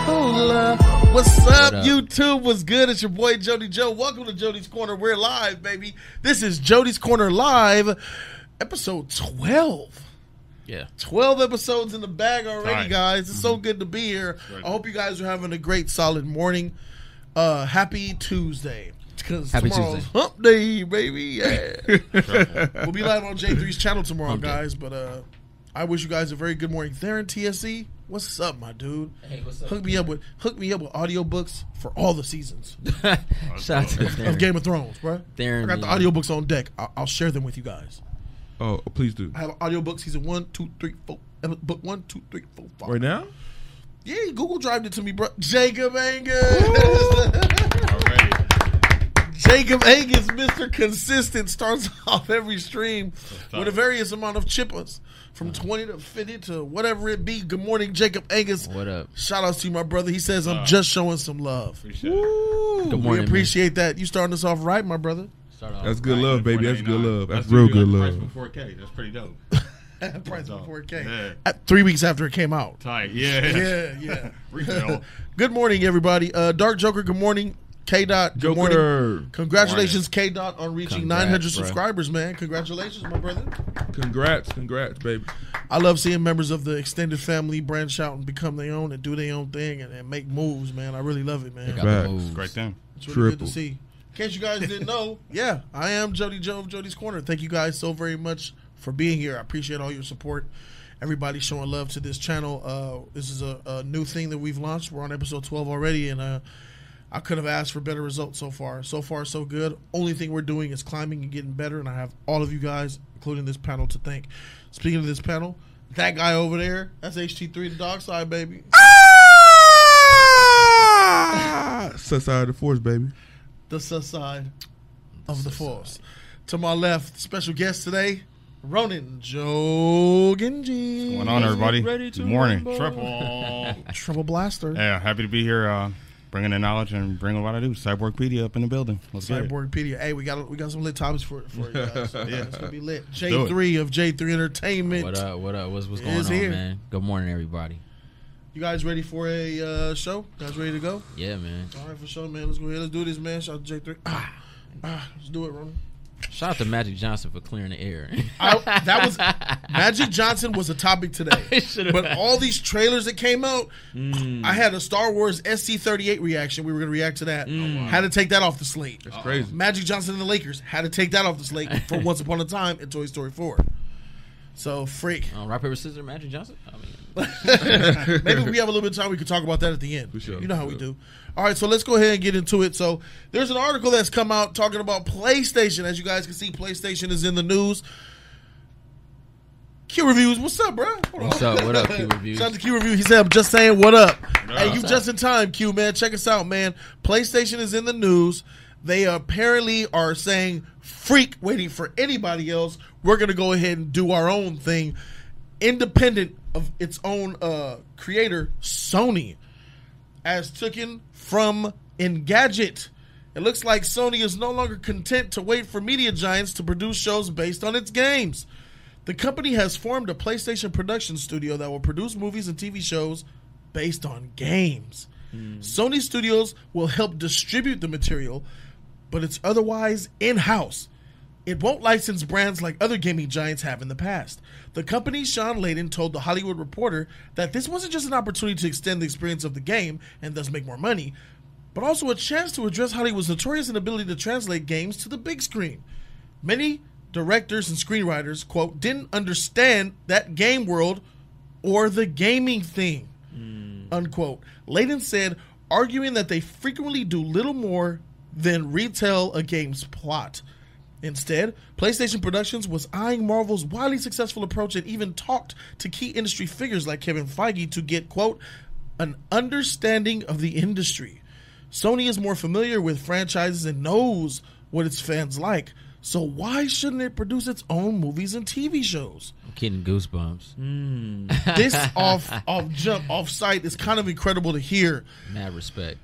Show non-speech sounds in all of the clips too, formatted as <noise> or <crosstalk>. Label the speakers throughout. Speaker 1: love. What's up,
Speaker 2: What up?
Speaker 1: YouTube? What's good? It's your boy Jody Joe. Welcome to Jody's Corner. We're live, baby. This is Jody's Corner Live, episode 12.
Speaker 2: Yeah.
Speaker 1: 12 episodes in the bag already,
Speaker 2: Time. Mm-hmm.
Speaker 1: guys. It's so good to be here. I hope you guys are having a great, solid morning. Uh, happy Tuesday. Because
Speaker 2: Happy
Speaker 1: tomorrow's
Speaker 2: Tuesday.
Speaker 1: hump day, baby. Yeah. we'll be live on J3's channel tomorrow,
Speaker 2: Hump day.
Speaker 1: guys. But uh, I wish you guys a very good morning. There in TSC, E, what's up, my dude?
Speaker 3: Hey, what's up?
Speaker 1: Hook me up with hook me up with audiobooks for all the seasons
Speaker 2: Shout out to
Speaker 1: of
Speaker 2: Darren.
Speaker 1: Game of Thrones, bro.
Speaker 2: Darren
Speaker 1: I got the
Speaker 2: Lee.
Speaker 1: audiobooks on deck. I'll, I'll share them with you guys.
Speaker 4: Oh, please do.
Speaker 1: I have an audiobook season one, two, three, four. epi- Book one, two, three, four, five.
Speaker 4: Right now?
Speaker 1: Yeah, Google Drive it to me, bro. Jacob Angus. <laughs> Jacob Angus, Mr. Consistent, starts <laughs> off every stream with a various amount of chippers from 20 to 50 to whatever it be. Good morning, Jacob Angus.
Speaker 2: What up?
Speaker 1: Shout outs to you, my brother. He says,
Speaker 5: Uh,
Speaker 1: I'm just showing some love.
Speaker 2: Good
Speaker 1: We
Speaker 2: morning.
Speaker 1: appreciate that. You starting us off right, my brother. <laughs>
Speaker 4: That's good love, baby. That's good love. That's real good love.
Speaker 5: Price 4K. That's pretty dope.
Speaker 1: Price before it came.
Speaker 5: Yeah.
Speaker 1: Uh, Three weeks after it came out.
Speaker 5: Tight. Yeah.
Speaker 4: <laughs>
Speaker 1: Yeah, yeah.
Speaker 5: Retail.
Speaker 1: good morning, everybody. Uh, Dark Joker, good morning. K Dot, good morning.
Speaker 4: Joker,
Speaker 1: Congratulations, K Dot, on reaching
Speaker 2: Congrats,
Speaker 1: 900
Speaker 2: bro.
Speaker 1: subscribers, man. Congratulations, my brother.
Speaker 4: congrats, congrats, <laughs> baby.
Speaker 1: I love seeing members of the extended family branch out and become their own and do their own thing and, and make moves, man. I really love it, man.
Speaker 2: Got the
Speaker 4: Facts.
Speaker 2: moves.
Speaker 5: Great thing.
Speaker 1: It's really good to
Speaker 4: triple.
Speaker 1: see. In case you guys didn't know, yeah, I am Jody Joe of Jody's Corner. Thank you guys so very much for being here. I appreciate all your support. Everybody showing love to this channel. Uh, this is a, a new thing that we've launched. We're on episode 12 already, and uh, I could have asked for better results so far. So far, so good. Only thing we're doing is climbing and getting better, and I have all of you guys, including this panel, to thank. Speaking of this panel, that guy over there, that's HT3 the dog side, baby.
Speaker 4: Ah, Suss out of the force, baby.
Speaker 1: the sus side of the force. To my left, special guest today, Ronan Joe Genji.
Speaker 5: Going on, everybody.
Speaker 2: ready to
Speaker 5: Good morning.
Speaker 2: rumble.
Speaker 5: Triple.
Speaker 4: <laughs>
Speaker 1: Trouble Blaster.
Speaker 5: yeah, happy to be here. Uh, bringing the knowledge and bringing what I do. Cyborgpedia up in the building. Let's get it.
Speaker 1: Cyborgpedia. Hey, we got we got some lit topics for for you
Speaker 5: <laughs>
Speaker 1: guys.
Speaker 5: Yeah.
Speaker 1: It's gonna be lit. J three of J three Entertainment.
Speaker 2: What up? What up? What's what's going
Speaker 1: It's
Speaker 2: on,
Speaker 1: here.
Speaker 2: man? Good morning, everybody.
Speaker 1: You guys ready for a uh, show? You guys ready to go?
Speaker 2: Yeah, man.
Speaker 1: All right, for sure, man. Let's go ahead. Let's do this, man. Shout out J three. Ah, ah, let's do it, Ronan.
Speaker 2: Shout out to Magic Johnson for clearing the air. <laughs>
Speaker 1: I, that was Magic Johnson was a topic today.
Speaker 2: It should've
Speaker 1: But
Speaker 2: been.
Speaker 1: all these trailers that came out, I had a Star Wars SC38 reaction. We were going to react to that. Had to take that off the slate.
Speaker 4: It's crazy.
Speaker 1: Magic Johnson and the Lakers had to take that off the slate for Once Upon a Time in Toy Story 4. So freak.
Speaker 2: Um, rock paper scissors, Magic Johnson. I mean,
Speaker 1: Maybe we have a little bit of time. We could talk about that at the end.
Speaker 4: sure.
Speaker 1: You know how we
Speaker 4: Yeah.
Speaker 1: do. All right, so let's go ahead and get into it. So there's an article that's come out talking about PlayStation. As you guys can see, PlayStation is in the news. Q reviews, what's up, bro?
Speaker 2: What's up? What up,
Speaker 1: <laughs>
Speaker 2: Q Reviews?
Speaker 1: Shout out to Q review. He said, "I'm just saying, what up?" hey, you
Speaker 2: What's
Speaker 1: just in time, Q man. Check us out, man. PlayStation is in the news. They apparently are saying, "Freak, waiting for anybody else. We're gonna go ahead and do our own thing, independent of its own uh, creator, Sony." as taken from Engadget. It looks like Sony is no longer content to wait for media giants to produce shows based on its games. The company has formed a PlayStation production studio that will produce movies and TV shows based on games. Sony Studios will help distribute the material, but it's otherwise in house. It won't license brands like other gaming giants have in the past. The company's Sean Layden told The Hollywood Reporter that this wasn't just an opportunity to extend the experience of the game and thus make more money, but also a chance to address Hollywood's notorious inability to translate games to the big screen. Many directors and screenwriters, quote, didn't understand that game world or the gaming thing unquote. Layden said, arguing that they frequently do little more than retell a game's plot. Instead, PlayStation Productions was eyeing Marvel's wildly successful approach and even talked to key industry figures like Kevin Feige to get, quote, an understanding of the industry. Sony is more familiar with franchises and knows what its fans like, so why shouldn't it produce its own movies and TV shows?
Speaker 2: I'm kidding. Goosebumps.
Speaker 1: This off off jump off site is kind of incredible to hear.
Speaker 2: Mad respect.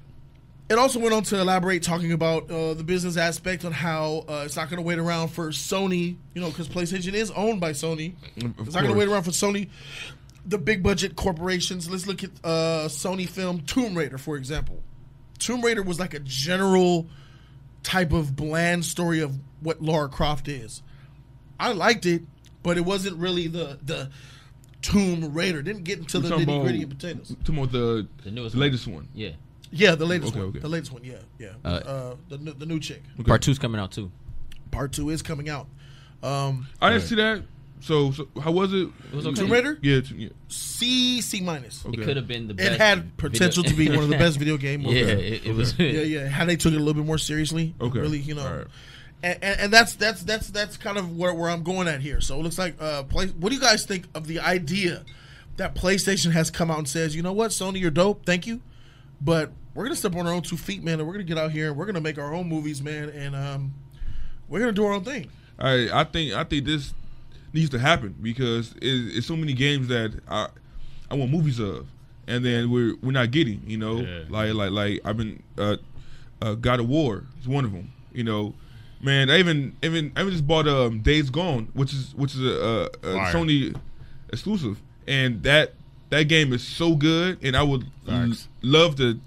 Speaker 1: It also went on to elaborate, talking about uh, the business aspect on how uh, it's not going to wait around for Sony, you know, because PlayStation is owned by Sony.
Speaker 4: Mm, Of
Speaker 1: it's not going to wait
Speaker 4: course.
Speaker 1: around for Sony the big budget corporations. Let's look at uh, Sony film Tomb Raider, for example. Tomb Raider was like a general type of bland story of what Lara Croft is. I liked it, but it wasn't really the the Tomb Raider. Didn't get into the
Speaker 4: We're talking
Speaker 1: nitty gritty
Speaker 4: about-
Speaker 1: potatoes.
Speaker 4: Talking about the,
Speaker 2: The newest
Speaker 4: the latest one.
Speaker 2: Yeah.
Speaker 1: Yeah, the latest
Speaker 4: Okay,
Speaker 1: one.
Speaker 4: okay.
Speaker 1: The latest one. Yeah, yeah. Uh,
Speaker 2: Uh,
Speaker 1: the new- the new chick.
Speaker 2: Part two's coming out too.
Speaker 1: Part two is coming out. Um,
Speaker 4: I didn't see that. So, so how was it? It
Speaker 2: was okay.
Speaker 1: Tomb Raider
Speaker 4: Yeah, t- yeah.
Speaker 1: C C minus.
Speaker 4: Okay.
Speaker 2: It could have been the best.
Speaker 1: It had potential to
Speaker 2: video-
Speaker 1: be one of the best video
Speaker 4: <laughs>
Speaker 1: game
Speaker 2: <laughs> yeah,
Speaker 1: movies.
Speaker 2: it, it was. <laughs>
Speaker 1: yeah, yeah. How they took it a little bit more seriously.
Speaker 4: Okay.
Speaker 1: Really, you know.
Speaker 4: All right.
Speaker 1: And, and, and that's that's that's that's kind of where, where I'm going at here. So it looks like uh, play, what do you guys think of the idea that PlayStation has come out and says, you know what, Sony, you're dope, thank you, but we're gonna step on our own two feet, man, and we're gonna get out here and we're gonna make our own movies, man, and um, we're gonna do our own thing.
Speaker 4: I I think I think this needs to happen because it, it's so many games that I I want movies of, and then we're we're not getting. You know,
Speaker 5: Yeah.
Speaker 4: like like like I've been uh, uh, God of War is one of them. You know, man, I even even I even just bought um Days Gone, which is which is a, a, a
Speaker 5: Fire.
Speaker 4: Sony exclusive, and that that game is so good, and I would l-
Speaker 5: Facts.
Speaker 4: love to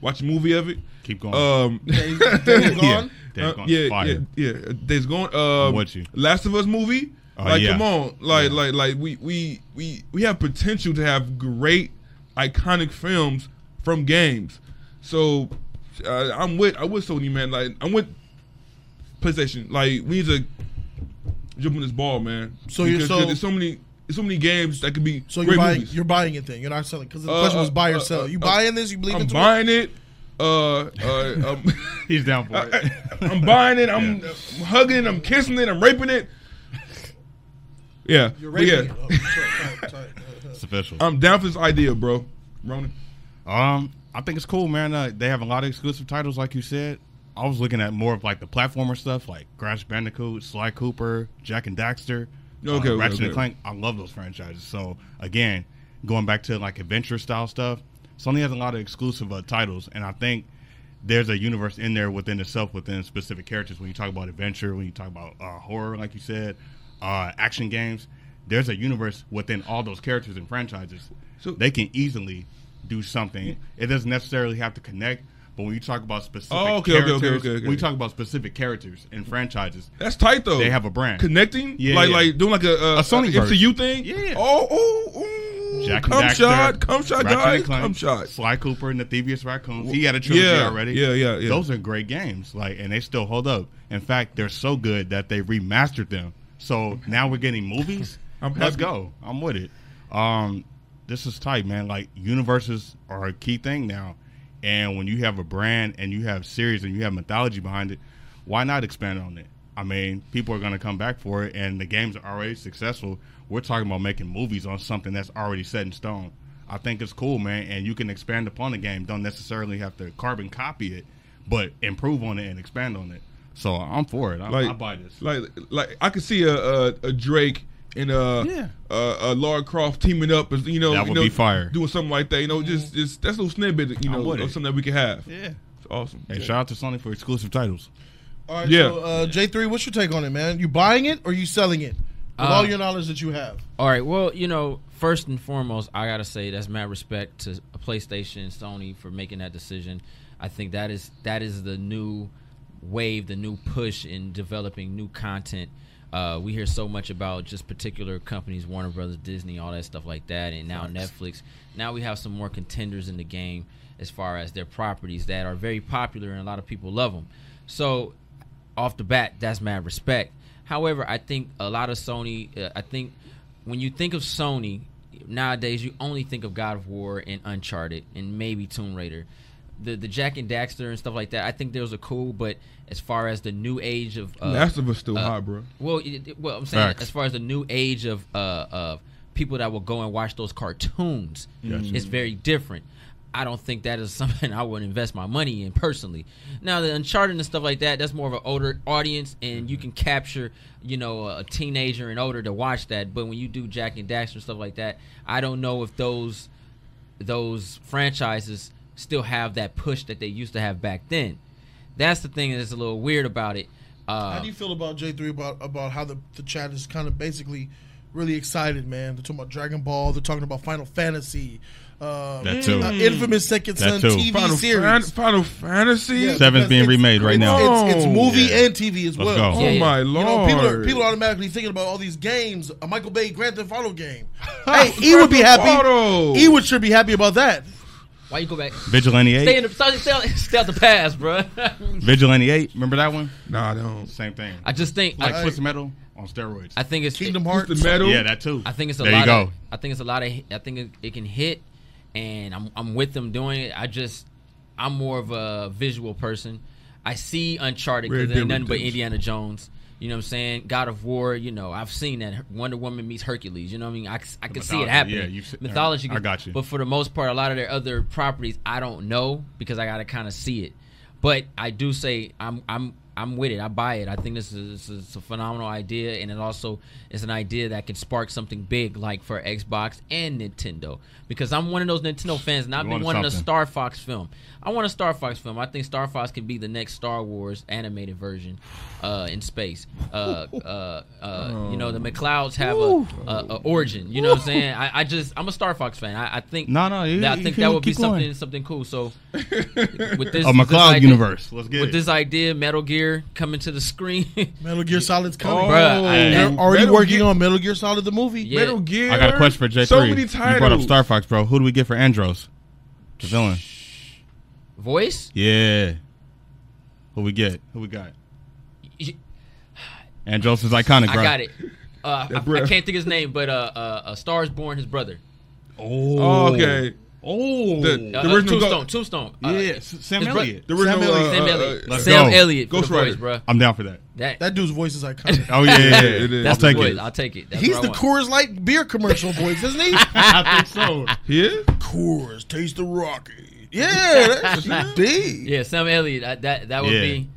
Speaker 4: watch a movie of it.
Speaker 5: Keep going.
Speaker 4: Um,
Speaker 1: <laughs> Days-
Speaker 4: <laughs>
Speaker 1: Days Gone?
Speaker 5: Days
Speaker 4: Uh,
Speaker 5: Gone's
Speaker 4: yeah,
Speaker 5: fire.
Speaker 4: yeah, yeah. Days Gone. Um,
Speaker 5: with you.
Speaker 4: Last of Us movie.
Speaker 5: Oh,
Speaker 4: like,
Speaker 5: yeah.
Speaker 4: come on, like, like, like, we, we, we, we have potential to have great, iconic films from games. So, uh, I'm with, I with Sony, man. Like, I'm with PlayStation. Like, we need to jump on this ball, man.
Speaker 1: So you're
Speaker 4: Because-
Speaker 1: so-
Speaker 4: because there's so many, there's so many games that could be
Speaker 1: So
Speaker 4: great
Speaker 1: you're buying
Speaker 4: movies.
Speaker 1: you're buying it, then you're not selling because the
Speaker 4: Uh,
Speaker 1: question was
Speaker 4: uh,
Speaker 1: buy or
Speaker 4: uh,
Speaker 1: sell. You
Speaker 4: uh,
Speaker 1: buying this? You believe
Speaker 4: I'm
Speaker 1: into
Speaker 4: buying it. Uh, uh, um,
Speaker 1: <laughs>
Speaker 4: <laughs>
Speaker 5: He's down for it.
Speaker 4: I'm buying it. I'm hugging it. I'm kissing it. I'm raping it. Yeah,
Speaker 1: it? You're
Speaker 4: but
Speaker 1: rating it.
Speaker 4: yeah.
Speaker 1: Oh, sorry, sorry,
Speaker 4: <laughs>
Speaker 1: sorry. Uh, uh.
Speaker 5: It's official.
Speaker 4: I'm down for this idea, bro. Ronan.
Speaker 5: Um, I think it's cool, man. Uh, they have a lot of exclusive titles, like you said. I was looking at more of like the platformer stuff, like Crash Bandicoot, Sly Cooper, Jack and Daxter, uh,
Speaker 4: Okay, okay,
Speaker 5: Ratchet
Speaker 4: okay.
Speaker 5: and Clank. I love those franchises. So again, going back to like adventure style stuff, Sony has a lot of exclusive uh, titles, and I think there's a universe in there within itself within specific characters. When you talk about adventure, when you talk about uh, horror, like you said, uh, action games, there's a universe within all those characters and franchises. So
Speaker 4: So-
Speaker 5: they can easily do something. It doesn't necessarily have to connect. But when you talk about specific
Speaker 4: Oh, okay, okay, okay,
Speaker 5: characters,
Speaker 4: okay, okay.
Speaker 5: when you talk about specific characters and franchises,
Speaker 4: That's tight though.
Speaker 5: They have a brand.
Speaker 4: connecting.
Speaker 5: Yeah,
Speaker 4: like
Speaker 5: yeah.
Speaker 4: like doing like a, uh,
Speaker 5: A Sony
Speaker 4: uh,
Speaker 5: version.
Speaker 4: MCU thing.
Speaker 5: Yeah.
Speaker 4: Oh, oh, ooh,
Speaker 5: Jack and
Speaker 4: come
Speaker 5: Daxter,
Speaker 4: shot, come shot,
Speaker 5: Ratchet
Speaker 4: guys,
Speaker 5: and Clank,
Speaker 4: come shot.
Speaker 5: Sly Cooper and the Thievius Raccoons. He had a trilogy
Speaker 4: Yeah,
Speaker 5: already.
Speaker 4: yeah, yeah, yeah.
Speaker 5: Those are great games, like, and they still hold up. In fact, they're so good that they remastered them. So now we're getting movies.
Speaker 4: <laughs> I'm
Speaker 5: Let's
Speaker 4: happy.
Speaker 5: go. Oh, I'm with it. Um, this is tight, man. Like universes are a key thing now, and when you have a brand and you have series and you have mythology behind it, why not expand on it? I mean, people are going to come back for it, and the games are already successful. We're talking about making movies on something that's already set in stone. I think it's cool, man, and you can expand upon the game. Don't necessarily have to carbon copy it, but improve on it and expand on it. So I'm for it. I, I buy this.
Speaker 4: Like, like I could see a a, a Drake and a,
Speaker 5: Yeah.
Speaker 4: a a Lara Croft teaming up, as you know,
Speaker 5: That
Speaker 4: you
Speaker 5: would
Speaker 4: know,
Speaker 5: be fire.
Speaker 4: Doing something like that, you know, just just that's a little snippet, you
Speaker 5: I'm
Speaker 4: know,
Speaker 5: with
Speaker 4: of
Speaker 5: it.
Speaker 4: something that we can have.
Speaker 5: yeah.
Speaker 4: It's awesome.
Speaker 5: Hey, shout out to Sony for exclusive titles.
Speaker 1: All right,
Speaker 4: Yeah.
Speaker 1: so uh, J three, what's your take on it, man? You buying it or you selling it? With all
Speaker 2: Uh,
Speaker 1: your knowledge that you have,
Speaker 2: All right. Well, you know, first and foremost, I gotta say that's mad respect to PlayStation and Sony for making that decision. I think that is that is the new wave, the new push in developing new content. Uh, we hear so much about just particular companies, Warner Brothers, Disney, all that stuff like that, and now Netflix. Now we have some more contenders in the game as far as their properties that are very popular and a lot of people love them. So off the bat, that's mad respect. However, I think a lot of Sony, uh, I think when you think of Sony nowadays, you only think of God of War and Uncharted and maybe Tomb Raider. The, the Jack and Daxter and stuff like that, I think those are cool, but as far as the new age of. Uh,
Speaker 4: Last of Us still
Speaker 2: uh,
Speaker 4: hot, bro.
Speaker 2: Well, it, it- well I'm saying
Speaker 5: Facts.
Speaker 2: as far as the new age of, uh, of people that will go and watch those cartoons, it's very different. I don't think that is <laughs> something I would invest my money in personally. Now the Uncharted and stuff like that, that's more of an older audience, and you can capture, you know, a teenager and older to watch that. But when you do Jack and Daxter and stuff like that, I don't know if those those franchises still have that push that they used to have back then. That's the thing that's a little weird about it. Uh,
Speaker 1: how do you feel about J three about about how the, the chat is kind of basically really excited, man. They're talking about Dragon Ball. They're talking about Final Fantasy. Uh,
Speaker 5: That too.
Speaker 1: uh, infamous Second Son
Speaker 5: That too.
Speaker 1: TV
Speaker 4: Mm. Final,
Speaker 1: series.
Speaker 4: Fan- Final Fantasy.
Speaker 1: Yeah,
Speaker 5: Seven's
Speaker 1: because
Speaker 5: being
Speaker 1: it's-
Speaker 5: remade right now.
Speaker 1: It's, it's movie
Speaker 4: Yeah.
Speaker 1: and TV as
Speaker 5: Let's
Speaker 1: well.
Speaker 5: go.
Speaker 4: Oh
Speaker 2: Yeah, yeah.
Speaker 4: my
Speaker 1: You
Speaker 4: lord!
Speaker 1: know, people are people are automatically thinking about all these games. A Michael Bay Grand Theft Auto game. hey, he would be
Speaker 4: Grand
Speaker 1: happy.
Speaker 4: Theft Auto.
Speaker 1: He would sure be happy about that.
Speaker 2: Why you go back?
Speaker 5: Vigilante
Speaker 2: Stay in
Speaker 5: Eight.
Speaker 2: the stay, stay, stay out the past, bro.
Speaker 5: Vigilante Eight. Remember that one?
Speaker 4: Nah, I don't.
Speaker 5: Same thing.
Speaker 2: <laughs> I just think
Speaker 5: like
Speaker 2: I,
Speaker 5: Twisted Metal on steroids.
Speaker 2: I think it's
Speaker 1: Kingdom
Speaker 4: Who's
Speaker 1: Hearts.
Speaker 4: the metal?
Speaker 5: yeah, that too.
Speaker 2: I think it's a
Speaker 5: there
Speaker 2: lot.
Speaker 5: you go.
Speaker 2: Of, I think it's a lot of. I think it, it can hit, and I'm I'm with them doing it. I just I'm more of a visual person. I see Uncharted
Speaker 4: Red
Speaker 2: because
Speaker 4: Dead
Speaker 2: ain't nothing but
Speaker 4: Redemption.
Speaker 2: Indiana Jones. You know what I'm saying? God of War. You know I've seen that Wonder Woman meets Hercules. You know what I mean? I, c- I can see it
Speaker 5: mythology,
Speaker 2: happening.
Speaker 5: yeah, you've se-
Speaker 2: mythology.
Speaker 5: I got you.
Speaker 2: But for the most part, a lot of their other properties I don't know because I got to kind of see it. But I do say I'm I'm I'm with it. I buy it. I think this is, this is a phenomenal idea, and it also is an idea that can spark something big, like for Xbox and Nintendo. Because I'm one of those Nintendo fans, and I've
Speaker 5: You
Speaker 2: been
Speaker 5: wanted
Speaker 2: wanting a
Speaker 5: something.
Speaker 2: Star Fox film. I want a Star Fox film. I think Star Fox could be the next Star Wars animated version uh, in space. Uh, uh, uh, you know, the McClouds have a, a, a origin. You know what I'm saying? I, I just I'm a Star Fox fan. I, I think
Speaker 5: No, no, you-
Speaker 2: that, I
Speaker 5: you
Speaker 2: think
Speaker 5: can
Speaker 2: that would be
Speaker 5: keep going.
Speaker 2: something something cool. So with this
Speaker 5: A
Speaker 2: this idea-
Speaker 5: Oh, McCloud universe. Let's get
Speaker 2: with
Speaker 5: it.
Speaker 2: this idea, Metal Gear coming to the screen. <laughs>
Speaker 1: Metal Gear Solid's coming.
Speaker 2: Bruh, I-
Speaker 1: They're
Speaker 2: Oh. Metal
Speaker 1: already
Speaker 4: Metal
Speaker 1: working
Speaker 4: Gear-
Speaker 1: on Metal Gear Solid the movie.
Speaker 2: Yeah.
Speaker 4: Metal Gear.
Speaker 5: I got a question for J3.
Speaker 4: So many
Speaker 5: You brought up
Speaker 4: titles.
Speaker 5: Star Fox, bro. Who do we get for Andros? The villain.
Speaker 2: Voice?
Speaker 5: Yeah. Who we get? Who we got?
Speaker 2: Y-
Speaker 5: Andros is iconic,
Speaker 2: I
Speaker 5: bro.
Speaker 2: got it. Uh, I, I
Speaker 4: bruh.
Speaker 2: can't think his name, but uh, uh, uh, Stars Born, his brother.
Speaker 5: Oh.
Speaker 4: Oh, okay.
Speaker 5: Oh.
Speaker 4: The-
Speaker 2: Uh,
Speaker 4: The
Speaker 2: uh,
Speaker 4: original
Speaker 2: Tombstone.
Speaker 4: Go-
Speaker 2: Tombstone. Uh,
Speaker 5: yeah, S- Sam
Speaker 2: his bro-
Speaker 5: Elliott.
Speaker 4: The original.
Speaker 1: Sam Elliott.
Speaker 4: uh,
Speaker 2: Sam
Speaker 4: uh,
Speaker 2: Elliott.
Speaker 5: Let's
Speaker 2: Sam
Speaker 5: go.
Speaker 2: Elliott. for
Speaker 4: Ghost
Speaker 2: the voice,
Speaker 4: Rider.
Speaker 2: bro.
Speaker 5: I'm down for that.
Speaker 2: That,
Speaker 1: That dude's voice is
Speaker 5: <laughs>
Speaker 1: iconic.
Speaker 5: Oh yeah, yeah, yeah.
Speaker 4: it is.
Speaker 5: I'll
Speaker 4: That's
Speaker 5: take
Speaker 2: the voice.
Speaker 5: it.
Speaker 2: I'll take it. <laughs> That's
Speaker 1: He's
Speaker 2: what I
Speaker 1: the
Speaker 2: want.
Speaker 1: Coors Light beer commercial voice, isn't he?
Speaker 5: <laughs> I think so.
Speaker 4: Yeah.
Speaker 1: Coors, taste the Rocky. Yeah, that's deep.
Speaker 2: Yeah, Sam Elliott. I, that that would
Speaker 5: Yeah.
Speaker 2: be.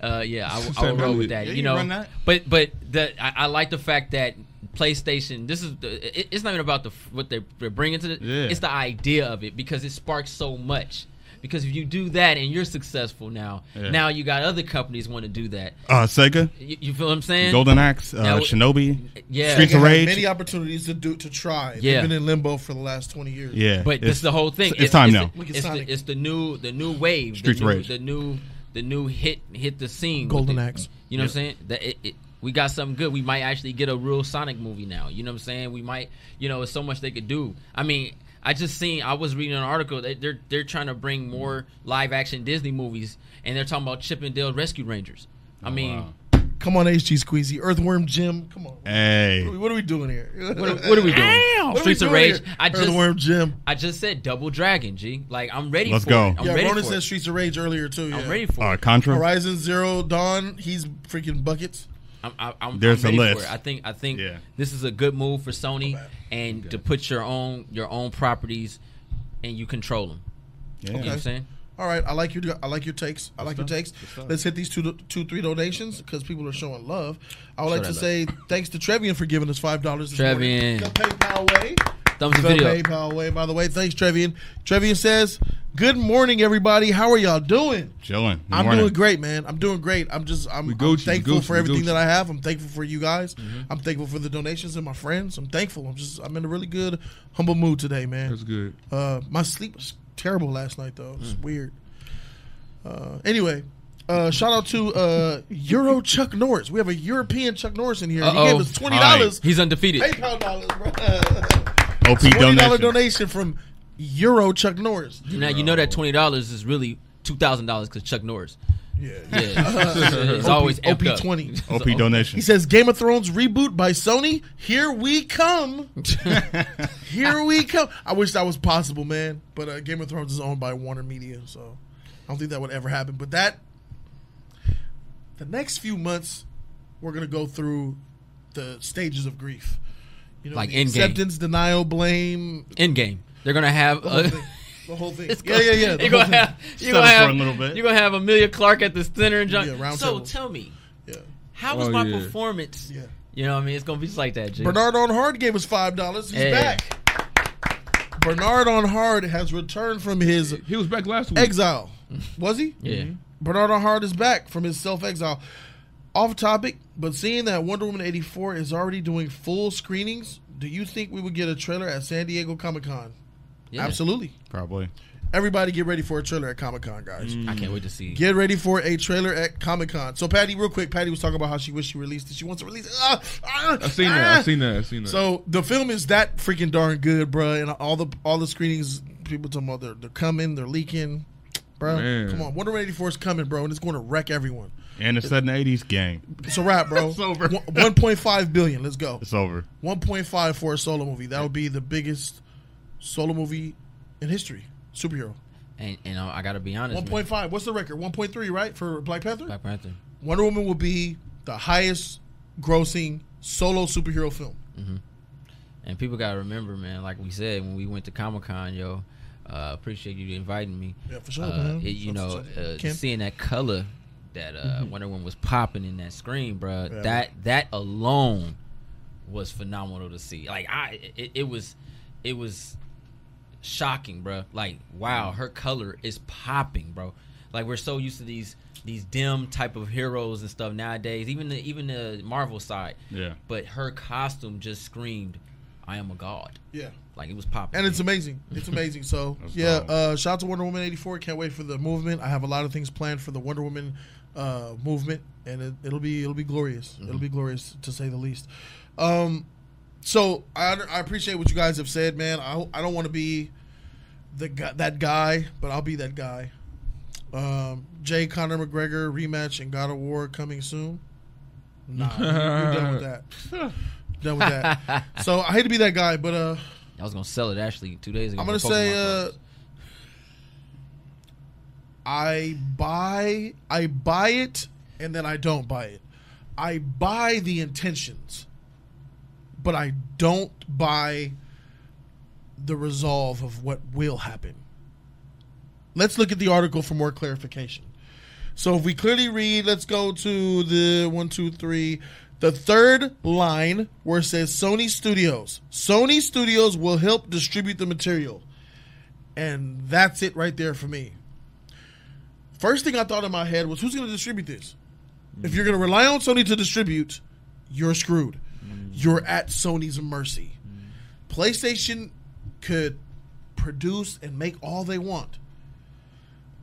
Speaker 2: Uh, yeah, I, would- I
Speaker 4: Sam
Speaker 2: would roll
Speaker 4: Elliott.
Speaker 2: with that.
Speaker 5: Yeah,
Speaker 2: you
Speaker 5: you
Speaker 2: know,
Speaker 5: run that.
Speaker 2: but but the I, I like the fact that PlayStation. This is the, it, it's not even about the f- what they're, they're bringing to the.
Speaker 5: Yeah.
Speaker 2: It's the idea of it because it sparks so much. Because if you do that and you're successful now,
Speaker 5: Yeah.
Speaker 2: now you got other companies want to do that.
Speaker 5: Uh, Sega,
Speaker 2: You, you feel what I'm saying?
Speaker 5: Golden Axe, uh,
Speaker 2: Now-
Speaker 5: Shinobi.
Speaker 2: yeah.
Speaker 5: Streets
Speaker 1: They
Speaker 5: of
Speaker 1: had
Speaker 5: Rage.
Speaker 1: Many opportunities to do to try.
Speaker 2: Yeah.
Speaker 1: They've been in limbo for the last twenty years.
Speaker 5: Yeah,
Speaker 2: But this is the whole thing.
Speaker 5: It's, it's time now.
Speaker 2: the-
Speaker 1: Look at
Speaker 2: It's,
Speaker 1: Sonic.
Speaker 2: the, it's the new the new wave.
Speaker 5: Streets
Speaker 2: the
Speaker 5: of
Speaker 2: new,
Speaker 5: Rage.
Speaker 2: The new the new hit hit the scene. with
Speaker 1: Golden
Speaker 2: the-
Speaker 1: Axe.
Speaker 2: You know what I'm saying? That it, it, we got something good. We might actually get a real Sonic movie now. You know what I'm saying? We might. You know, it's so much they could do. I mean. I just seen. I was reading an article. That they're they're trying to bring more live action Disney movies, and they're talking about Chip and Dale Rescue Rangers. I mean,
Speaker 5: Oh, wow.
Speaker 1: Come on, HG Squeezy, Earthworm Jim. Come on.
Speaker 5: Hey,
Speaker 1: What are we doing here?
Speaker 2: what, are, what are we doing?
Speaker 1: What are we
Speaker 2: Streets of
Speaker 1: doing
Speaker 2: Rage.
Speaker 1: here?
Speaker 2: I just
Speaker 1: Earthworm Jim.
Speaker 2: I just said Double Dragon. G. Like I'm ready.
Speaker 5: Let's
Speaker 2: for
Speaker 5: go.
Speaker 2: It. I'm
Speaker 1: yeah,
Speaker 2: ready
Speaker 1: Ronan
Speaker 2: for
Speaker 1: said
Speaker 2: it.
Speaker 1: Streets of Rage earlier too. Yeah.
Speaker 2: I'm ready for
Speaker 5: uh,
Speaker 2: it.
Speaker 5: Contra.
Speaker 1: Horizon Zero Dawn. He's freaking buckets.
Speaker 2: I'm, I, I'm,
Speaker 5: There's a
Speaker 2: I'm ready
Speaker 5: list.
Speaker 2: For it. I think I think
Speaker 5: Yeah.
Speaker 2: this is a good move for Sony, and to put your own your own properties, and you control them.
Speaker 5: Yeah.
Speaker 2: You know what I'm saying?
Speaker 1: All right, I like your I like your takes. I like your takes. Let's hit these two two three donations because people are showing love. I would like to
Speaker 2: that love.
Speaker 1: say thanks to Trevian for giving us five dollars. morning.
Speaker 2: Trevian.
Speaker 1: the PayPal way.
Speaker 2: Thumbs up
Speaker 1: The
Speaker 2: video.
Speaker 1: PayPal way. By the way, thanks Trevian. Trevian says, "Good morning, everybody. How are y'all doing?"
Speaker 5: Chilling. Good
Speaker 1: I'm
Speaker 5: morning.
Speaker 1: doing great, man. I'm doing great. I'm just I'm,
Speaker 4: We
Speaker 1: I'm
Speaker 4: Gucci, we
Speaker 1: thankful
Speaker 4: Gucci,
Speaker 1: for
Speaker 4: we
Speaker 1: everything
Speaker 4: Gucci. Mm-hmm.
Speaker 1: that I have. I'm thankful for you guys. I'm thankful for the donations and my friends. I'm thankful. I'm just I'm in a really good humble mood today, man.
Speaker 4: That's good. Mm.
Speaker 1: Uh, my sleep was terrible last night, though. It's weird. Uh, anyway, uh, shout out to uh, Euro Chuck Norris. We have a European Chuck Norris in here.
Speaker 2: Uh-oh.
Speaker 1: He gave us twenty dollars,
Speaker 2: He's undefeated.
Speaker 1: PayPal dollars, bro.
Speaker 4: <laughs>
Speaker 5: OP
Speaker 1: Twenty dollar
Speaker 5: donation.
Speaker 1: donation from Euro Chuck Norris.
Speaker 2: Now you know that twenty dollars is really two thousand dollars because Chuck Norris.
Speaker 1: Yeah,
Speaker 2: Yeah,
Speaker 1: <laughs>
Speaker 2: it's,
Speaker 1: Uh,
Speaker 2: it's always
Speaker 1: OP
Speaker 2: amped up.
Speaker 1: twenty.
Speaker 5: OP donation.
Speaker 1: He says Game of Thrones reboot by Sony. Here we
Speaker 2: <laughs>
Speaker 1: come. Here we come. I wish that was possible, man. But uh, Game of Thrones is owned by Warner Media, so I don't think that would ever happen. But that the next few months, we're gonna go through the stages of grief. You know,
Speaker 2: Like
Speaker 1: the
Speaker 2: Endgame.
Speaker 1: acceptance, denial,
Speaker 2: <laughs>
Speaker 1: blame,
Speaker 2: End game. They're gonna have.
Speaker 1: the whole
Speaker 2: A,
Speaker 1: thing. The whole thing.
Speaker 2: <laughs> It's
Speaker 1: yeah, yeah, yeah. the
Speaker 2: <laughs>
Speaker 1: whole
Speaker 2: You're gonna
Speaker 1: thing.
Speaker 2: have. You're
Speaker 5: Settle
Speaker 2: gonna
Speaker 5: for
Speaker 2: have.
Speaker 5: a little bit.
Speaker 2: You're gonna have Amelia Clark at the center and John.
Speaker 1: Yeah, round
Speaker 2: so
Speaker 1: table.
Speaker 2: tell me,
Speaker 1: Yeah.
Speaker 2: how was
Speaker 4: Oh,
Speaker 2: my
Speaker 4: yeah.
Speaker 2: performance?
Speaker 1: Yeah.
Speaker 2: You know what I mean? It's gonna be just like that, G.
Speaker 1: Bernard on Hard gave us five dollars. He's
Speaker 2: Hey.
Speaker 1: back. Bernard on Hard has returned from his
Speaker 4: He was back last week.
Speaker 1: exile. Was he?
Speaker 2: Yeah.
Speaker 1: Bernard on Hard is back from his self exile. Off topic, but seeing that Wonder Woman 84 is already doing full screenings, do you think we would get a trailer at San Diego Comic Con?
Speaker 2: Yeah.
Speaker 1: Absolutely.
Speaker 5: Probably.
Speaker 1: Everybody get ready for a trailer at Comic Con, guys.
Speaker 2: I can't wait to see.
Speaker 1: Get ready for a trailer at Comic Con. So, Patty, real quick, Patty was talking about how she wished she released it. She wants to release it. Ah, ah,
Speaker 4: I've seen that. I've seen that. I've seen that.
Speaker 1: So the film is that freaking darn good, bruh. And all the all the screenings, people talking about they're, they're coming, they're leaking, bro.
Speaker 4: Man.
Speaker 1: Come on, Wonder Woman 84 is coming, bro, and it's going to wreck everyone.
Speaker 5: And it's an '80s game.
Speaker 1: It's a wrap, bro.
Speaker 5: <laughs> It's over.
Speaker 1: One- 1.5 billion. Let's go.
Speaker 5: It's over.
Speaker 1: 1.5 for a solo movie. That would be the biggest solo movie in history. Superhero.
Speaker 2: And, and I, I gotta be honest. man.
Speaker 1: 1.5. What's the record? 1.3, right? For Black Panther?
Speaker 2: Black Panther.
Speaker 1: Wonder Woman will be the highest grossing solo superhero film.
Speaker 2: And people gotta remember, man. Like we said when we went to Comic Con, yo, uh, appreciate you inviting me.
Speaker 1: Yeah, for sure,
Speaker 2: Uh,
Speaker 1: man.
Speaker 2: it- you
Speaker 1: For
Speaker 2: know,
Speaker 1: sure.
Speaker 2: uh,
Speaker 1: Kim?
Speaker 2: seeing that color that uh, Wonder Woman was popping in that screen, bro.
Speaker 1: Yeah.
Speaker 2: That that alone was phenomenal to see. Like I, it, it was, it was shocking, bro. Like wow,
Speaker 1: Mm.
Speaker 2: her color is popping, bro. Like we're so used to these these dim type of heroes and stuff nowadays. Even the even the Marvel side,
Speaker 5: Yeah.
Speaker 2: but her costume just screamed, "I am a god."
Speaker 1: Yeah.
Speaker 2: Like it was popping,
Speaker 1: And it's amazing. It's amazing. So
Speaker 5: <laughs> That's
Speaker 1: yeah,
Speaker 5: dope.
Speaker 1: uh, shout out to Wonder Woman eighty four. Can't wait for the movement. I have a lot of things planned for the Wonder Woman uh, movement, and it, it'll be it'll be glorious.
Speaker 5: Mm-hmm.
Speaker 1: It'll be glorious to say the least. Um, so I, I appreciate what you guys have said, man. I I don't want to be the guy, that guy, but I'll be that guy. Um, Jay Conor McGregor rematch in God of War coming soon. Nah, you- you're done with that. done with
Speaker 5: <laughs>
Speaker 1: that. So I hate to be that guy, but uh.
Speaker 2: I was gonna sell it actually two days ago.
Speaker 1: I'm gonna
Speaker 2: for Pokemon
Speaker 1: say uh,
Speaker 2: cards.
Speaker 1: I buy I buy it and then I don't buy it. I buy the intentions, but I don't buy the resolve of what will happen. Let's look at the article for more clarification. So if we clearly read, let's go to the one, two, three, the third line where it says Sony Studios. Sony Studios will help distribute the material. And that's it right there for me. First thing I thought in my head was who's going to distribute this? If you're going to rely on Sony to distribute, you're screwed. You're at Sony's mercy. PlayStation could produce and make all they want.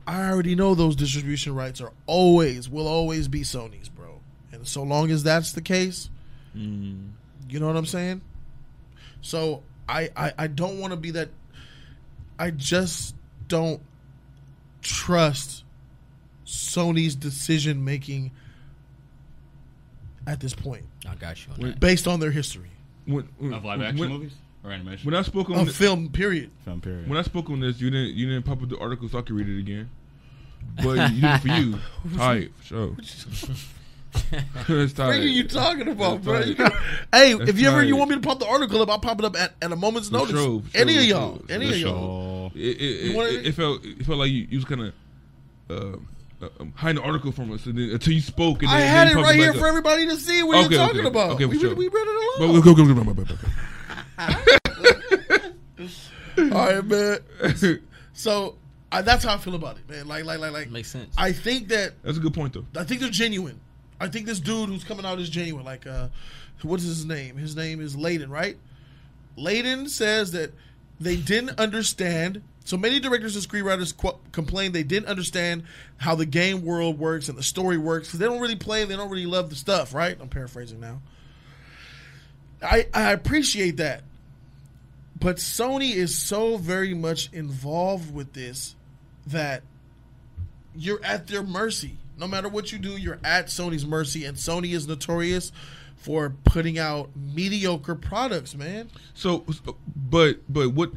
Speaker 1: I already know those distribution rights are always will always be Sony's, bro. And so long as that's the case, you know what I'm saying? So I I, I don't want to be that. I just don't trust Sony's decision making at this point,
Speaker 2: I got you on
Speaker 4: Wait.
Speaker 2: that.
Speaker 1: based on their history
Speaker 4: when, when,
Speaker 5: Of live action
Speaker 4: when,
Speaker 5: movies or animation.
Speaker 4: When I spoke on
Speaker 1: of
Speaker 4: thi-
Speaker 1: film. Period.
Speaker 5: Film period.
Speaker 4: when I spoke on this, you didn't you didn't pop up the article so I could read it again. But you did it
Speaker 1: <laughs>
Speaker 4: for you. Tight, for sure. <laughs> That's tight.
Speaker 1: What are you talking about,
Speaker 4: That's
Speaker 1: bro?
Speaker 4: right.
Speaker 1: You know- <laughs> hey,
Speaker 4: That's
Speaker 1: if you ever you
Speaker 4: right.
Speaker 1: want me to pop the article up, I'll pop it up at, at a moment's notice.
Speaker 4: sure, for
Speaker 1: any
Speaker 4: sure,
Speaker 1: of
Speaker 4: for
Speaker 1: y'all,
Speaker 4: sure.
Speaker 1: any
Speaker 5: For
Speaker 1: of y'all.
Speaker 5: sure.
Speaker 4: it, it,
Speaker 1: You wanted
Speaker 4: it,
Speaker 1: it?
Speaker 4: it felt it felt like you, you was kind of uh, um, hiding the article from us and then, until you spoke. And
Speaker 1: I
Speaker 4: then,
Speaker 1: had
Speaker 4: then
Speaker 1: it
Speaker 4: you
Speaker 1: right
Speaker 4: popped
Speaker 1: here
Speaker 4: back
Speaker 1: for
Speaker 4: up.
Speaker 1: everybody to see what
Speaker 4: Okay,
Speaker 1: you're
Speaker 4: okay,
Speaker 1: talking
Speaker 4: okay.
Speaker 1: about.
Speaker 4: Okay, for
Speaker 1: we,
Speaker 4: sure.
Speaker 1: we read it
Speaker 4: But
Speaker 1: along.
Speaker 4: go, go, go, go, go, go, go, go.
Speaker 1: All right, man. So I, that's how I feel about it, man. Like, like, like, like.
Speaker 2: Makes sense.
Speaker 1: I think that
Speaker 4: <laughs> That's a good point though.
Speaker 1: I think they're genuine. I think this dude who's coming out is genuine. Like, uh, what's his name? His name is Layden, right? Layden says that they didn't understand. So many directors and screenwriters qu- complain they didn't understand how the game world works and the story works because they don't really play and they don't really love the stuff, right? I'm paraphrasing now. I, I appreciate that. But Sony is so very much involved with this that you're at their mercy. No matter what you do, you're at Sony's mercy, and Sony is notorious for putting out mediocre products, man.
Speaker 4: So, but but what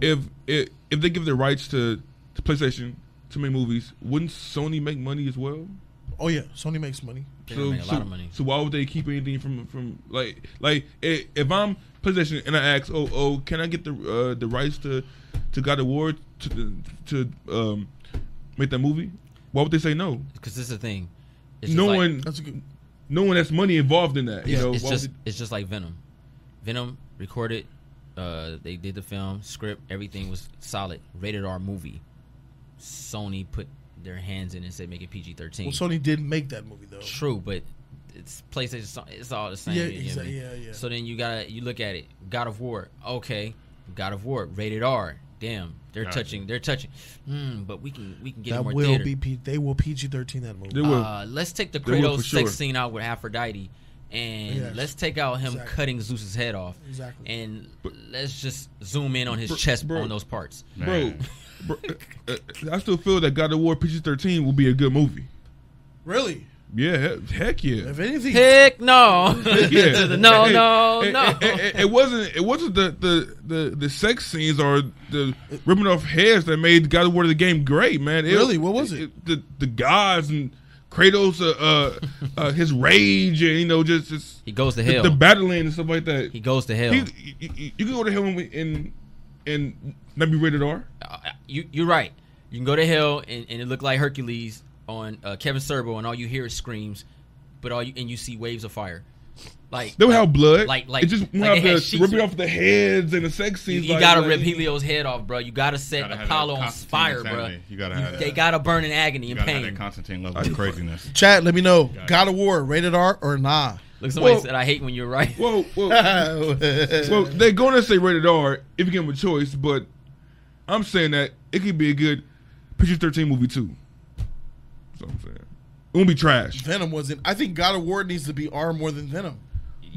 Speaker 4: if if, if they give their rights to, to PlayStation to make movies? Wouldn't Sony make money as well?
Speaker 1: Oh yeah, Sony makes money.
Speaker 2: They're gonna make a lot of money.
Speaker 4: So why would they keep anything from from like like i- if I'm PlayStation and I ask, oh oh, can I get the uh, the rights to to God of War to to um make that movie? Why would they say no?
Speaker 2: Because this is the thing. It's
Speaker 4: No
Speaker 2: just like-
Speaker 4: one,
Speaker 1: That's a good.
Speaker 4: no one has money involved in that. You
Speaker 2: it's,
Speaker 4: know,
Speaker 2: it's
Speaker 4: Why would
Speaker 2: just
Speaker 4: they-
Speaker 2: it's just like Venom. Venom recorded. Uh, they did the film script. Everything was solid. Rated R movie. Sony put their hands in and said make it PG thirteen.
Speaker 1: Well, Sony did make that movie though.
Speaker 2: True, but it's PlayStation. so- It's all the same.
Speaker 1: Yeah,
Speaker 2: you get
Speaker 1: exa-
Speaker 2: me?
Speaker 1: yeah, yeah.
Speaker 2: So then you gotta you look at it. God of War. Okay, God of War rated R. Damn, they're
Speaker 5: Gotcha.
Speaker 2: touching. They're touching. Hmm, but we can we can get
Speaker 1: that
Speaker 2: more
Speaker 1: will
Speaker 2: theater.
Speaker 1: be P- they will PG thirteen that movie.
Speaker 4: They will.
Speaker 2: Uh, let's take the
Speaker 4: They will
Speaker 2: Kratos
Speaker 4: for sure.
Speaker 2: sex scene out with Aphrodite, and
Speaker 1: Yes.
Speaker 2: let's take out him
Speaker 1: Exactly.
Speaker 2: cutting Zeus's head off,
Speaker 1: Exactly.
Speaker 2: and let's just zoom in on his
Speaker 4: Bro-
Speaker 2: chest
Speaker 4: bro.
Speaker 2: on those parts.
Speaker 4: bro,
Speaker 5: Man.
Speaker 4: bro uh, uh, I still feel that God of War PG thirteen will be a good movie.
Speaker 1: Really?
Speaker 4: Yeah, he- heck yeah.
Speaker 1: If anything,
Speaker 2: Heck no,
Speaker 4: <laughs>
Speaker 2: <laughs>
Speaker 4: Yeah.
Speaker 2: no,
Speaker 4: <laughs> Hey,
Speaker 2: no, <laughs>
Speaker 4: it,
Speaker 2: no.
Speaker 4: It, it- it wasn't. It wasn't the, the the the sex scenes or the ripping off heads that made God of War the game great, man. It-
Speaker 1: Really? What was it?
Speaker 4: the the gods and
Speaker 2: <laughs>
Speaker 4: Kratos, uh, uh, uh, his rage, and you know, just, just
Speaker 2: he goes to
Speaker 4: the,
Speaker 2: hell.
Speaker 4: the battling and stuff like that.
Speaker 2: he goes to hell.
Speaker 4: You, you, you- you can go to hell and and, and not be rated R.
Speaker 2: Uh, you you're right. You can go to hell and, and it look like Hercules on uh, Kevin Serbo, and all you hear is screams, but all you and you see waves of fire. Like
Speaker 4: They would have blood.
Speaker 2: like- like-
Speaker 4: it just would
Speaker 2: like
Speaker 4: have
Speaker 2: they had
Speaker 4: the
Speaker 2: sheets
Speaker 4: ripping
Speaker 2: with-
Speaker 4: off the heads and the sex
Speaker 2: you,
Speaker 4: scenes.
Speaker 2: you
Speaker 4: like-
Speaker 2: gotta
Speaker 4: like-
Speaker 2: rip Helio's head off, bro. You gotta set
Speaker 5: Gotta have
Speaker 2: Apollo
Speaker 5: that
Speaker 2: on
Speaker 5: Constantine
Speaker 2: fire, bro.
Speaker 5: insanity. You gotta have that.
Speaker 2: They gotta burn in agony and
Speaker 5: gotta have
Speaker 2: pain.
Speaker 5: that Constantine level of craziness.
Speaker 1: Chat, let me know. God of War, rated R or
Speaker 2: <laughs>
Speaker 1: nah?
Speaker 2: Look, somebody
Speaker 4: Well-
Speaker 2: said, "I hate when you're right."
Speaker 4: Whoa,
Speaker 2: <laughs>
Speaker 4: whoa. Well, they're going to say rated R if you give them a choice, but I'm saying that it could be a good PG 13 movie too. That's what I'm saying. It won't be trash.
Speaker 1: Venom wasn't. I think God of War needs to be R more than Venom.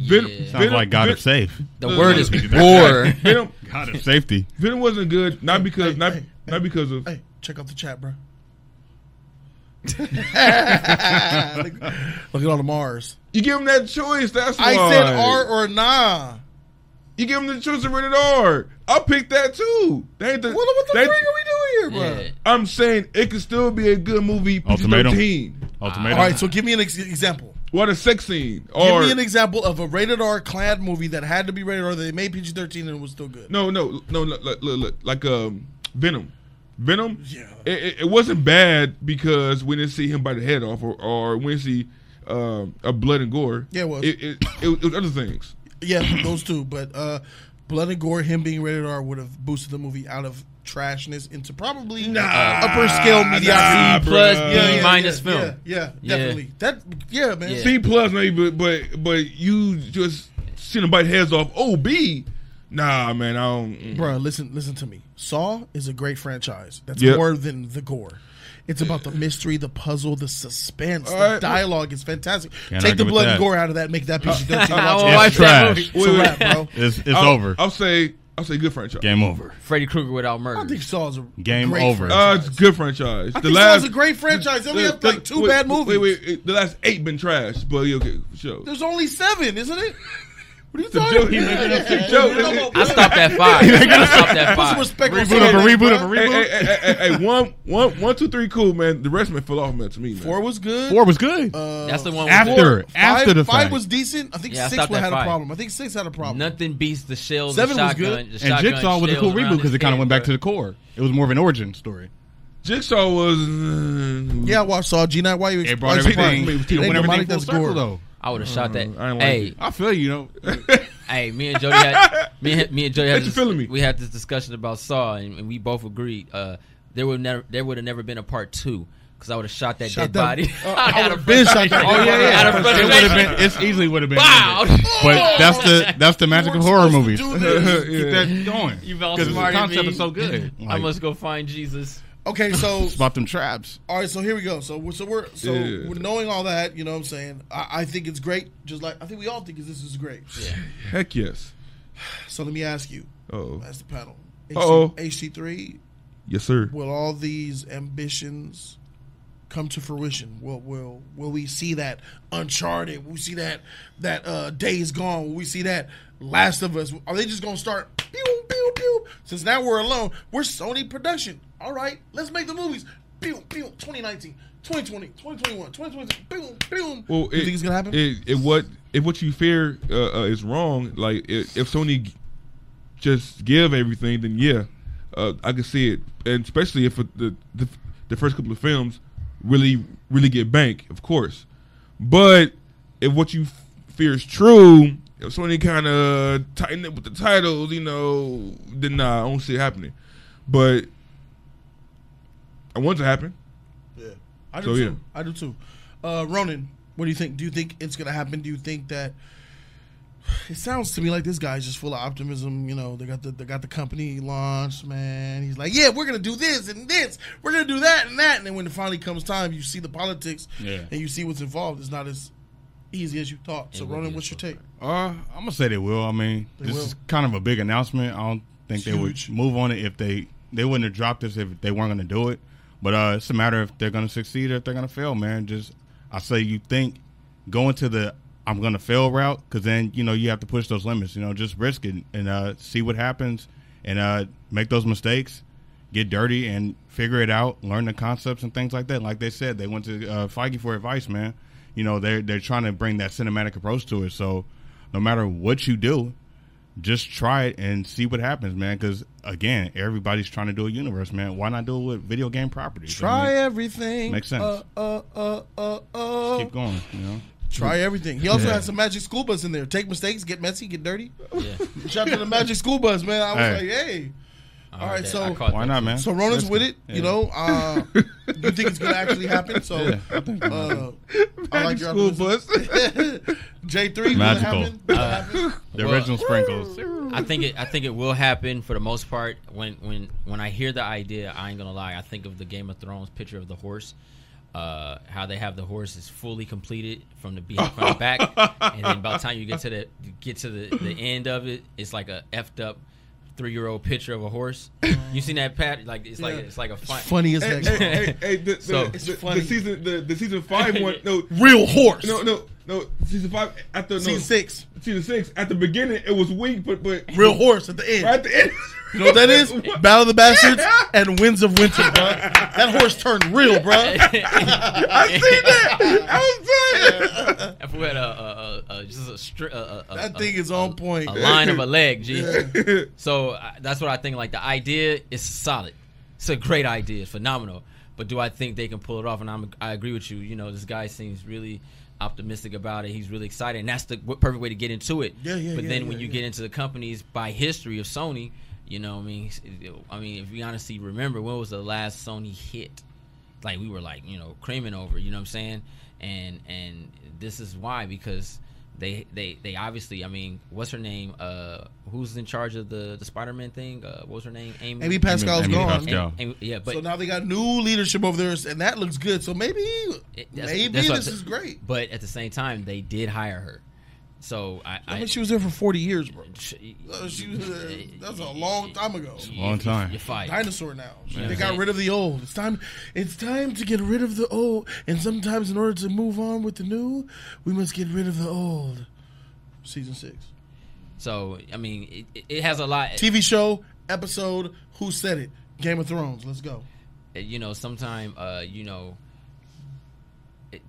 Speaker 4: Ven-
Speaker 2: Yeah.
Speaker 5: Sounds like God
Speaker 4: Ven-
Speaker 5: of safe.
Speaker 2: the
Speaker 4: uh,
Speaker 2: word is
Speaker 5: Venom-
Speaker 2: war.
Speaker 4: Venom,
Speaker 5: God of safety.
Speaker 4: Venom wasn't good, not because not
Speaker 1: hey,
Speaker 4: not because of
Speaker 1: Hey, check out the chat,
Speaker 2: <laughs>
Speaker 1: bro. look, look at all the Mars.
Speaker 4: you give them that choice. That's why
Speaker 1: I said R or nah.
Speaker 4: You give them the choice of rated R. I picked that too. They ain't the,
Speaker 1: What, what the
Speaker 4: they-
Speaker 1: frick are we doing here, bro?
Speaker 2: Yeah.
Speaker 4: I'm saying it could still be a good movie. PG
Speaker 5: Ultimatum.
Speaker 4: thirteen.
Speaker 5: Ultimatum.
Speaker 1: All right, so give me an ex- example.
Speaker 4: What a sex scene.
Speaker 1: Give
Speaker 4: Or
Speaker 1: me an example of a rated R clad movie that had to be rated R that they made PG thirteen and it was still good.
Speaker 4: No, no, no. Look, look, look, look, like um, Venom. Venom.
Speaker 1: Yeah.
Speaker 4: It, it, it wasn't bad because we didn't see him by the head off, or, or we didn't see um, a blood and gore.
Speaker 1: Yeah, it was.
Speaker 4: It, it, it was- it was other things.
Speaker 1: Yeah, those two. But uh, Blood and Gore, him being rated R, would have boosted the movie out of trashness into probably upper scale mediocrity.
Speaker 4: nah,
Speaker 2: B plus,
Speaker 4: bruh.
Speaker 2: B
Speaker 4: Yeah, yeah,
Speaker 2: minus
Speaker 1: yeah,
Speaker 2: film.
Speaker 1: Yeah, yeah
Speaker 2: Yeah.
Speaker 1: definitely. That <laughs> yeah, man.
Speaker 2: Yeah.
Speaker 4: C plus maybe, but but, but you just seeing him bite heads off. Oh, B. Nah, man, I don't. mm.
Speaker 1: Bro, listen, listen to me. Saw is a great franchise. That's
Speaker 4: Yep.
Speaker 1: more than the gore. It's about the mystery, the puzzle, the suspense,
Speaker 4: All
Speaker 1: the
Speaker 4: right.
Speaker 1: dialogue is fantastic.
Speaker 5: Can't
Speaker 1: Take the
Speaker 5: argue with
Speaker 1: blood and
Speaker 5: that.
Speaker 1: gore out of that, make that PG
Speaker 5: <laughs>
Speaker 1: thirteen.
Speaker 2: I
Speaker 1: watch
Speaker 2: won't
Speaker 1: it.
Speaker 5: It's
Speaker 2: watch that
Speaker 5: trash.
Speaker 2: movie.
Speaker 1: It's a wrap, bro.
Speaker 5: It's it's
Speaker 4: I'll-
Speaker 5: over.
Speaker 4: I'll say I'll say good franchise.
Speaker 5: Game over.
Speaker 2: Freddy Krueger without murder.
Speaker 1: I think Saw's a
Speaker 5: Game
Speaker 1: great
Speaker 5: over.
Speaker 4: Uh,
Speaker 1: franchise.
Speaker 4: it's good franchise.
Speaker 1: I think Saw's a great franchise. They only have like two
Speaker 4: wait,
Speaker 1: bad movies.
Speaker 4: Wait, wait, wait, the last eight been trash, but yeah, okay, for sure.
Speaker 1: There's only seven, isn't it? What are you
Speaker 4: It's a
Speaker 1: talking
Speaker 4: joke.
Speaker 1: about?
Speaker 4: It's a <laughs> joke.
Speaker 1: You know,
Speaker 2: I
Speaker 1: <laughs>
Speaker 2: stopped at five. I stopped
Speaker 1: Put some
Speaker 2: at five.
Speaker 1: respect on
Speaker 5: Reboot of a
Speaker 1: Saturday,
Speaker 5: reboot
Speaker 1: bro.
Speaker 5: of a
Speaker 4: hey, hey,
Speaker 5: reboot.
Speaker 4: hey, hey, hey, hey, one, one, one, two, three, cool, man. The rest man fell off, man, to me, man.
Speaker 1: Four was good.
Speaker 5: Four was good.
Speaker 1: Uh,
Speaker 2: That's the one. With
Speaker 5: After
Speaker 1: Five-
Speaker 5: after the
Speaker 1: five
Speaker 5: fact.
Speaker 1: was decent. I think
Speaker 2: Yeah, I
Speaker 1: six
Speaker 2: stopped at
Speaker 1: had a
Speaker 2: five.
Speaker 1: problem. I think six had a problem.
Speaker 2: nothing beats the shells.
Speaker 1: Seven
Speaker 2: the
Speaker 1: was
Speaker 2: shotgun,
Speaker 1: good.
Speaker 2: the
Speaker 5: and
Speaker 2: shotgun
Speaker 5: Jigsaw was a cool
Speaker 2: shells around
Speaker 5: reboot because
Speaker 2: his
Speaker 5: it kind
Speaker 2: head,
Speaker 5: of went back
Speaker 2: bro.
Speaker 5: to the core. It was more of an origin story.
Speaker 4: Jigsaw was. mm,
Speaker 1: yeah, I watched Saw G Night. Why you
Speaker 5: It brought
Speaker 1: why you
Speaker 5: everything.
Speaker 1: surprised?
Speaker 5: It
Speaker 1: Ain't
Speaker 5: went
Speaker 1: demonic,
Speaker 5: everything full
Speaker 1: that's
Speaker 5: circle
Speaker 1: gore.
Speaker 5: though.
Speaker 2: I would have shot that.
Speaker 4: I ain't like
Speaker 2: hey,
Speaker 4: it.
Speaker 5: Uh, I feel you know.
Speaker 2: hey, me and Jody <laughs> had me, and- me and Jody had
Speaker 4: Bet you
Speaker 2: this,
Speaker 4: feeling me.
Speaker 2: we had this discussion about Saw, and, and we both agreed uh, there would never there would have never been a part two because I would have shot that
Speaker 1: Shot
Speaker 2: dead
Speaker 1: that-
Speaker 2: body. <laughs>
Speaker 1: uh,
Speaker 2: I
Speaker 1: I
Speaker 2: had a
Speaker 1: would've been shot that dead
Speaker 2: Oh, yeah,
Speaker 1: body.
Speaker 2: yeah. Out of
Speaker 5: it would have
Speaker 2: frustration.
Speaker 5: been. It's easily would have been.
Speaker 2: Wow.
Speaker 5: ended. But that's
Speaker 1: <laughs>
Speaker 5: the that's the magic of horror movies.
Speaker 1: do
Speaker 5: Keep <laughs>
Speaker 1: this.
Speaker 5: that going.
Speaker 2: You've
Speaker 5: Because the
Speaker 2: outsmarted
Speaker 5: concept
Speaker 2: me.
Speaker 5: is
Speaker 1: <laughs>
Speaker 5: so good.
Speaker 2: <laughs> I
Speaker 5: Like,
Speaker 2: must go find Jesus.
Speaker 1: Okay, so
Speaker 5: it's about them traps.
Speaker 1: all right, so here we go. So we're so we're so
Speaker 4: Yeah.
Speaker 1: we're knowing all that, you know what I'm saying? I, I think it's great, just like I think we all think this is great.
Speaker 4: Heck yes.
Speaker 1: So let me ask you,
Speaker 4: Oh,
Speaker 1: that's the panel.
Speaker 4: Uh-oh.
Speaker 1: HC three,
Speaker 4: yes, sir.
Speaker 1: will all these ambitions come to fruition? Will will will we see that Uncharted? Will we see that that uh, Days Gone? Will we see that Last of Us? Are they just gonna start? Pew, pew, pew. Since now we're alone, we're Sony production. All right, let's make the movies. Pew, pew, 2019, 2020, 2021, 2022. Pew, pew.
Speaker 4: Well,
Speaker 1: you think it's gonna happen?
Speaker 4: It, it what if what you fear uh, uh, is wrong? Like if, if Sony g- just give everything, then yeah, uh, I can see it, and especially if it, the, the the first couple of films really really get bank, of course. But if what you f- fear is true, if Sony kind of tighten up with the titles, you know, then nah, I don't see it happening. But I want it to happen.
Speaker 1: yeah, I do
Speaker 4: so,
Speaker 1: too.
Speaker 4: yeah.
Speaker 1: I do too. Uh, Ronan, What do you think? Do you think it's gonna happen? Do you think that? It sounds to me like this guy's just full of optimism. You know, they got the they got the company launched, man. He's like, yeah, we're gonna do this and this, we're gonna do that and that. And then when it finally comes time, you see the politics
Speaker 5: Yeah.
Speaker 1: and you see what's involved. It's not as easy as you thought. So,
Speaker 2: It would
Speaker 1: Ronan,
Speaker 2: be
Speaker 1: what's your
Speaker 2: difficult.
Speaker 1: take?
Speaker 5: Uh, I'm gonna say they will. I mean,
Speaker 1: They
Speaker 5: this
Speaker 1: will.
Speaker 5: is kind of a big announcement. I don't think
Speaker 1: It's
Speaker 5: they
Speaker 1: huge.
Speaker 5: would move on it if they they wouldn't have dropped this if they weren't gonna do it. But uh, it's a matter if they're gonna succeed or if they're gonna fail, man. Just I say you think going to the I'm gonna fail route because then you know you have to push those limits. You know, just risk it and uh, see what happens and uh, make those mistakes, get dirty and figure it out, learn the concepts and things like that. Like they said, they went to uh, Feige for advice, man. You know, they're they're trying to bring that cinematic approach to it. So no matter what you do, just try it and see what happens, man. Because again, everybody's trying to do a universe, man. Why not do it with video game properties?
Speaker 1: Try
Speaker 5: I mean,
Speaker 1: everything.
Speaker 5: makes sense.
Speaker 1: Uh, uh, uh, uh, uh.
Speaker 5: Keep going, you know.
Speaker 1: Try everything. He also
Speaker 5: Yeah.
Speaker 1: had some magic school bus in there. Take mistakes, get messy, get dirty.
Speaker 2: Yeah.
Speaker 1: Shout out to the magic school bus, man. I was
Speaker 5: Hey.
Speaker 1: like, hey. All right,
Speaker 2: that-
Speaker 1: so-
Speaker 2: I caught
Speaker 5: Why
Speaker 2: that
Speaker 5: not,
Speaker 2: too.
Speaker 5: man?
Speaker 1: So Ronan's
Speaker 5: That's
Speaker 1: with
Speaker 5: good.
Speaker 1: it, you know. Uh, you think it's gonna actually happen? So
Speaker 5: Yeah, I think it
Speaker 1: uh, I like
Speaker 4: Magic
Speaker 1: your
Speaker 4: school
Speaker 1: optimism.
Speaker 4: bus.
Speaker 1: <laughs> J three
Speaker 5: Magical.
Speaker 1: Will it happen? Will it happen?
Speaker 5: The
Speaker 2: Well-
Speaker 5: original sprinkles.
Speaker 2: I think it. I think it will happen for the most part. When when when I hear the idea, I ain't gonna lie. I think of the Game of Thrones picture of the horse. Uh, how they have the horse is fully completed from the behind
Speaker 1: <laughs>
Speaker 2: from the back, and then by the time you get to the you get to the, the end of it, it's like a effed up three year old picture of a horse. You seen that pat? Like it's like
Speaker 1: Yeah.
Speaker 2: it's like a fun,
Speaker 1: It's funny as
Speaker 4: hey,
Speaker 1: heck.
Speaker 4: hey, hey, hey, the, the,
Speaker 2: So-
Speaker 4: the,
Speaker 1: It's
Speaker 4: the
Speaker 1: funny.
Speaker 4: season the, the season
Speaker 1: <laughs>
Speaker 4: five one no
Speaker 1: Real horse.
Speaker 4: no no no season five after no,
Speaker 1: Season six,
Speaker 4: season six at the beginning it was weak but but
Speaker 1: real horse at the end.
Speaker 4: right at the end
Speaker 1: You know what
Speaker 4: <laughs>
Speaker 1: that is? Battle of the Bastards and Winds of Winter, bro. That horse turned real,
Speaker 2: <laughs>
Speaker 1: bro.
Speaker 4: I seen that I was saying
Speaker 2: I forgot a, a, a, a just a, str- a, a, a
Speaker 1: That thing is on point.
Speaker 2: a line of
Speaker 1: <laughs>
Speaker 2: a leg, G. So I that's what I think. Like the idea is solid. It's a great idea. It's phenomenal. But do I think they can pull it off? And I'm, I agree with you. You know, this guy seems really optimistic about it. He's really excited, and that's the w- perfect way to get into it.
Speaker 1: Yeah, yeah,
Speaker 2: But
Speaker 1: yeah,
Speaker 2: then
Speaker 1: yeah,
Speaker 2: when you
Speaker 1: yeah.
Speaker 2: get into the companies by history of Sony, you know, what I mean, I mean, if we honestly remember, when was the last Sony hit? like we were like you know creaming over you know what i'm saying and and this is why because they they they obviously i mean what's her name uh who's in charge of the the spider-man thing uh what was her name amy
Speaker 1: Amy Pascal's
Speaker 5: Amy
Speaker 1: gone.
Speaker 5: Pascal.
Speaker 2: Amy- Amy- yeah but
Speaker 1: so now they got new leadership over there, and that looks good. So maybe,
Speaker 2: it- that's-
Speaker 1: maybe
Speaker 2: that's what I'm
Speaker 1: this
Speaker 2: sa-
Speaker 1: is great.
Speaker 2: but at the same time they did hire her so i
Speaker 1: I
Speaker 2: i
Speaker 1: mean, she was there for forty years, bro.
Speaker 2: she,
Speaker 1: Uh, She was
Speaker 2: <laughs>
Speaker 1: there. That's a long time ago.
Speaker 5: Long time.
Speaker 2: you're fired
Speaker 1: Dinosaur now.
Speaker 2: Yeah.
Speaker 1: They got rid of the old. It's time. It's time to get rid of the old. And sometimes, in order to move on with the new, we must get rid of the old. Season six,
Speaker 2: so i mean it, it has a lot
Speaker 1: TV show episode. Who said it? Game of Thrones. Let's go.
Speaker 2: you know, sometime, uh, you know, it,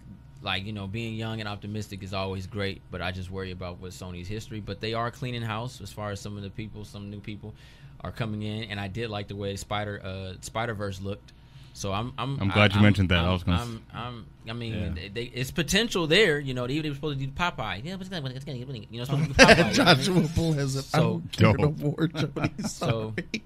Speaker 2: like you know, being young and optimistic is always great. But I just worry about what Sony's history. But they are cleaning house as far as some of the people, some new people are coming in, and I did like the way Spider uh, Spider Verse looked. So I'm I'm
Speaker 5: I'm glad you mentioned that. I was gonna s-
Speaker 2: I'm, I'm I mean
Speaker 5: Yeah.
Speaker 2: they, they, it's potential there. You know, they even they were supposed to do Popeye. Yeah, but it's gonna, it's gonna, you know, it's supposed to
Speaker 5: <laughs>
Speaker 2: be
Speaker 1: <laughs>
Speaker 2: Popeye.
Speaker 1: Joshua Bull has it. I don't care
Speaker 5: So-
Speaker 1: no more. Jody.
Speaker 2: <laughs> So,
Speaker 1: Sorry.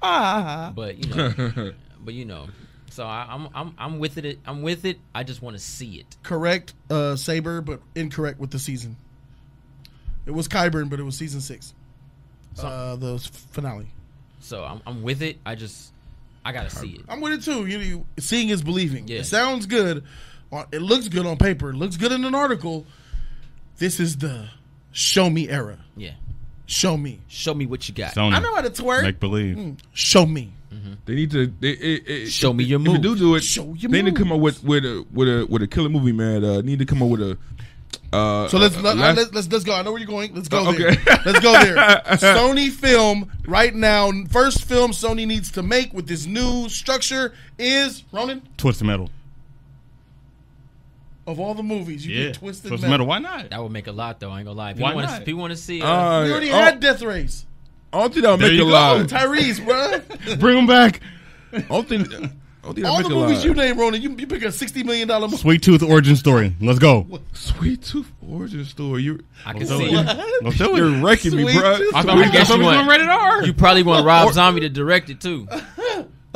Speaker 1: ah.
Speaker 2: but you
Speaker 5: <laughs>
Speaker 2: know, but you know. So I, I'm I'm I'm with it. I'm with it. I just want to see it.
Speaker 1: correct uh, Saber, but incorrect with the season. It was Kyburn, but it was season six, uh, the s- finale.
Speaker 2: So I'm, I'm with it. I just I gotta see it.
Speaker 1: I'm with it too. You, you seeing is believing.
Speaker 2: Yeah.
Speaker 1: It sounds good. on- It looks good on paper. It looks good in an article. This is the show me era.
Speaker 2: Yeah.
Speaker 1: Show me.
Speaker 2: Show me what you got.
Speaker 5: Sony,
Speaker 1: I know how to twerk.
Speaker 5: make believe.
Speaker 1: show me.
Speaker 4: <laughs> They need to they, it, it,
Speaker 2: Show me your
Speaker 4: if
Speaker 2: moves.
Speaker 4: They do do it.
Speaker 1: Show your
Speaker 4: they need to
Speaker 1: moves.
Speaker 4: come up with with a with a with a killer movie, man. Uh, need to come up with a. Uh,
Speaker 1: So let's
Speaker 4: uh,
Speaker 1: let,
Speaker 4: last-
Speaker 1: let's, let's let's go. I know where you're going. Let's go
Speaker 4: Oh, okay. <laughs>
Speaker 1: there. Let's go there. Sony film right now. First film Sony needs to make with this new structure is Ronan.
Speaker 5: Twist the metal.
Speaker 1: Of all the movies, you
Speaker 5: Yeah,
Speaker 1: get Twisted
Speaker 5: twist the
Speaker 1: Metal.
Speaker 5: metal. Why
Speaker 2: <laughs>
Speaker 5: not?
Speaker 2: That would make a lot though. I ain't gonna lie. People
Speaker 5: Why
Speaker 2: wanna
Speaker 5: not?
Speaker 2: people wanna see uh,
Speaker 4: Uh,
Speaker 1: We already
Speaker 4: oh,
Speaker 1: had Death Race.
Speaker 4: I don't think that'll
Speaker 5: There
Speaker 4: make
Speaker 5: you
Speaker 4: a
Speaker 5: go.
Speaker 1: Oh,
Speaker 4: lot. I
Speaker 1: Tyrese,
Speaker 5: <laughs>
Speaker 1: bruh.
Speaker 5: Bring them back.
Speaker 4: don't think. I don't think that'll
Speaker 1: all
Speaker 4: make
Speaker 1: the
Speaker 4: a lot.
Speaker 1: movies you name, Ronan, you, you pick a sixty million dollar
Speaker 5: <laughs>
Speaker 1: movie. <laughs>
Speaker 5: Sweet Tooth origin story. Let's go.
Speaker 4: Sweet Tooth origin story. You,
Speaker 2: I can
Speaker 5: So
Speaker 2: see
Speaker 5: it-
Speaker 1: <laughs>
Speaker 2: it.
Speaker 5: Well, so it-
Speaker 4: you're wrecking me,
Speaker 1: Sweet
Speaker 4: bro.
Speaker 1: Tooth
Speaker 5: I
Speaker 2: I
Speaker 5: thought we
Speaker 2: guess
Speaker 5: guess
Speaker 2: you
Speaker 5: we
Speaker 2: want-
Speaker 5: going rated R.
Speaker 2: You probably want Rob Zombie to direct it too.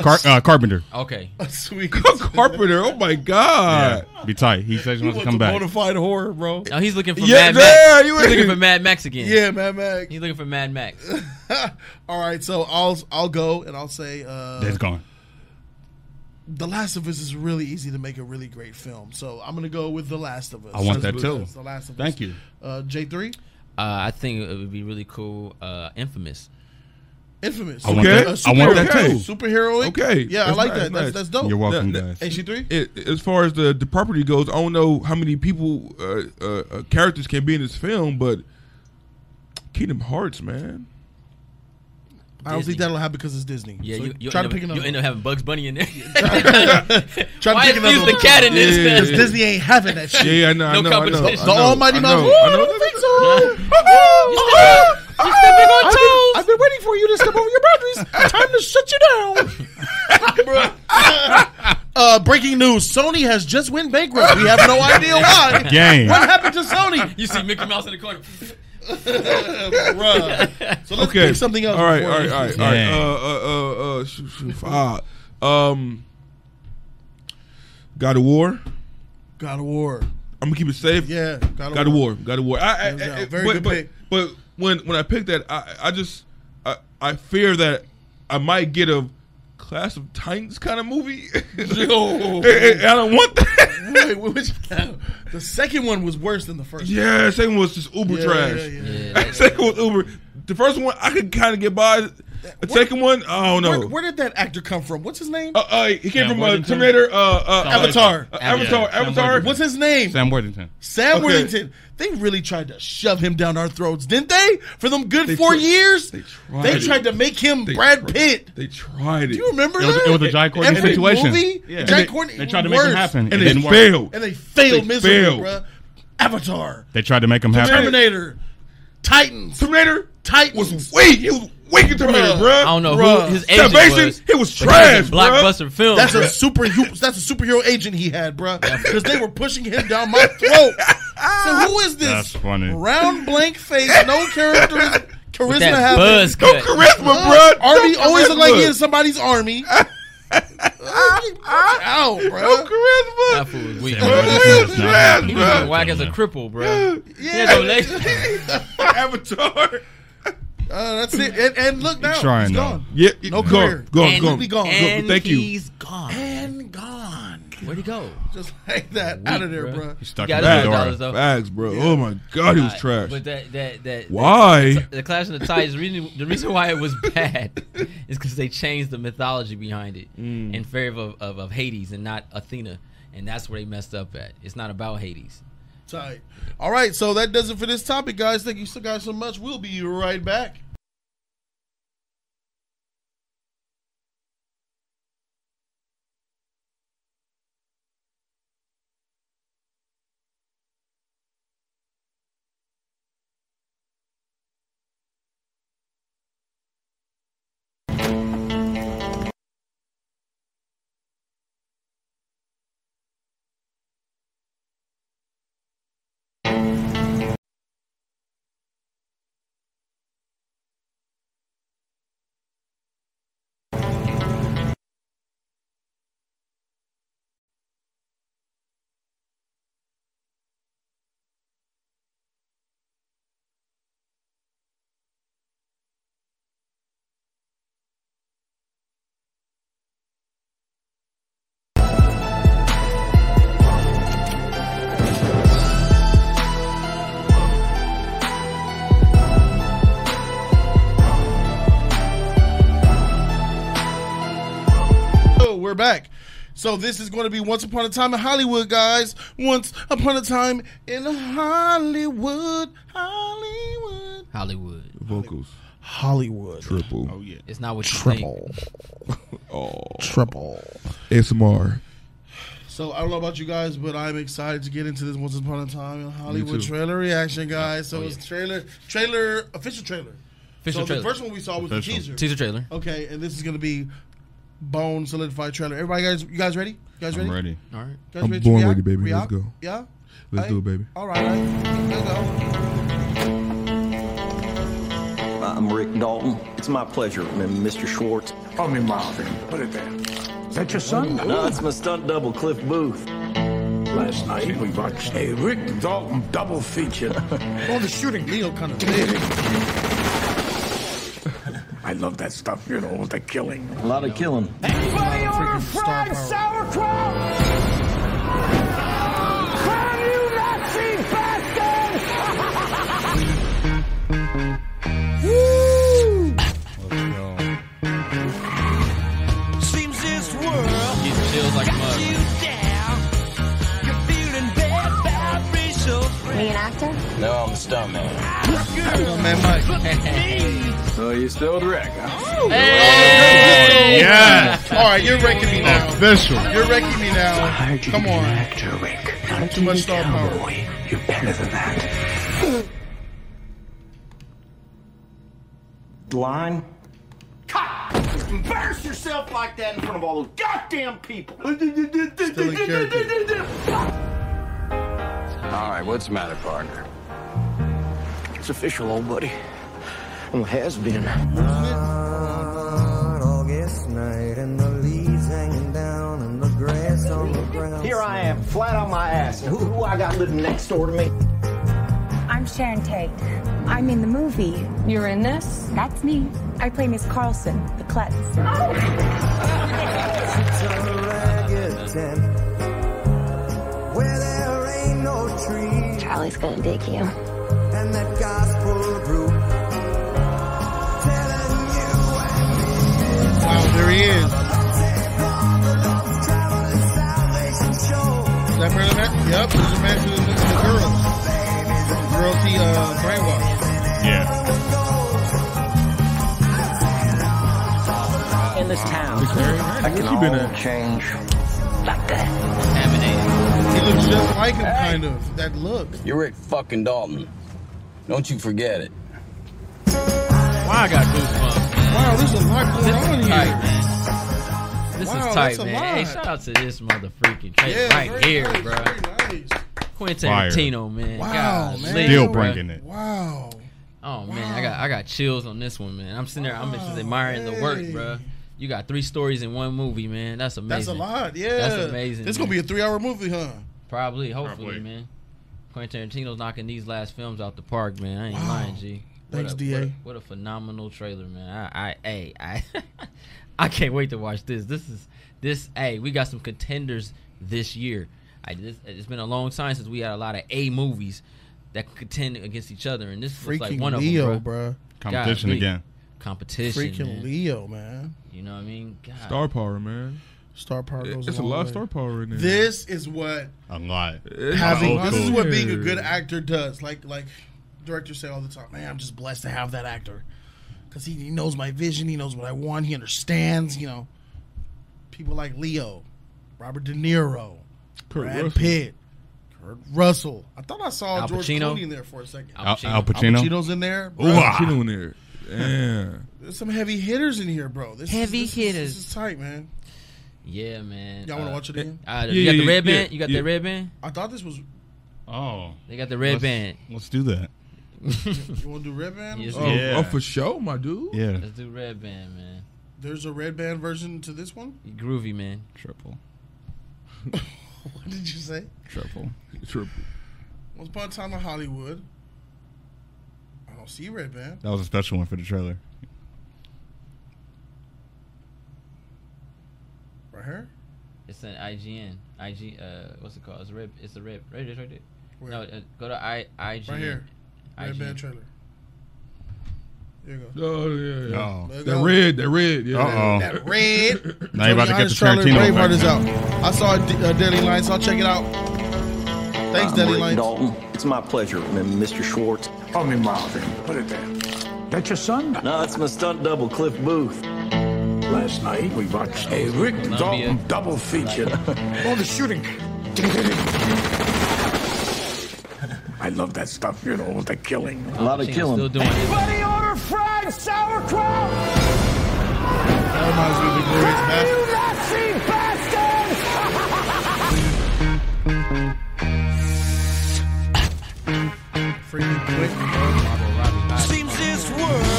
Speaker 5: Car- uh, Carpenter.
Speaker 2: Okay.
Speaker 1: Sweet.
Speaker 4: Carpenter. Oh my
Speaker 5: Yeah,
Speaker 4: God.
Speaker 5: be tight. He says he wants to come back.
Speaker 1: Bonafide horror, bro.
Speaker 2: Now he's looking for
Speaker 4: Yeah,
Speaker 2: Mad
Speaker 4: yeah,
Speaker 2: Max.
Speaker 4: you
Speaker 2: He's looking
Speaker 4: ain't-
Speaker 2: for Mad Max again.
Speaker 1: Yeah, Mad Max.
Speaker 2: He's looking for Mad Max. Uh,
Speaker 1: All right, so I'll I'll go and I'll say uh,
Speaker 5: That's gone.
Speaker 1: The Last of Us is really easy to make a really great film. So I'm gonna go with The Last of Us.
Speaker 5: I want that too.
Speaker 1: That's The Last of Us.
Speaker 5: Thank you.
Speaker 1: Uh, J three,
Speaker 2: Uh, I think it would be really cool. Uh, infamous.
Speaker 1: Infamous.
Speaker 5: I want that-
Speaker 1: Uh,
Speaker 5: I want that
Speaker 1: superhero-
Speaker 5: too.
Speaker 1: Superheroic.
Speaker 4: Okay.
Speaker 1: Yeah, I
Speaker 4: That's
Speaker 1: like
Speaker 4: nice,
Speaker 1: that.
Speaker 4: nice.
Speaker 1: That's that's dope.
Speaker 5: You're welcome,
Speaker 4: no, no.
Speaker 5: guys.
Speaker 1: HG three.
Speaker 4: It, as far as the, the property goes, I don't know how many people uh, uh, uh, characters can be in this film, but Kingdom Hearts,
Speaker 1: <laughs>
Speaker 4: man.
Speaker 1: I don't
Speaker 2: Disney.
Speaker 1: think that'll happen because it's Disney.
Speaker 2: Yeah,
Speaker 1: So
Speaker 2: you, you,
Speaker 1: try to
Speaker 2: end, up,
Speaker 1: pick
Speaker 2: you
Speaker 1: another.
Speaker 2: end up having Bugs Bunny
Speaker 1: <laughs>
Speaker 2: in there.
Speaker 1: Try to
Speaker 2: <laughs> Why
Speaker 1: pick another
Speaker 2: infuse the
Speaker 1: one.
Speaker 2: cat in
Speaker 4: Yeah, yeah,
Speaker 1: Because
Speaker 2: this?
Speaker 1: Disney ain't having that
Speaker 4: Yeah,
Speaker 1: shit.
Speaker 4: yeah, I know, I
Speaker 2: No
Speaker 4: know, I know, I know,
Speaker 2: competition.
Speaker 1: The Almighty
Speaker 4: I
Speaker 1: Mouse.
Speaker 4: know,
Speaker 1: Ooh,
Speaker 4: I
Speaker 1: I
Speaker 4: know.
Speaker 1: don't think so.
Speaker 2: on
Speaker 1: I've, been, I've been waiting for you to step over your <laughs> boundaries. Time to shut you down.
Speaker 4: <laughs>
Speaker 1: uh, breaking news: Sony has just went bankrupt. We have no idea why.
Speaker 5: Gang.
Speaker 1: What happened to Sony?
Speaker 2: <laughs> You see Mickey Mouse in the corner.
Speaker 1: Bruh. So let's
Speaker 4: Okay.
Speaker 1: pick something else.
Speaker 4: All right, all
Speaker 1: before
Speaker 4: right,
Speaker 1: this
Speaker 4: all right,
Speaker 1: is-
Speaker 4: all right.
Speaker 5: Yeah.
Speaker 4: Uh, uh, uh, uh, shoot, shoot, ah, um, God of War.
Speaker 1: God of War.
Speaker 4: I'm gonna keep it safe.
Speaker 1: Yeah,
Speaker 4: God of War. God of War. I, I,
Speaker 1: Hands down.
Speaker 4: I- I-
Speaker 1: Very
Speaker 4: but,
Speaker 1: good
Speaker 4: but,
Speaker 1: pick.
Speaker 4: But when when I picked that, I, I just I, I fear that I might get a Clash of Titans kind of movie. <laughs> And- and I don't want that.
Speaker 1: Wait, <laughs> which, the second one was worse than the first. one.
Speaker 4: <laughs> yeah, second one was just uber
Speaker 1: Yeah,
Speaker 4: trash.
Speaker 1: yeah, yeah.
Speaker 2: Yeah,
Speaker 4: The <laughs> second one was uber. The first one I could kind of get by. The second one, I don't know.
Speaker 1: Where, where did that actor come from? What's his name?
Speaker 4: uh, uh, he came
Speaker 5: Sam
Speaker 4: from uh,
Speaker 5: Worthington?
Speaker 4: Terminator. Uh, uh,
Speaker 5: Sam
Speaker 1: Avatar.
Speaker 4: Uh,
Speaker 2: Sam
Speaker 4: Avatar.
Speaker 5: Worthington.
Speaker 4: Avatar.
Speaker 1: What's his name?
Speaker 5: Sam Worthington.
Speaker 1: Sam
Speaker 4: Okay.
Speaker 1: Worthington. They really tried to shove him down our throats, didn't they? For them good
Speaker 4: They
Speaker 1: four
Speaker 4: tri-
Speaker 1: years,
Speaker 4: they
Speaker 1: they
Speaker 4: tried
Speaker 1: tried, to
Speaker 4: it.
Speaker 1: make him
Speaker 4: They
Speaker 1: Brad
Speaker 4: tried-
Speaker 1: Pitt.
Speaker 4: They tried it.
Speaker 1: Do you remember
Speaker 5: It was-
Speaker 1: that?
Speaker 5: it was a Jai Courtney
Speaker 1: Every
Speaker 5: situation.
Speaker 1: Movie, Jai
Speaker 5: Yeah. And they-
Speaker 1: Courtney.
Speaker 5: they tried to make it
Speaker 1: worse.
Speaker 5: happen.
Speaker 4: And
Speaker 5: It
Speaker 4: they
Speaker 5: didn't work.
Speaker 4: failed.
Speaker 1: and they failed
Speaker 4: They
Speaker 1: miserably,
Speaker 4: failed.
Speaker 1: bruh. Avatar,
Speaker 5: They tried to make him happy.
Speaker 1: Terminator, Titans,
Speaker 4: Terminator
Speaker 1: Titans.
Speaker 4: was weak. He was weak in Terminator,
Speaker 1: Bruh.
Speaker 4: bruh.
Speaker 2: I don't know
Speaker 1: Bruh.
Speaker 2: who his agent
Speaker 4: Salvation,
Speaker 2: was.
Speaker 4: he was
Speaker 2: but he was in
Speaker 4: trash, bruh.
Speaker 2: Blockbuster film.
Speaker 1: That's a
Speaker 2: bruh.
Speaker 1: super. That's a superhero agent he had, bruh. Because they were pushing him down my throat. So who is this?
Speaker 5: That's funny.
Speaker 1: Round blank face, no character, charisma.
Speaker 2: that
Speaker 1: having-
Speaker 2: buzz
Speaker 4: No
Speaker 2: cut.
Speaker 4: charisma,
Speaker 1: Uh,
Speaker 4: bruh.
Speaker 1: Army
Speaker 4: no
Speaker 1: always look like he
Speaker 4: charisma.
Speaker 1: in somebody's army. Ow,
Speaker 4: No
Speaker 1: bro.
Speaker 2: That
Speaker 4: Ah, charisma.
Speaker 2: fool was weak.
Speaker 5: Sam
Speaker 2: bruh.
Speaker 5: Worthington
Speaker 4: Bruh,
Speaker 5: was
Speaker 4: he
Speaker 5: not
Speaker 4: was
Speaker 5: happy.
Speaker 2: He
Speaker 4: bruh.
Speaker 2: was
Speaker 5: Not
Speaker 2: as whack as a
Speaker 5: happy.
Speaker 2: cripple, bro.
Speaker 1: Yeah.
Speaker 4: <laughs> Avatar.
Speaker 1: <laughs> Uh, that's it. And, and look now,
Speaker 5: trying
Speaker 1: he's
Speaker 5: now.
Speaker 1: gone.
Speaker 4: Yeah,
Speaker 1: No
Speaker 4: gone,
Speaker 1: career.
Speaker 4: gone,
Speaker 1: And
Speaker 4: gone,
Speaker 1: we gone.
Speaker 4: gone. Thank you.
Speaker 2: He's gone.
Speaker 1: And gone. <laughs>
Speaker 2: Where'd he go?
Speaker 1: Just like that, out of there,
Speaker 2: bruh.
Speaker 1: bro.
Speaker 5: He stuck
Speaker 2: He
Speaker 5: in
Speaker 2: got his
Speaker 5: Pandora.
Speaker 2: dollars, though.
Speaker 4: Bags, bro. Oh my God, he was trash.
Speaker 2: But that that that
Speaker 4: Why?
Speaker 2: the Clash of the Titans. Reason, the reason why it was <laughs> bad is because they changed the mythology behind it
Speaker 4: Mm.
Speaker 2: in favor of, of, of Hades and not Athena, and that's where they messed up at. It's not about Hades.
Speaker 1: Tight. All right, so that does it for this topic, guys. Thank you so guys so much. We'll be right back. So we're back. So this is going to be Once Upon a Time in Hollywood, guys. Once Upon a Time in Hollywood, Hollywood,
Speaker 2: Hollywood.
Speaker 4: Vocals
Speaker 1: Hollywood.
Speaker 4: triple.
Speaker 5: Oh yeah.
Speaker 2: It's not what you think.
Speaker 4: Oh,
Speaker 1: triple.
Speaker 4: ASMR.
Speaker 1: So I don't know about you guys, but I'm excited to get into this Once Upon a Time in Hollywood
Speaker 4: too.
Speaker 1: trailer reaction, guys. So it's trailer, trailer, official trailer.
Speaker 2: Official
Speaker 1: so
Speaker 2: trailer.
Speaker 1: the first one Oh. we saw was the
Speaker 5: Official.
Speaker 1: teaser.
Speaker 2: Teaser trailer.
Speaker 1: Okay, and this is gonna be bone solidified trailer. Everybody, guys, you guys ready? You guys ready?
Speaker 5: I'm ready.
Speaker 2: All right.
Speaker 1: Guys
Speaker 4: I'm
Speaker 1: to
Speaker 4: born
Speaker 1: react?
Speaker 4: ready, baby.
Speaker 1: React?
Speaker 4: Let's go.
Speaker 1: Yeah.
Speaker 4: Let's do it, baby.
Speaker 1: All right. Let's go.
Speaker 3: Uh, I'm Rick Dalton. It's my pleasure, Mr. Schwartz.
Speaker 6: Call me Marvin. Put it there. Is that your son?
Speaker 3: No, it's my stunt double, Cliff Booth.
Speaker 6: Last night we watched a Rick Dalton double feature. <laughs> All the shooting.
Speaker 1: Leo kind of
Speaker 6: I love that stuff, you know, with the killing.
Speaker 3: A lot of killing.
Speaker 7: Anybody order
Speaker 1: freaking star
Speaker 7: fried
Speaker 1: power.
Speaker 7: sauerkraut? Can you Nazi bastards? Woo! Seems this world
Speaker 2: He chills like a
Speaker 7: got
Speaker 2: mug.
Speaker 7: you down. You're feeling bad vibrational.
Speaker 8: Are you an actor?
Speaker 3: No, I'm a stuntman.
Speaker 1: man, Mike.
Speaker 3: So you still direct, huh?
Speaker 5: Yes.
Speaker 1: All right, you're wrecking me now.
Speaker 5: Official.
Speaker 1: You're wrecking me now. Come on.
Speaker 6: actor, Rick. Not
Speaker 1: Too much star power.
Speaker 6: boy. You're better than that.
Speaker 3: Line?
Speaker 7: Embarrass yourself like that in front of all those goddamn people.
Speaker 1: Still in character.
Speaker 3: All right, what's the matter, partner? It's official, old buddy. Well, it has been.
Speaker 9: August night and the leaves hanging down and the grass on the ground.
Speaker 3: Here I am, flat on my ass. Who, who I got living next door to me?
Speaker 8: I'm Sharon Tate. I'm in the movie. You're in this? That's me. I play Miss Carlson, the klutz.
Speaker 9: It's a ragged tent where there ain't no trees
Speaker 8: Charlie's gonna dig you.
Speaker 9: and that gospel group telling you and
Speaker 1: Wow, there he is. Is
Speaker 9: salvation show.
Speaker 1: that Marilyn Manson? Yep, there's a match with the the girls. The girls he uh, brainwashed.
Speaker 5: Yeah.
Speaker 7: In this town.
Speaker 3: I can
Speaker 4: been
Speaker 3: all
Speaker 4: at?
Speaker 3: change.
Speaker 1: He looks just like him, kind of. That look.
Speaker 10: You're Rick fucking Dalton. Don't you forget it.
Speaker 2: Why I got goosebumps, man?
Speaker 1: Wow, there's a lot going
Speaker 2: This
Speaker 1: on
Speaker 2: is
Speaker 1: here.
Speaker 2: tight, man. This
Speaker 1: Wow,
Speaker 2: is
Speaker 1: that's
Speaker 2: tight,
Speaker 1: a
Speaker 2: man.
Speaker 1: lot.
Speaker 2: Hey, shout out to this motherfucking kid right
Speaker 1: very
Speaker 2: here,
Speaker 1: nice,
Speaker 2: bro.
Speaker 1: very nice.
Speaker 2: Quentin
Speaker 5: Fire.
Speaker 2: Tarantino, man.
Speaker 1: Wow,
Speaker 2: God,
Speaker 1: man.
Speaker 2: please,
Speaker 5: Still
Speaker 2: bruh.
Speaker 5: bringing it.
Speaker 1: Wow.
Speaker 2: Oh man, I got I got chills on this one, man. I'm sitting there, I'm just admiring the work,
Speaker 1: hey.
Speaker 2: bro. You got three stories in one movie, man. That's amazing.
Speaker 1: That's a lot. Yeah.
Speaker 2: That's amazing,
Speaker 1: This
Speaker 2: man.
Speaker 1: going to be a three hour movie, huh?
Speaker 2: Probably, hopefully,
Speaker 5: Probably.
Speaker 2: man. Quentin Tarantino's knocking these last films out the park, man. I ain't
Speaker 1: Wow.
Speaker 2: lying, G. What
Speaker 1: Thanks,
Speaker 2: a-
Speaker 1: DA.
Speaker 2: What a, what a phenomenal trailer, man. I, I, hey, I, <laughs> I can't wait to watch this. This is this. Hey, we got some contenders this year. I, this, it's been a long time since we had a lot of A movies that contend against each other, and this is like
Speaker 1: Freaking
Speaker 2: one
Speaker 1: Leo,
Speaker 2: of them, bruh.
Speaker 1: bro.
Speaker 5: Competition
Speaker 2: God,
Speaker 5: again.
Speaker 2: Competition,
Speaker 1: Freaking
Speaker 2: man.
Speaker 1: Leo, man.
Speaker 2: You know what I mean? God.
Speaker 4: Star power, man.
Speaker 1: Star power goes
Speaker 4: It's a
Speaker 1: long
Speaker 4: lot of
Speaker 1: way.
Speaker 4: star power in there.
Speaker 1: This is what
Speaker 5: A lot.
Speaker 1: having.
Speaker 5: old
Speaker 1: This is
Speaker 5: school.
Speaker 1: what being a good actor does. Like like directors say all the time. Man, I'm just blessed to have that actor because he, he knows my vision. He knows what I want. He understands. You know, people like Leo, Robert De Niro,
Speaker 4: Kurt
Speaker 1: Brad
Speaker 4: Russell.
Speaker 1: Pitt, Kurt Russell. I thought I saw
Speaker 2: Al
Speaker 1: George
Speaker 2: Pacino.
Speaker 1: Clooney in there for a second.
Speaker 2: Al
Speaker 5: Al,
Speaker 2: Pacino.
Speaker 5: Al
Speaker 1: Al
Speaker 5: Pacino.
Speaker 1: Pacino's in there.
Speaker 5: Ooh, ah.
Speaker 4: Pacino in there. Damn.
Speaker 1: There's some heavy hitters in here, bro. This is-
Speaker 2: Heavy
Speaker 1: this is-
Speaker 2: hitters.
Speaker 1: This is tight, man.
Speaker 2: Yeah, man.
Speaker 1: Y'all want
Speaker 2: Uh,
Speaker 1: to watch it again?
Speaker 2: uh,
Speaker 4: Yeah,
Speaker 2: you got
Speaker 4: yeah,
Speaker 2: the red
Speaker 4: yeah,
Speaker 2: band. You got
Speaker 4: yeah.
Speaker 2: the red band.
Speaker 1: I thought this was.
Speaker 5: Oh.
Speaker 2: They got the red
Speaker 5: Let's-
Speaker 2: band. <laughs>
Speaker 5: Let's do that.
Speaker 1: You want to do red band?
Speaker 2: Yes,
Speaker 1: Oh,
Speaker 4: Oh,
Speaker 5: Yeah.
Speaker 4: oh, for sure, my dude.
Speaker 5: Yeah.
Speaker 2: Let's do Red Band, man.
Speaker 1: there's a red band version to this one.
Speaker 2: You groovy, man.
Speaker 5: Triple.
Speaker 1: <laughs> What did you say?
Speaker 5: Triple.
Speaker 4: Triple.
Speaker 1: Once upon a time in Hollywood. I don't see red band.
Speaker 5: That was a special one for the trailer.
Speaker 1: Right here.
Speaker 2: It's an IGN. IG. Uh, what's it called? It's a red. It's a red. Right there. Right there.
Speaker 1: Where?
Speaker 2: No, uh, go to I IGN.
Speaker 1: right here. Red
Speaker 2: IGN.
Speaker 1: band trailer. There you go.
Speaker 4: Oh yeah, yeah.
Speaker 5: Oh.
Speaker 1: There you
Speaker 4: That
Speaker 1: go.
Speaker 4: red, that red, yeah.
Speaker 5: Uh
Speaker 1: That red.
Speaker 5: oh. <laughs> Now you about to get the
Speaker 1: Charlie
Speaker 5: Tarantino.
Speaker 1: Braveheart
Speaker 5: back.
Speaker 1: is out. I saw a D- uh, Daily Line, so I'll check it out. Thanks,
Speaker 3: I'm
Speaker 1: Daily
Speaker 3: Rick
Speaker 1: Line.
Speaker 3: Dalton. It's my pleasure, Mr. Schwartz.
Speaker 6: Call me Marvin. Put it there. Is that your son?
Speaker 3: No, it's my stunt double, Cliff Booth.
Speaker 6: Last night we watched a Rick Dalton double
Speaker 3: <laughs>
Speaker 6: feature. All the shooting. I love that stuff, you know, with the killing.
Speaker 3: A lot of
Speaker 2: Pacino's
Speaker 3: killing.
Speaker 2: Still doing it.
Speaker 7: Anybody order fried sauerkraut?
Speaker 1: That reminds me of the glorious
Speaker 7: Can
Speaker 1: bastard.
Speaker 7: you Nazi bastards?
Speaker 1: Freaking quick.
Speaker 7: Seems this world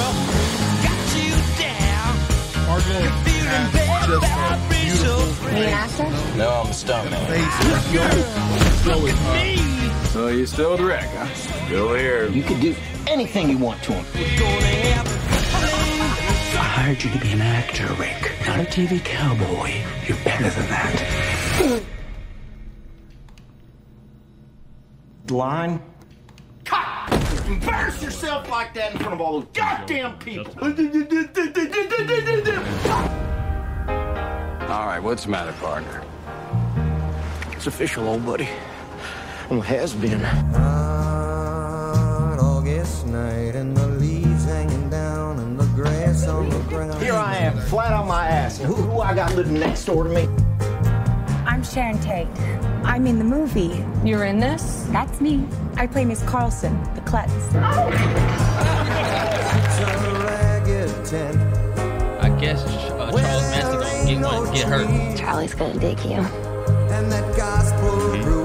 Speaker 10: stunt man.
Speaker 3: So you still the wreck, huh? Still here. You can do anything you want to him.
Speaker 7: I hired you to be an actor, Rick, not a TV cowboy. You're better than that.
Speaker 3: Line?
Speaker 6: Embarrass yourself like that in front of all those goddamn people. Fuck.
Speaker 3: All right, what's the matter, partner? It's official, old buddy. Well, it has been.
Speaker 9: On August night and the leaves hanging down and the grass on the ground.
Speaker 6: Here I am, flat on my ass. Who, who I got living next door to me?
Speaker 8: I'm Sharon Tate. I'm in the movie. You're in this? That's me. I play Miss Carlson, the klutz.
Speaker 2: I guess uh, Charles Manson gonna get one, get hurt.
Speaker 11: Charlie's gonna dig you.
Speaker 9: And that gospel
Speaker 2: Hmm.
Speaker 9: group.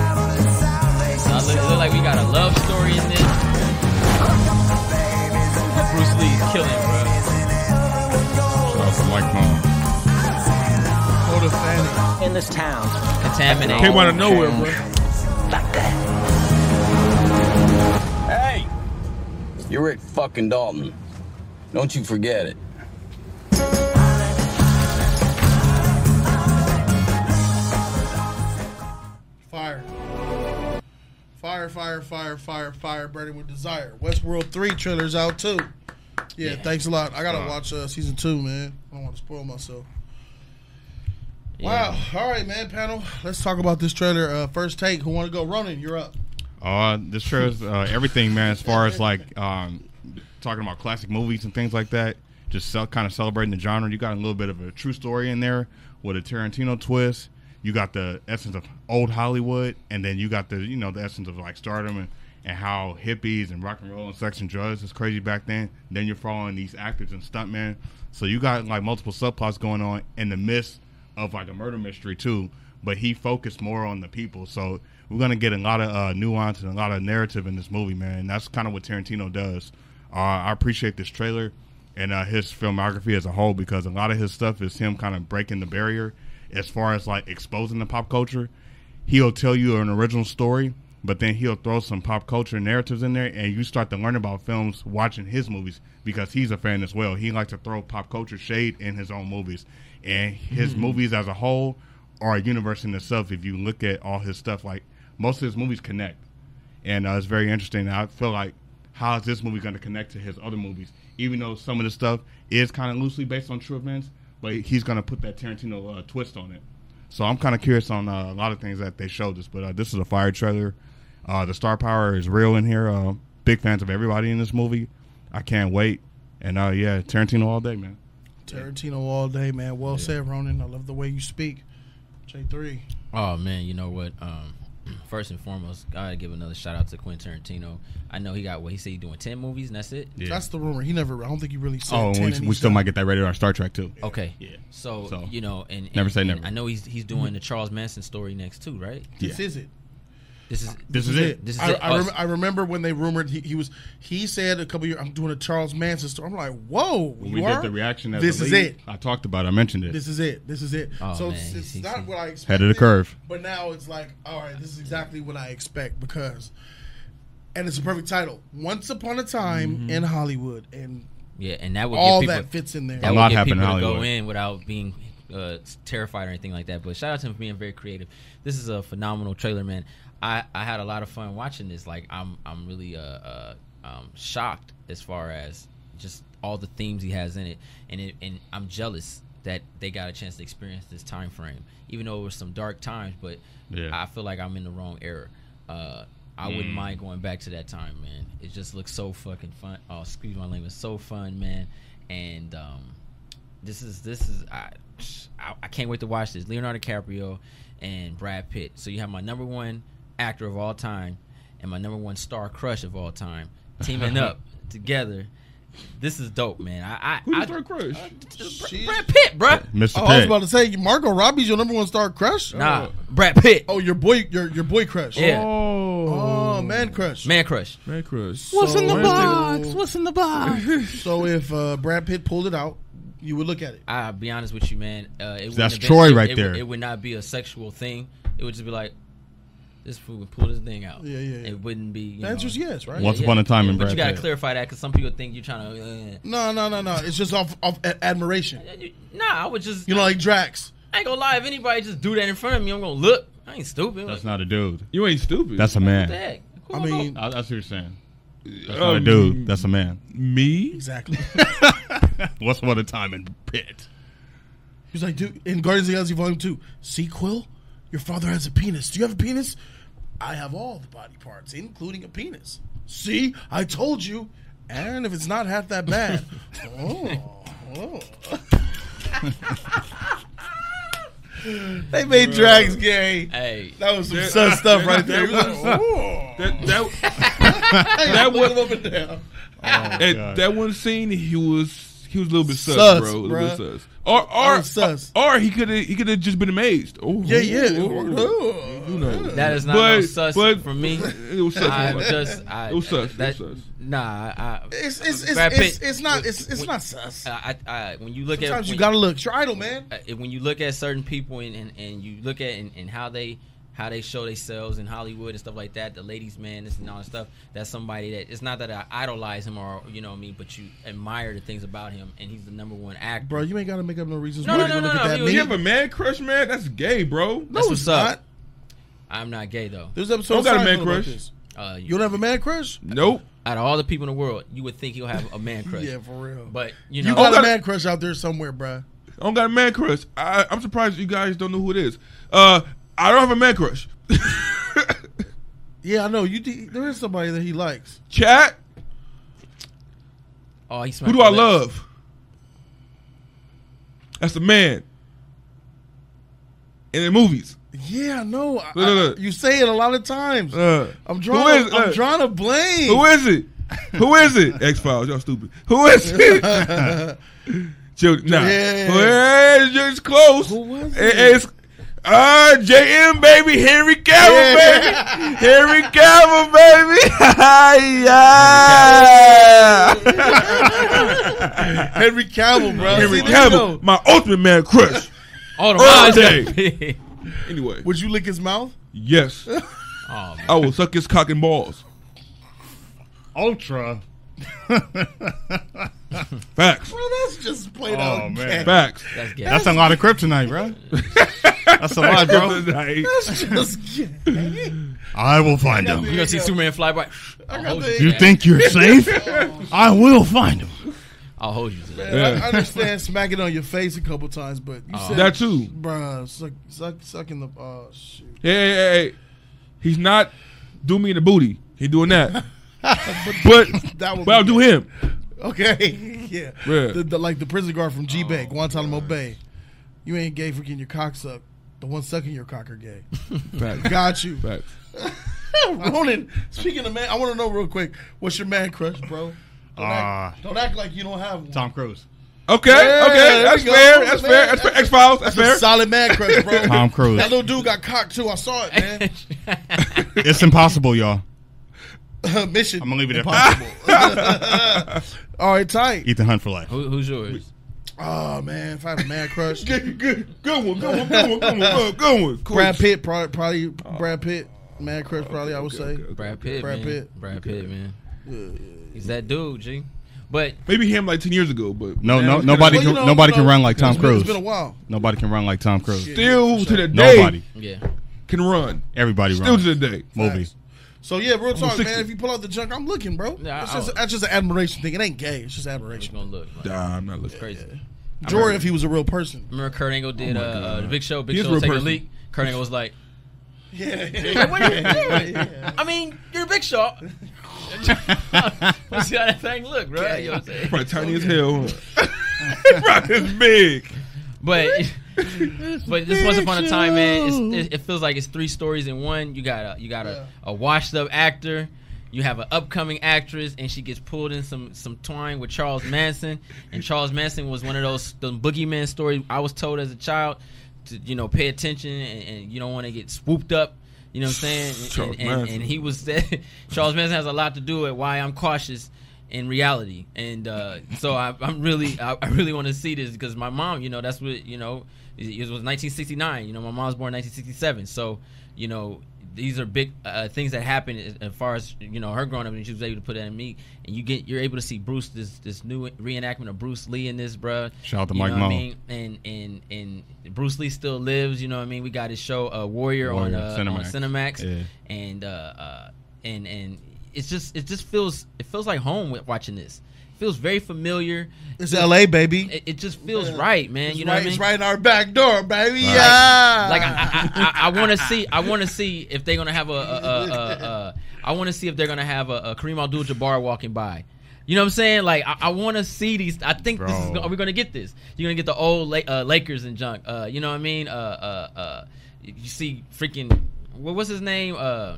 Speaker 2: Now, look, look like we got a love story in this. Bruce Lee is killing, bro.
Speaker 5: like um, mom.
Speaker 6: In this town.
Speaker 2: Contaminated.
Speaker 4: Came out of nowhere, bro.
Speaker 10: Hey! You're Rick fucking Dalton. Don't you forget it.
Speaker 1: Fire. Fire, fire, fire, fire, fire, burning with desire. Westworld 3 trailer's out too. Yeah, thanks a lot. I gotta watch uh, season two, man. I don't want to spoil myself. Wow. All right, man, panel. Let's talk about this trailer. Uh, first take. Who want to go? Ronan, you're up.
Speaker 5: Uh, this shows uh, everything, man. As far as like um, talking about classic movies and things like that, just cel- kind of celebrating the genre. You got a little bit of a true story in there with a Tarantino twist. You got the essence of old Hollywood, and then you got the you know the essence of like stardom and, and how hippies and rock and roll and sex and drugs is crazy back then. Then you're following these actors and stuntmen. So you got like multiple subplots going on in the midst of like a murder mystery too, but he focused more on the people. So we're gonna get a lot of uh, nuance and a lot of narrative in this movie, man. And that's kind of what Tarantino does. Uh, I appreciate this trailer and uh, his filmography as a whole because a lot of his stuff is him kind of breaking the barrier as far as like exposing the pop culture. He'll tell you an original story, but then he'll throw some pop culture narratives in there, and you start to learn about films watching his movies because he's a fan as well. He likes to throw pop culture shade in his own movies, and his movies as a whole are a universe in itself. If you look at all his stuff, like most of his movies connect, and uh, it's very interesting. I feel like how is this movie going to connect to his other movies? Even though some of the stuff is kind of loosely based on true events, but he's going to put that Tarantino uh, twist on it. So I'm kind of curious on uh, a lot of things that they showed us, but uh, this is a fire trailer. Uh, the star power is real in here. Uh, big fans of everybody in this movie. I can't wait. And uh, yeah, Tarantino all day, man.
Speaker 1: Tarantino all day, man. Well said, Ronan. I love the way you speak. J3.
Speaker 2: Oh man, you know what? Um, first and foremost, gotta give another shout out to Quentin Tarantino. I know he got what he said he doing ten movies, and that's it.
Speaker 1: That's the rumor. He never. I don't think he really said.
Speaker 5: Oh, and
Speaker 1: 10
Speaker 5: we,
Speaker 1: and he
Speaker 5: we still
Speaker 1: said-
Speaker 5: might get that rated R Star Trek too.
Speaker 2: Okay. Yeah. So,
Speaker 5: So,
Speaker 2: you know, and, and-
Speaker 5: never say
Speaker 2: and
Speaker 5: never.
Speaker 2: I know he's he's doing the Charles Manson story next too, right?
Speaker 1: This is it.
Speaker 2: This is
Speaker 5: This is it.
Speaker 2: This is
Speaker 1: I,
Speaker 2: it.
Speaker 1: I,
Speaker 2: Oh,
Speaker 1: rem- I remember when they rumored he, he was. He said a couple years. I'm doing a Charles Manson story. I'm like, whoa.
Speaker 5: When
Speaker 1: you
Speaker 5: we
Speaker 1: are?
Speaker 5: did the reaction, as
Speaker 1: This
Speaker 5: a
Speaker 1: is
Speaker 5: lead,
Speaker 1: it.
Speaker 5: I talked about. it. I mentioned it.
Speaker 1: This is it. This is it.
Speaker 2: Oh,
Speaker 1: so
Speaker 2: man,
Speaker 1: it's,
Speaker 2: you
Speaker 1: it's
Speaker 2: see
Speaker 1: not
Speaker 2: some-
Speaker 1: what I expected.
Speaker 5: Head of the curve.
Speaker 1: But now it's like, all right, this is exactly what I expect because, and it's a perfect title. Once upon a time
Speaker 5: Mm-hmm.
Speaker 1: in Hollywood, and
Speaker 2: yeah, and that would
Speaker 1: all
Speaker 2: give people,
Speaker 1: that fits in there.
Speaker 2: that
Speaker 5: A
Speaker 2: would
Speaker 5: lot
Speaker 2: get
Speaker 5: happened in
Speaker 2: people to go
Speaker 5: Hollywood.
Speaker 2: in without being uh, terrified or anything like that. But shout out to him for being very creative. This is a phenomenal trailer, man. I, I had a lot of fun watching this. Like I'm I'm really uh, uh um shocked as far as just all the themes he has in it, and it, and I'm jealous that they got a chance to experience this time frame, even though it was some dark times. But
Speaker 5: Yeah.
Speaker 2: I feel like I'm in the wrong era. Uh, I wouldn't mind going back to that time, man. It just looks so fucking fun. Oh, excuse my language, so fun, man. And um, this is this is I, I I can't wait to watch this. Leonardo DiCaprio and Brad Pitt. So you have my number one actor of all time and my number one star crush of all time teaming up
Speaker 1: <laughs>
Speaker 2: together. This is dope, man. I, I,
Speaker 4: Who's
Speaker 2: I
Speaker 4: the star crush?
Speaker 1: She's-
Speaker 2: Brad Pitt, bruh.
Speaker 5: Mr.
Speaker 1: oh, I was
Speaker 5: Pitt.
Speaker 1: about to say Margot Robbie's your number one star crush.
Speaker 2: Nah, Brad Pitt.
Speaker 1: Oh, your boy, your your boy crush.
Speaker 2: Yeah.
Speaker 1: Oh, man, Man Crush.
Speaker 2: Man Crush.
Speaker 4: Man Crush.
Speaker 1: What's in the
Speaker 5: Oh.
Speaker 1: box?
Speaker 2: What's in the box?
Speaker 1: so if uh, Brad Pitt pulled it out, you would look at it.
Speaker 2: <laughs> I'll be honest with you, man. Uh, it wouldn't
Speaker 5: That's
Speaker 2: have been-
Speaker 5: Troy
Speaker 2: it-
Speaker 5: right
Speaker 2: it,
Speaker 5: there.
Speaker 2: Would, it would not be a sexual thing. It would just be like, this fool would pull this thing out.
Speaker 1: Yeah, yeah, yeah.
Speaker 2: It wouldn't be. You
Speaker 1: The answer's
Speaker 2: know,
Speaker 1: yes, right?
Speaker 5: Once upon a time in
Speaker 2: But
Speaker 5: Brad
Speaker 2: you gotta
Speaker 5: Pitt.
Speaker 2: clarify that because some people think you're trying to.
Speaker 1: No, no, no, no. It's just off off a- admiration.
Speaker 2: uh, Nah, I would just.
Speaker 1: You know, like Drax.
Speaker 2: I ain't gonna lie. If anybody just do that in front of me, I'm gonna look. I ain't stupid.
Speaker 5: That's
Speaker 2: Like,
Speaker 5: not a dude.
Speaker 4: You ain't stupid.
Speaker 5: That's a
Speaker 2: what the
Speaker 5: man.
Speaker 2: heck? Cool,
Speaker 1: I
Speaker 2: cool.
Speaker 1: mean,
Speaker 5: I, that's what you're saying. That's
Speaker 4: Um,
Speaker 5: not a dude. That's a man.
Speaker 4: me.
Speaker 1: exactly. <laughs>
Speaker 5: Once upon a time in Pitt.
Speaker 1: He's like, dude, in Guardians of the Galaxy Volume Two, sequel. Your father has a penis. Do you have a penis? I have all the body parts, including a penis. See, I told you. And if it's not half that bad, oh, oh. <laughs> they made Drax gay. <laughs>
Speaker 2: hey,
Speaker 1: That was some sus stuff right
Speaker 4: <laughs>
Speaker 1: there. Oh.
Speaker 4: That was- that
Speaker 5: Oh,
Speaker 4: that, that
Speaker 1: Look
Speaker 4: was
Speaker 1: him up and down.
Speaker 4: at that one scene he was he was a little bit sus,
Speaker 1: Sus,
Speaker 4: bro. A little bit
Speaker 1: bruh.
Speaker 4: sus. Or or
Speaker 1: was sus.
Speaker 4: or he could have he could have just been amazed. Oh,
Speaker 1: Yeah, yeah.
Speaker 4: Who knows?
Speaker 2: that is not no
Speaker 4: But-
Speaker 2: sus
Speaker 4: but-
Speaker 1: <laughs>
Speaker 2: for me.
Speaker 4: It was sus.
Speaker 2: I just, I,
Speaker 4: It was sus. It
Speaker 2: That,
Speaker 4: was sus.
Speaker 2: Nah, I,
Speaker 1: It's it's it's,
Speaker 2: Brad Pitt.
Speaker 1: it's, it's not it's it's not sus.
Speaker 2: I, I, I when you look at
Speaker 1: Sometimes you
Speaker 2: when-
Speaker 1: gotta look. It's your idol, man.
Speaker 2: uh, when you look at certain people and, and, and you look at and, and how they how they show themselves in Hollywood and stuff like that, the ladies man this and all that stuff. That's somebody that it's not that I idolize him or you know me, but you admire the things about him, and he's the number one actor.
Speaker 1: Bro, you ain't gotta make up no reasons.
Speaker 2: No,
Speaker 1: why
Speaker 2: no,
Speaker 1: you
Speaker 2: no,
Speaker 1: gonna
Speaker 2: no,
Speaker 1: look
Speaker 2: no,
Speaker 1: at
Speaker 2: he
Speaker 1: that
Speaker 2: was-
Speaker 4: You
Speaker 1: man.
Speaker 4: have a man crush, man. That's gay, bro.
Speaker 1: No,
Speaker 2: That's what's
Speaker 1: it's
Speaker 2: up.
Speaker 1: not.
Speaker 2: I'm not gay though.
Speaker 1: There's an episode.
Speaker 4: Don't got a
Speaker 1: of
Speaker 4: man
Speaker 1: Seinfeld about
Speaker 4: crush.
Speaker 1: this.
Speaker 2: Uh,
Speaker 1: You don't have a man crush?
Speaker 4: Nope.
Speaker 2: out of all the people in the world, you would think he'll have
Speaker 1: <laughs>
Speaker 2: a man crush.
Speaker 1: Yeah, for real.
Speaker 2: But
Speaker 1: you
Speaker 2: you know,
Speaker 1: got
Speaker 4: gotta-
Speaker 1: a man crush out there somewhere, bruh.
Speaker 4: I don't got a man crush. I, I'm surprised you guys don't know who it is. Uh, I don't have a man crush. <laughs>
Speaker 1: Yeah, I know. You de- there is somebody that he likes.
Speaker 4: Chat.
Speaker 2: oh, he
Speaker 4: Who
Speaker 2: smacked
Speaker 4: do
Speaker 2: my
Speaker 4: I
Speaker 2: lips.
Speaker 4: love? That's the man. In the movies.
Speaker 1: Yeah, I know. I-
Speaker 4: Look, look, look.
Speaker 1: I- you say it a lot of times.
Speaker 4: Uh,
Speaker 1: I'm
Speaker 4: who
Speaker 1: drawing.
Speaker 4: is-
Speaker 1: I'm
Speaker 4: uh,
Speaker 1: drawing a blame. <laughs>
Speaker 4: Who is it? Who is it? X Files, y'all stupid. Who is it? Children, nah.
Speaker 1: Yeah.
Speaker 4: Who is it's close.
Speaker 1: Who was
Speaker 4: It's uh, JM baby, Henry Cavill baby, Henry Cavill baby, <laughs> yeah,
Speaker 1: Henry Cavill, bro.
Speaker 4: Henry
Speaker 1: See, there you
Speaker 4: Cavill,
Speaker 1: go.
Speaker 4: my ultimate man crush.
Speaker 2: Oh, the
Speaker 4: Earl
Speaker 2: Ron's-
Speaker 4: Anyway,
Speaker 1: Would you lick his mouth?
Speaker 4: yes,
Speaker 2: oh man,
Speaker 4: I will suck his cock and balls.
Speaker 5: Ultra.
Speaker 4: Facts,
Speaker 1: Bro, that's just played
Speaker 5: Oh,
Speaker 1: out.
Speaker 5: man.
Speaker 1: gay.
Speaker 4: facts.
Speaker 2: <laughs> that's gay.
Speaker 5: That's a lot of kryptonite, bro. That's a lot, bro.
Speaker 1: That's
Speaker 4: <laughs>
Speaker 1: just gay.
Speaker 5: I will find
Speaker 2: You're
Speaker 5: him.
Speaker 2: gonna see Superman fly by. I'll
Speaker 1: got
Speaker 2: hold
Speaker 1: the-
Speaker 2: you.
Speaker 5: You
Speaker 2: to that.
Speaker 5: think you're safe? I will find him.
Speaker 2: I'll hold you to that.
Speaker 1: I understand smacking on your face a couple times, but
Speaker 5: Uh-huh.
Speaker 1: you said
Speaker 4: That too.
Speaker 1: Bruh, suck, suck, sucking the. Oh shoot!
Speaker 4: Hey, hey, hey, hey. he's not do me in the booty. He doing
Speaker 1: <laughs>
Speaker 4: that, but
Speaker 1: That would
Speaker 4: but I'll do him.
Speaker 1: Okay, <laughs> yeah.
Speaker 4: Yeah.
Speaker 1: The, the, like the prison guard from G
Speaker 5: Oh,
Speaker 1: Bay, Guantanamo Bay. You ain't gay for getting your cock sucked. The one sucking your cock are gay.
Speaker 4: Facts,
Speaker 1: Got
Speaker 4: <laughs>
Speaker 1: you.
Speaker 4: facts.
Speaker 1: <laughs> Ronan, speaking of man, I want to know real quick, what's your man crush, bro? Don't,
Speaker 5: Ah.
Speaker 1: act, don't act like you don't have one.
Speaker 5: Tom Cruise.
Speaker 4: Okay,
Speaker 1: Yeah,
Speaker 4: okay,
Speaker 1: there
Speaker 4: that's
Speaker 1: we go.
Speaker 4: fair, that's fair,
Speaker 1: Man,
Speaker 4: that's fair. X Files, that's
Speaker 1: That's a
Speaker 4: fair.
Speaker 1: solid man crush, bro.
Speaker 5: Tom Cruise.
Speaker 1: That little dude got cocked too. I saw it, man.
Speaker 5: It's impossible, y'all.
Speaker 1: <laughs> Mission.
Speaker 4: <laughs>
Speaker 5: I'm gonna leave it at that.
Speaker 1: All right, tight.
Speaker 5: Ethan Hunt for
Speaker 2: <laughs>
Speaker 5: life.
Speaker 2: Who, who's yours?
Speaker 1: Oh man, if I had a man
Speaker 5: <laughs>
Speaker 1: crush,
Speaker 4: Good, good, good one, good one, good one, good one, good one. Cool.
Speaker 1: Brad Pitt, probably, probably Brad Pitt, man crush,
Speaker 5: Oh,
Speaker 1: probably I would say.
Speaker 2: Brad Pitt.
Speaker 1: Brad
Speaker 2: man.
Speaker 1: Pitt.
Speaker 2: Brad Pitt, man. He's that dude, G. But
Speaker 4: Maybe him like ten years ago, but
Speaker 5: No, no,
Speaker 4: now-
Speaker 5: nobody,
Speaker 1: Well, you
Speaker 5: can,
Speaker 1: know,
Speaker 5: nobody
Speaker 1: you
Speaker 5: can
Speaker 1: know,
Speaker 5: run like Tom
Speaker 1: It's been-
Speaker 5: Cruise.
Speaker 1: It's been a while.
Speaker 5: Nobody can run like Tom Cruise.
Speaker 4: Still to the day,
Speaker 5: Nobody.
Speaker 2: yeah,
Speaker 4: can run.
Speaker 5: Everybody
Speaker 4: Still
Speaker 5: runs.
Speaker 4: to the day.
Speaker 5: Movie.
Speaker 1: So yeah, real talk,
Speaker 4: 60.
Speaker 1: man. If you pull out the junk, I'm looking, bro.
Speaker 2: Yeah,
Speaker 1: It's
Speaker 2: I-
Speaker 1: just,
Speaker 2: I-
Speaker 1: that's just an admiration thing. It ain't gay. It's just
Speaker 2: it's
Speaker 1: admiration.
Speaker 2: gonna look like
Speaker 4: Nah, I'm not looking.
Speaker 2: crazy.
Speaker 1: Jordan, if he was a real person.
Speaker 2: <laughs> Remember Kurt Angle did
Speaker 4: Oh
Speaker 2: uh, uh, the Big Show. Big
Speaker 4: He is
Speaker 2: Show
Speaker 4: a real
Speaker 2: was taking a
Speaker 4: person.
Speaker 2: leak. Kurt Angle was like,
Speaker 1: Yeah.
Speaker 2: <laughs> "What are you doing? <laughs> I mean, you're Big <laughs> Show. Let's see how that thing look, right? You know what I'm saying?
Speaker 4: Probably tiny as hell.
Speaker 1: <laughs>
Speaker 4: huh? <laughs> Probably as big.
Speaker 2: But <laughs> but this once upon a time, man, it's, it, it feels like it's three stories in one. You got a you got a, a washed up actor. You have an upcoming actress, and she gets pulled in some some twine with Charles Manson. And Charles Manson was one of those the boogeyman stories I was told as a child to you know pay attention and, and you don't want to get swooped up. You know what I'm saying? And-
Speaker 4: Charles
Speaker 2: and, and-
Speaker 4: Manson.
Speaker 2: and he was <laughs> Charles Manson has a lot to do with why I'm cautious in reality, and uh, so I, I'm really I, I really want to see this because my mom, you know, that's what you know. It, it was 1969. You know, my mom was born in 1967, so you know. These are big uh, things that happen as, as far as you know her growing up, and she was able to put that in me. And you get you're able to see Bruce this this new reenactment of Bruce Lee in this, bruh.
Speaker 5: Shout out to
Speaker 2: You
Speaker 5: Mike
Speaker 2: know what I
Speaker 5: Mullin.
Speaker 2: mean? and and and Bruce Lee still lives. You know what I mean? We got his show uh, Warrior, on,
Speaker 5: Warrior,
Speaker 2: uh, on
Speaker 5: Cinemax.
Speaker 2: Cinemax,
Speaker 5: Yeah.
Speaker 2: and uh, uh, and and it's just it just feels it feels like home with watching this. It feels very familiar.
Speaker 1: <laughs> It's LA, baby.
Speaker 2: It, it just feels right, man.
Speaker 1: It's
Speaker 2: you know
Speaker 1: right,
Speaker 2: what I mean?
Speaker 1: It's right in our back door, baby.
Speaker 2: Like-
Speaker 1: Yeah.
Speaker 2: Like, uh, I, I, I, I want to see. I want to see if they're gonna have a. a, a, a, a I want to see if they're gonna have a, a Kareem Abdul-Jabbar walking by. You know what I'm saying? Like I, I want to see these. I think this is.
Speaker 5: Bro.
Speaker 2: Are we gonna get this? You're gonna get the old La- uh, Lakers and junk. Uh, you know what I mean? Uh, uh, uh, you see freaking. What was his name? Uh,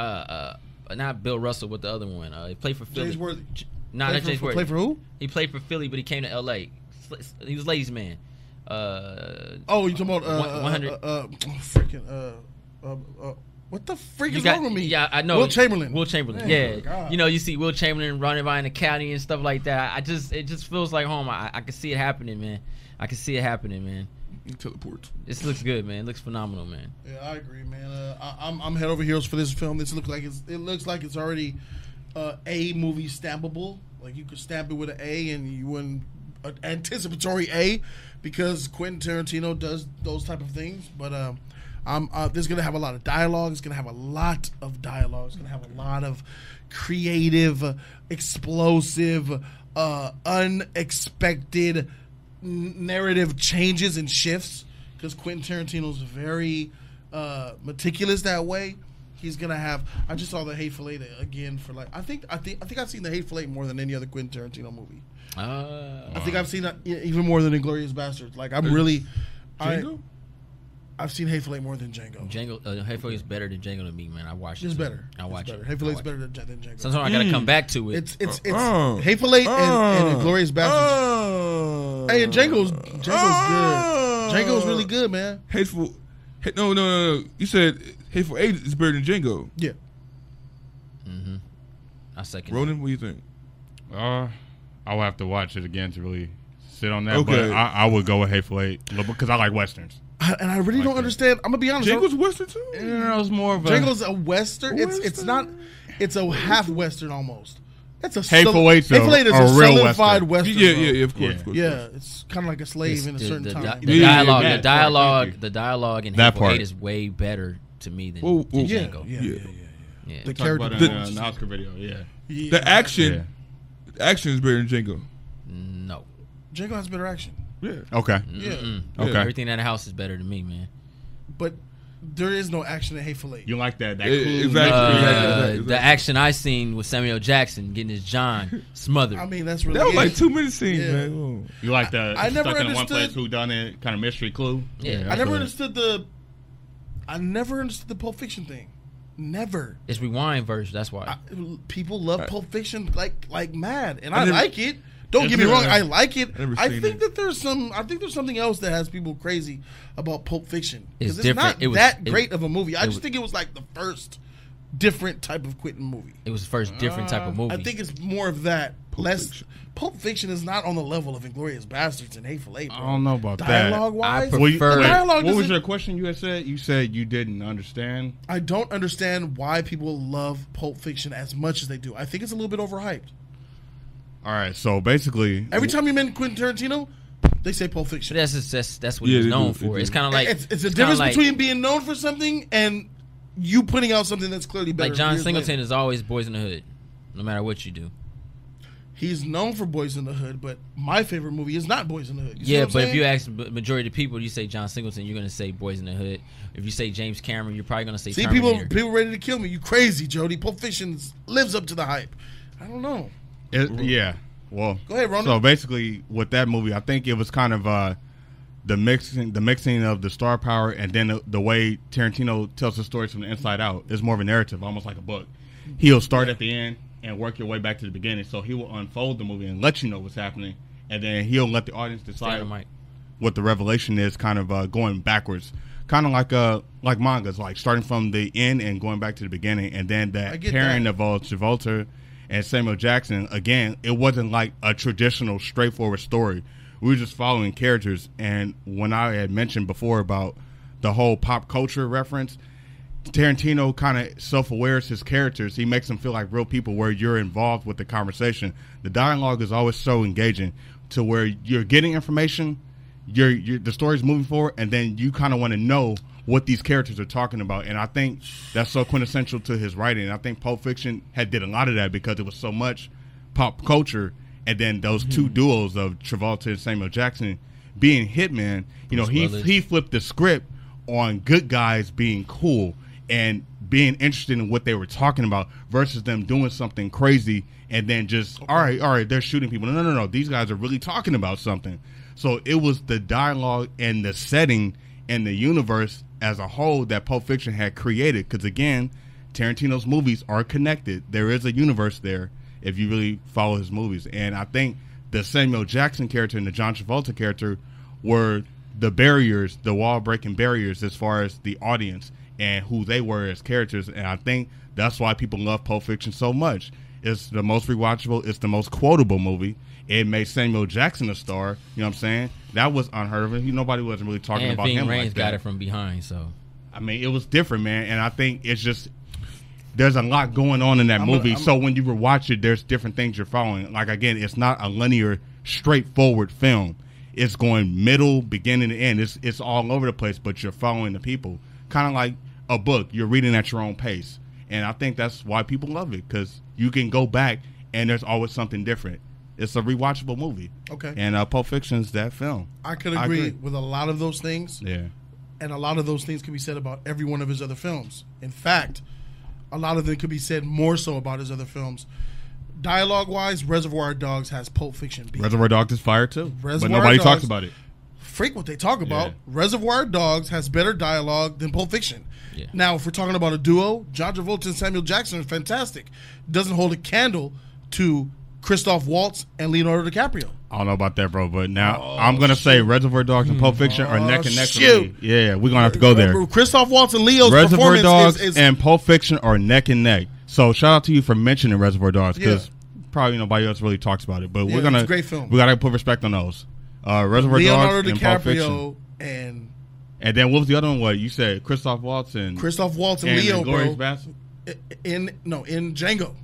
Speaker 2: uh, uh, not Bill Russell, but the other one. Uh, he played for Philly.
Speaker 1: James Worthy.
Speaker 2: J- Nah,
Speaker 1: Played
Speaker 2: not
Speaker 1: for-
Speaker 2: James
Speaker 1: for-
Speaker 2: Worthy.
Speaker 1: played for who?
Speaker 2: He played for Philly, but he came to L.A. He was ladies' man. Uh,
Speaker 1: oh, you talking about uh,
Speaker 2: One- 100.
Speaker 1: uh, uh, uh, freaking uh, uh, uh, what the freak
Speaker 2: You
Speaker 1: is
Speaker 2: got-
Speaker 1: wrong with me?
Speaker 2: Yeah, I know.
Speaker 1: Will Chamberlain.
Speaker 2: Will Chamberlain.
Speaker 1: Man, oh,
Speaker 2: yeah,
Speaker 1: God.
Speaker 2: you know, you see Will Chamberlain running by in the county and stuff like that. I just, it just feels like home. I, I can see it happening, man. I can see it happening, man.
Speaker 4: He teleports.
Speaker 2: This looks good, man. It looks phenomenal, man.
Speaker 1: Yeah, I agree, man. Uh, I, I'm, I'm head over heels for this film. This looks like it's, it looks like it's already uh, a movie stampable. Like you could stamp it with an A, and you wouldn't an anticipatory A, because Quentin Tarantino does those type of things. But um, I'm uh, this is gonna have a lot of dialogue. It's gonna have a lot of dialogue. It's gonna have a lot of creative, explosive, uh, unexpected n- narrative changes and shifts because Quentin Tarantino's very uh, meticulous that way. He's gonna have. I just saw the Hateful Eight again for like. I think I think I think I've seen the Hateful Eight more than any other Quentin Tarantino movie.
Speaker 2: Uh,
Speaker 1: I think I've seen that e- even more than Inglorious Bastards. Like I'm really, I,
Speaker 4: Django?
Speaker 1: I've seen Hateful Eight more than Django.
Speaker 2: Django, uh, Hateful Eight's better than Django to me, man. I watched it.
Speaker 1: It's
Speaker 2: too.
Speaker 1: better.
Speaker 2: I watch
Speaker 1: it's better.
Speaker 2: it.
Speaker 1: Hateful
Speaker 2: I
Speaker 1: Eight's
Speaker 2: watch
Speaker 1: better
Speaker 2: it.
Speaker 1: than, Jan- than Django.
Speaker 2: Sometimes I gotta come back to it.
Speaker 1: It's it's it's
Speaker 4: Uh,
Speaker 1: Hateful Eight and, and Inglorious Bastards.
Speaker 4: Oh.
Speaker 1: hey, and Django's Django's good. Django's really good, man.
Speaker 4: uh, Hateful. Hate, no, no, no, no. You said Hateful Eight is better than Django.
Speaker 1: Yeah.
Speaker 2: I second. it.
Speaker 4: Ronan, what do you think?
Speaker 5: Uh, I'll have to watch it again to really sit on that.
Speaker 4: Okay.
Speaker 5: But I, I would go with Hateful Eight because I like westerns.
Speaker 1: I- and I really don't
Speaker 5: that.
Speaker 1: understand. I'm gonna be honest.
Speaker 4: Django's Western too.
Speaker 5: It was more of
Speaker 1: Django's a western. It's it's not. It's a half western almost. That's a
Speaker 5: Hateful
Speaker 1: sol-
Speaker 5: Eight's a-
Speaker 1: Hateful Eight is
Speaker 5: a
Speaker 1: a
Speaker 5: real
Speaker 1: solidified western.
Speaker 4: Yeah,
Speaker 1: bro.
Speaker 4: yeah, yeah. Of course,
Speaker 5: Yeah.
Speaker 4: of course.
Speaker 1: Yeah, it's kind of like a slave in a
Speaker 2: the,
Speaker 1: certain
Speaker 2: the,
Speaker 1: time.
Speaker 2: the
Speaker 4: Yeah, yeah,
Speaker 2: dialogue,
Speaker 5: yeah.
Speaker 2: the dialogue,
Speaker 5: Thank you.
Speaker 2: the dialogue in
Speaker 5: That
Speaker 2: Hateful
Speaker 5: part.
Speaker 2: Eight is way better to me than,
Speaker 4: Whoa, whoa.
Speaker 2: than
Speaker 1: yeah,
Speaker 2: Django.
Speaker 1: yeah, yeah,
Speaker 4: Yeah.
Speaker 1: yeah,
Speaker 2: Yeah.
Speaker 1: The
Speaker 5: Talk
Speaker 1: character.
Speaker 5: about
Speaker 1: The,
Speaker 5: it in, uh, an Oscar video. Yeah.
Speaker 1: yeah.
Speaker 4: The action,
Speaker 5: Yeah.
Speaker 4: the action is better than Django.
Speaker 2: No. Mm.
Speaker 1: Django has better action.
Speaker 4: Yeah.
Speaker 5: Okay.
Speaker 1: Yeah,
Speaker 5: Okay.
Speaker 2: Everything in the house is better to me, man.
Speaker 1: but there is no action in Hateful Eight.
Speaker 5: You like that? That
Speaker 4: Yeah,
Speaker 5: cool.
Speaker 4: exactly.
Speaker 2: Uh,
Speaker 4: Exactly, exactly,
Speaker 2: The
Speaker 4: exactly.
Speaker 2: action I seen with Samuel Jackson getting his John smothered.
Speaker 1: I mean, that's really.
Speaker 4: That was
Speaker 1: it.
Speaker 4: like two minute scene,
Speaker 1: Yeah.
Speaker 4: man.
Speaker 5: You like the
Speaker 1: I- I
Speaker 5: stuck
Speaker 1: never
Speaker 5: in one place,
Speaker 1: understood-
Speaker 5: who done it, kind of mystery clue.
Speaker 2: Yeah.
Speaker 1: I never
Speaker 5: cool.
Speaker 1: understood the. I never understood the Pulp Fiction thing. Never.
Speaker 2: it's rewind version. That's why.
Speaker 1: I, people love Pulp Fiction like like mad, and
Speaker 4: I
Speaker 1: I,
Speaker 4: never-
Speaker 1: like it. Don't
Speaker 4: I've
Speaker 1: get me
Speaker 4: never-
Speaker 1: wrong, I like it.
Speaker 4: never
Speaker 1: I
Speaker 4: seen
Speaker 1: think
Speaker 4: it.
Speaker 1: that there's some. I think there's something else that has people crazy about Pulp Fiction
Speaker 2: It's
Speaker 1: because it's,
Speaker 2: different.
Speaker 1: not
Speaker 2: It was-
Speaker 1: that
Speaker 2: it-
Speaker 1: great of a movie. I
Speaker 2: it
Speaker 1: just
Speaker 2: was-
Speaker 1: think it was like the first different type of Quentin movie.
Speaker 2: it was the first different type of movie.
Speaker 1: Uh, I think it's more of that. less
Speaker 4: Fiction.
Speaker 1: Pulp Fiction is not on the level of Inglorious Bastards and Hateful Eight.
Speaker 5: I
Speaker 1: bro.
Speaker 5: don't know about that.
Speaker 1: Dialogue
Speaker 2: I
Speaker 1: wise,
Speaker 2: prefer-
Speaker 5: you-
Speaker 2: The
Speaker 5: wait,
Speaker 1: dialogue
Speaker 5: what was
Speaker 1: doesn't-
Speaker 5: your question? You had said you said you didn't understand.
Speaker 1: I don't understand why people love Pulp Fiction as much as they do. I think it's a little bit overhyped.
Speaker 5: All right. So basically,
Speaker 1: Every time you mention Quentin Tarantino, they say Pulp Fiction.
Speaker 2: But that's just, that's that's what
Speaker 4: Yeah,
Speaker 2: he's
Speaker 4: they
Speaker 2: known
Speaker 4: do, they
Speaker 2: for.
Speaker 4: do.
Speaker 2: It's kind of like
Speaker 1: it's, it's a
Speaker 2: kinda
Speaker 1: difference
Speaker 2: like-
Speaker 1: between being known for something and you putting out something that's clearly better.
Speaker 2: like John
Speaker 1: years
Speaker 2: Singleton
Speaker 1: later.
Speaker 2: is always boys in the hood, no matter what you do.
Speaker 1: He's known for Boys in the Hood, but my favorite movie is not Boys in the Hood. You see
Speaker 2: yeah,
Speaker 1: what I'm
Speaker 2: but if
Speaker 1: saying?
Speaker 2: you ask the majority of people, you say John Singleton, you're gonna say boys in the hood. If you say James Cameron, you're probably gonna say
Speaker 1: see people,
Speaker 2: Terminator.
Speaker 1: people ready to kill me. You crazy, Jody? Pulp Fiction lives up to the hype. I don't know.
Speaker 5: It- yeah. Well,
Speaker 1: Mm-hmm. Go ahead, Ronan.
Speaker 5: So basically, with that movie, I think it was kind of uh, the mixing, the mixing of the star power, and then the, the way Tarantino tells the stories from the inside out is more of a narrative, almost like a book. He'll start at the end and work your way back to the beginning, so he will unfold the movie and let you know what's happening, and then he'll let the audience
Speaker 2: Stay on
Speaker 5: decide
Speaker 2: the mic.
Speaker 5: what the revelation is, kind of uh, going backwards. kind of like uh like mangas, like starting from the end and going back to the beginning, and then
Speaker 1: I
Speaker 5: that
Speaker 1: get
Speaker 5: pairing of uh, Travolta and Samuel Jackson. Again, it wasn't like a traditional, straightforward story. We were just following characters, and when I had mentioned before about the whole pop culture reference, Tarantino kind of self-awares his characters. He makes them feel like real people, where you're involved with the conversation. The dialogue is always so engaging, to where you're getting information, you're, you're the story's moving forward, and then you kind of want to know what these characters are talking about. And I think that's so quintessential to his writing. I think Pulp Fiction had did a lot of that because it was so much pop culture, and then those two duels of Travolta and Samuel Jackson being hitmen. You know,
Speaker 11: Bruce
Speaker 5: he
Speaker 11: Willis.
Speaker 5: he flipped the script on good guys being cool and being interested in what they were talking about versus them doing something crazy and then just all right, all right, they're shooting people. No, no, no, no. These guys are really talking about something. So it was the dialogue and the setting and the universe as a whole that Pulp Fiction had created. Because again, Tarantino's movies are connected. There is a universe there if you really follow his movies. And I think the Samuel Jackson character and the John Travolta character were the barriers, the wall breaking barriers as far as the audience and who they were as characters. And I think that's why people love Pulp Fiction so much. It's the most rewatchable, it's the most quotable movie. It made Samuel Jackson a star. You know what I'm saying? That was unheard of. He- Nobody wasn't really talking
Speaker 2: and
Speaker 5: about
Speaker 2: Ving
Speaker 5: him
Speaker 2: Rhames
Speaker 5: like that.
Speaker 2: got it from behind, so
Speaker 5: I mean, it was different, man. And I think it's just there's a lot going on in that
Speaker 2: I'm gonna-
Speaker 5: movie.
Speaker 2: I'm-
Speaker 5: so when you rewatch it, there's different things you're following. Like again, it's not a linear, straightforward film. It's going middle, beginning, to end. It's it's all over the place, but you're following the people, kind of like a book. You're reading at your own pace, and I think that's why people love it because you can go back and there's always something different. It's a rewatchable movie.
Speaker 1: Okay.
Speaker 5: And uh, Pulp Fiction's that film.
Speaker 1: I could agree, with a lot of those things.
Speaker 5: Yeah.
Speaker 1: And a lot of those things can be said about every one of his other films. In fact, a lot of them could be said more so about his other films. Dialogue wise, Reservoir Dogs has Pulp Fiction beat.
Speaker 5: Reservoir Dogs is fire too, but
Speaker 1: Reservoir
Speaker 5: nobody
Speaker 1: Dogs-
Speaker 5: talks about it.
Speaker 1: Freak what they talk about.
Speaker 5: Yeah.
Speaker 1: Reservoir Dogs has better dialogue than Pulp Fiction.
Speaker 2: Yeah.
Speaker 1: Now, if we're talking about a duo, John Travolta and Samuel Jackson are fantastic. Doesn't hold a candle to Christoph Waltz and Leonardo DiCaprio.
Speaker 5: I don't know about that, bro. But now I'm gonna say Reservoir Dogs and Pulp Fiction are
Speaker 1: Oh,
Speaker 5: neck and neck. for
Speaker 1: shoot.
Speaker 5: me. Yeah, we're gonna have to go there.
Speaker 1: Christoph Waltz and Leo's
Speaker 5: Reservoir
Speaker 1: performance
Speaker 5: Dogs
Speaker 1: is, is
Speaker 5: and Pulp Fiction are neck and neck. So shout out to you for mentioning Reservoir Dogs because probably nobody else really talks about it. But
Speaker 1: Yeah,
Speaker 5: we're gonna
Speaker 1: it's a great film.
Speaker 5: We gotta put respect on those. Uh, Reservoir
Speaker 1: Leonardo
Speaker 5: Dogs and Pulp Fiction.
Speaker 1: DiCaprio and
Speaker 5: And then what was the other one? What you said? Christoph Waltz and
Speaker 1: Christoph Waltz and,
Speaker 5: and
Speaker 1: Leo,
Speaker 5: Inglourious
Speaker 1: bro.
Speaker 5: Bastard?
Speaker 1: In no, in Django.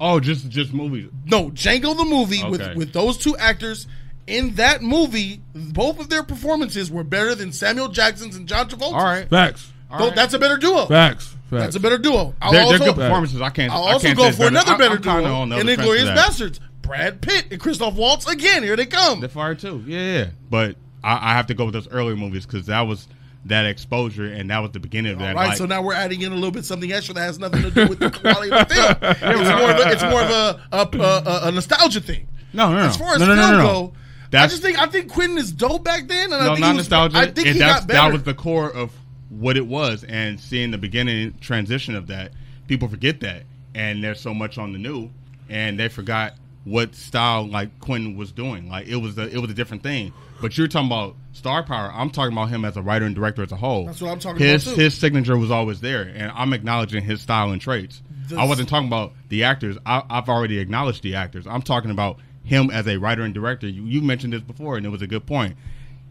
Speaker 5: Oh, just just movies.
Speaker 1: No, Django the movie
Speaker 5: Okay.
Speaker 1: with with those two actors in that movie. Both of their performances were better than Samuel Jackson's and John Travolta's.
Speaker 5: All right.
Speaker 4: Facts.
Speaker 1: Tho- That's a better duo.
Speaker 4: Facts.
Speaker 1: That's
Speaker 4: Facts.
Speaker 1: a better duo. I'll
Speaker 5: They're- they're
Speaker 1: also,
Speaker 5: good performances. I can't-
Speaker 1: I'll
Speaker 5: I
Speaker 1: also
Speaker 5: can't say
Speaker 1: go
Speaker 5: it's
Speaker 1: for
Speaker 5: better.
Speaker 1: another
Speaker 5: I'm-
Speaker 1: better
Speaker 5: I'm kinda
Speaker 1: duo.
Speaker 5: on the
Speaker 1: And
Speaker 5: other fence
Speaker 1: Inglorious
Speaker 5: to that.
Speaker 1: Bastards. Brad Pitt and Christoph Waltz again. Here they come.
Speaker 5: They're fire too. Yeah, yeah. But I, I have to go with those earlier movies because that was that exposure and that was the beginning of that.
Speaker 1: All right,
Speaker 5: like-
Speaker 1: so now we're adding in a little bit something extra that has nothing to do with the quality of the
Speaker 5: <laughs>
Speaker 1: film. It's more of a, it's more of a, a, a, a nostalgia thing.
Speaker 5: No, no, no.
Speaker 1: As far as
Speaker 5: No, no, no,
Speaker 1: film
Speaker 5: no, no.
Speaker 1: go, I
Speaker 5: That's-
Speaker 1: just think I think Quentin is dope back then, and I
Speaker 5: no,
Speaker 1: think
Speaker 5: not
Speaker 1: he was,
Speaker 5: nostalgia.
Speaker 1: I think
Speaker 5: And
Speaker 1: he
Speaker 5: that's-
Speaker 1: got better.
Speaker 5: That was the core of what it was, and seeing the beginning transition of that, people forget that, and there's so much on the new, and they forgot what style like Quentin was doing. Like it was a, it was a different thing. But you're talking about star power. I'm talking about him as a writer and director as a whole.
Speaker 1: That's what I'm talking
Speaker 5: his,
Speaker 1: about, too.
Speaker 5: His signature was always there, and I'm acknowledging his style and traits.
Speaker 1: The-
Speaker 5: I wasn't talking about the actors. I, I've already acknowledged the actors. I'm talking about him as a writer and director. You, you mentioned this before, and it was a good point.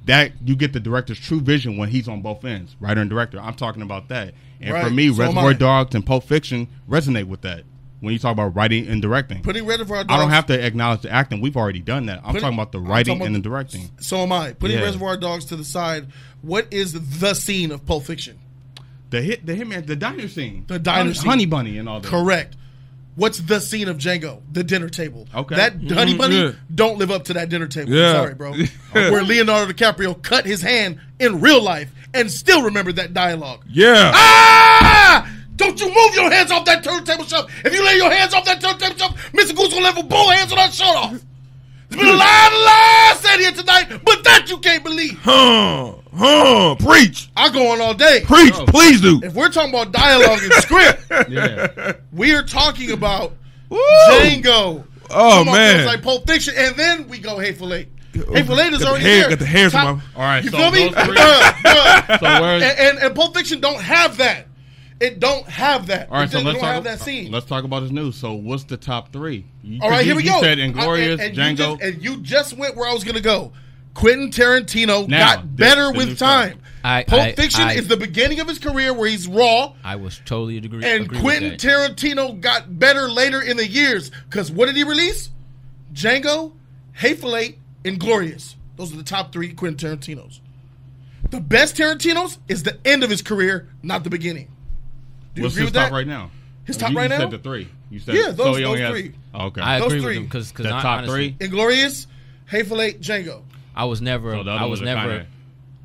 Speaker 5: That you get the director's true vision when he's on both ends, writer and director. I'm talking about that. And for
Speaker 1: Right.
Speaker 5: me,
Speaker 1: So am I.
Speaker 5: Reservoir Dogs and Pulp Fiction resonate with that. When you talk about writing and directing,
Speaker 1: Putting Reservoir
Speaker 5: I don't
Speaker 1: Dogs-
Speaker 5: have to acknowledge the acting. We've already done that. I'm
Speaker 1: Putting-
Speaker 5: talking about the
Speaker 1: I'm
Speaker 5: writing
Speaker 1: talking about
Speaker 5: and the
Speaker 1: the-
Speaker 5: directing.
Speaker 1: so am I. Putting
Speaker 5: Yeah.
Speaker 1: Reservoir Dogs to the side, what is the scene of Pulp Fiction?
Speaker 5: The hit, the hitman, the diner scene,
Speaker 1: The diner scene.
Speaker 5: honey bunny, and all that.
Speaker 1: Correct. What's the scene of Django? The dinner table.
Speaker 5: Okay.
Speaker 1: That honey
Speaker 5: Mhm,
Speaker 1: bunny
Speaker 5: yeah.
Speaker 1: don't live up to that dinner table.
Speaker 5: Yeah.
Speaker 1: Sorry,
Speaker 5: <laughs>
Speaker 1: bro. Where Leonardo DiCaprio cut his hand in real life and still remembered that dialogue.
Speaker 4: Yeah.
Speaker 1: Ah! Don't you move your hands off that turntable shelf. If you lay your hands off that turntable shelf, Mr. Goose will have a bull hands on that shut off. There's
Speaker 5: <laughs>
Speaker 1: been a lot of lies said here tonight, but that you can't believe.
Speaker 4: Huh. Huh. Preach.
Speaker 1: I go on all day.
Speaker 4: Preach. Please do.
Speaker 1: Oh. If we're talking about dialogue and script,
Speaker 4: Yeah.
Speaker 1: we are talking about Django.
Speaker 4: Oh,
Speaker 1: Come on,
Speaker 4: man.
Speaker 1: films like Pulp Fiction, and then we go Hateful Eight. Hateful Eight is
Speaker 4: Got the
Speaker 1: already
Speaker 4: hair-
Speaker 1: there.
Speaker 4: got the hairs
Speaker 1: Top-
Speaker 4: on my-
Speaker 5: All right,
Speaker 1: you
Speaker 5: so
Speaker 1: feel me?
Speaker 5: those three-
Speaker 1: Bruh, bruh.
Speaker 5: <laughs> So where's-
Speaker 1: and, and and Pulp Fiction don't have that. It don't have that.
Speaker 5: All right,
Speaker 1: it
Speaker 5: so
Speaker 1: don't-
Speaker 5: let's
Speaker 1: don't
Speaker 5: talk.
Speaker 1: have that scene.
Speaker 5: Let's talk about this news. So, what's the top three? You,
Speaker 1: All right,
Speaker 5: you-
Speaker 1: here we
Speaker 5: you
Speaker 1: go.
Speaker 5: Said
Speaker 1: I-
Speaker 5: Inglorious,
Speaker 1: and, and
Speaker 5: Django.
Speaker 1: You just, and you just went where I was going to go. Quentin Tarantino
Speaker 5: Now, the-
Speaker 1: got better
Speaker 5: the new
Speaker 1: with time.
Speaker 2: I-
Speaker 1: Pulp
Speaker 2: I-
Speaker 1: Fiction
Speaker 2: I-
Speaker 1: is the beginning of his career where he's raw,
Speaker 2: I was totally agree.
Speaker 1: and
Speaker 2: agree
Speaker 1: Quentin
Speaker 2: with that.
Speaker 1: Tarantino got better later in the years. Because what did he release? Django, Hateful Eight, and Glorious. Those are the top three Quentin Tarantinos. The best Tarantino's is the end of his career, not the beginning. Do you
Speaker 5: what's
Speaker 1: agree
Speaker 5: his
Speaker 1: with
Speaker 5: top
Speaker 1: that?
Speaker 5: right now? Oh,
Speaker 1: His
Speaker 5: You-
Speaker 1: top
Speaker 5: you
Speaker 1: right now?
Speaker 5: Said the three. You said
Speaker 1: Yeah, those-
Speaker 5: he
Speaker 1: those
Speaker 5: only has- Oh,
Speaker 1: three.
Speaker 5: Okay.
Speaker 2: I
Speaker 1: Those
Speaker 2: agree
Speaker 1: three.
Speaker 2: with him because
Speaker 5: The top three?
Speaker 1: Inglorious, Hateful Eight, Django.
Speaker 2: I was never.
Speaker 5: So the other
Speaker 2: I was
Speaker 5: ones are
Speaker 2: never.
Speaker 5: kinda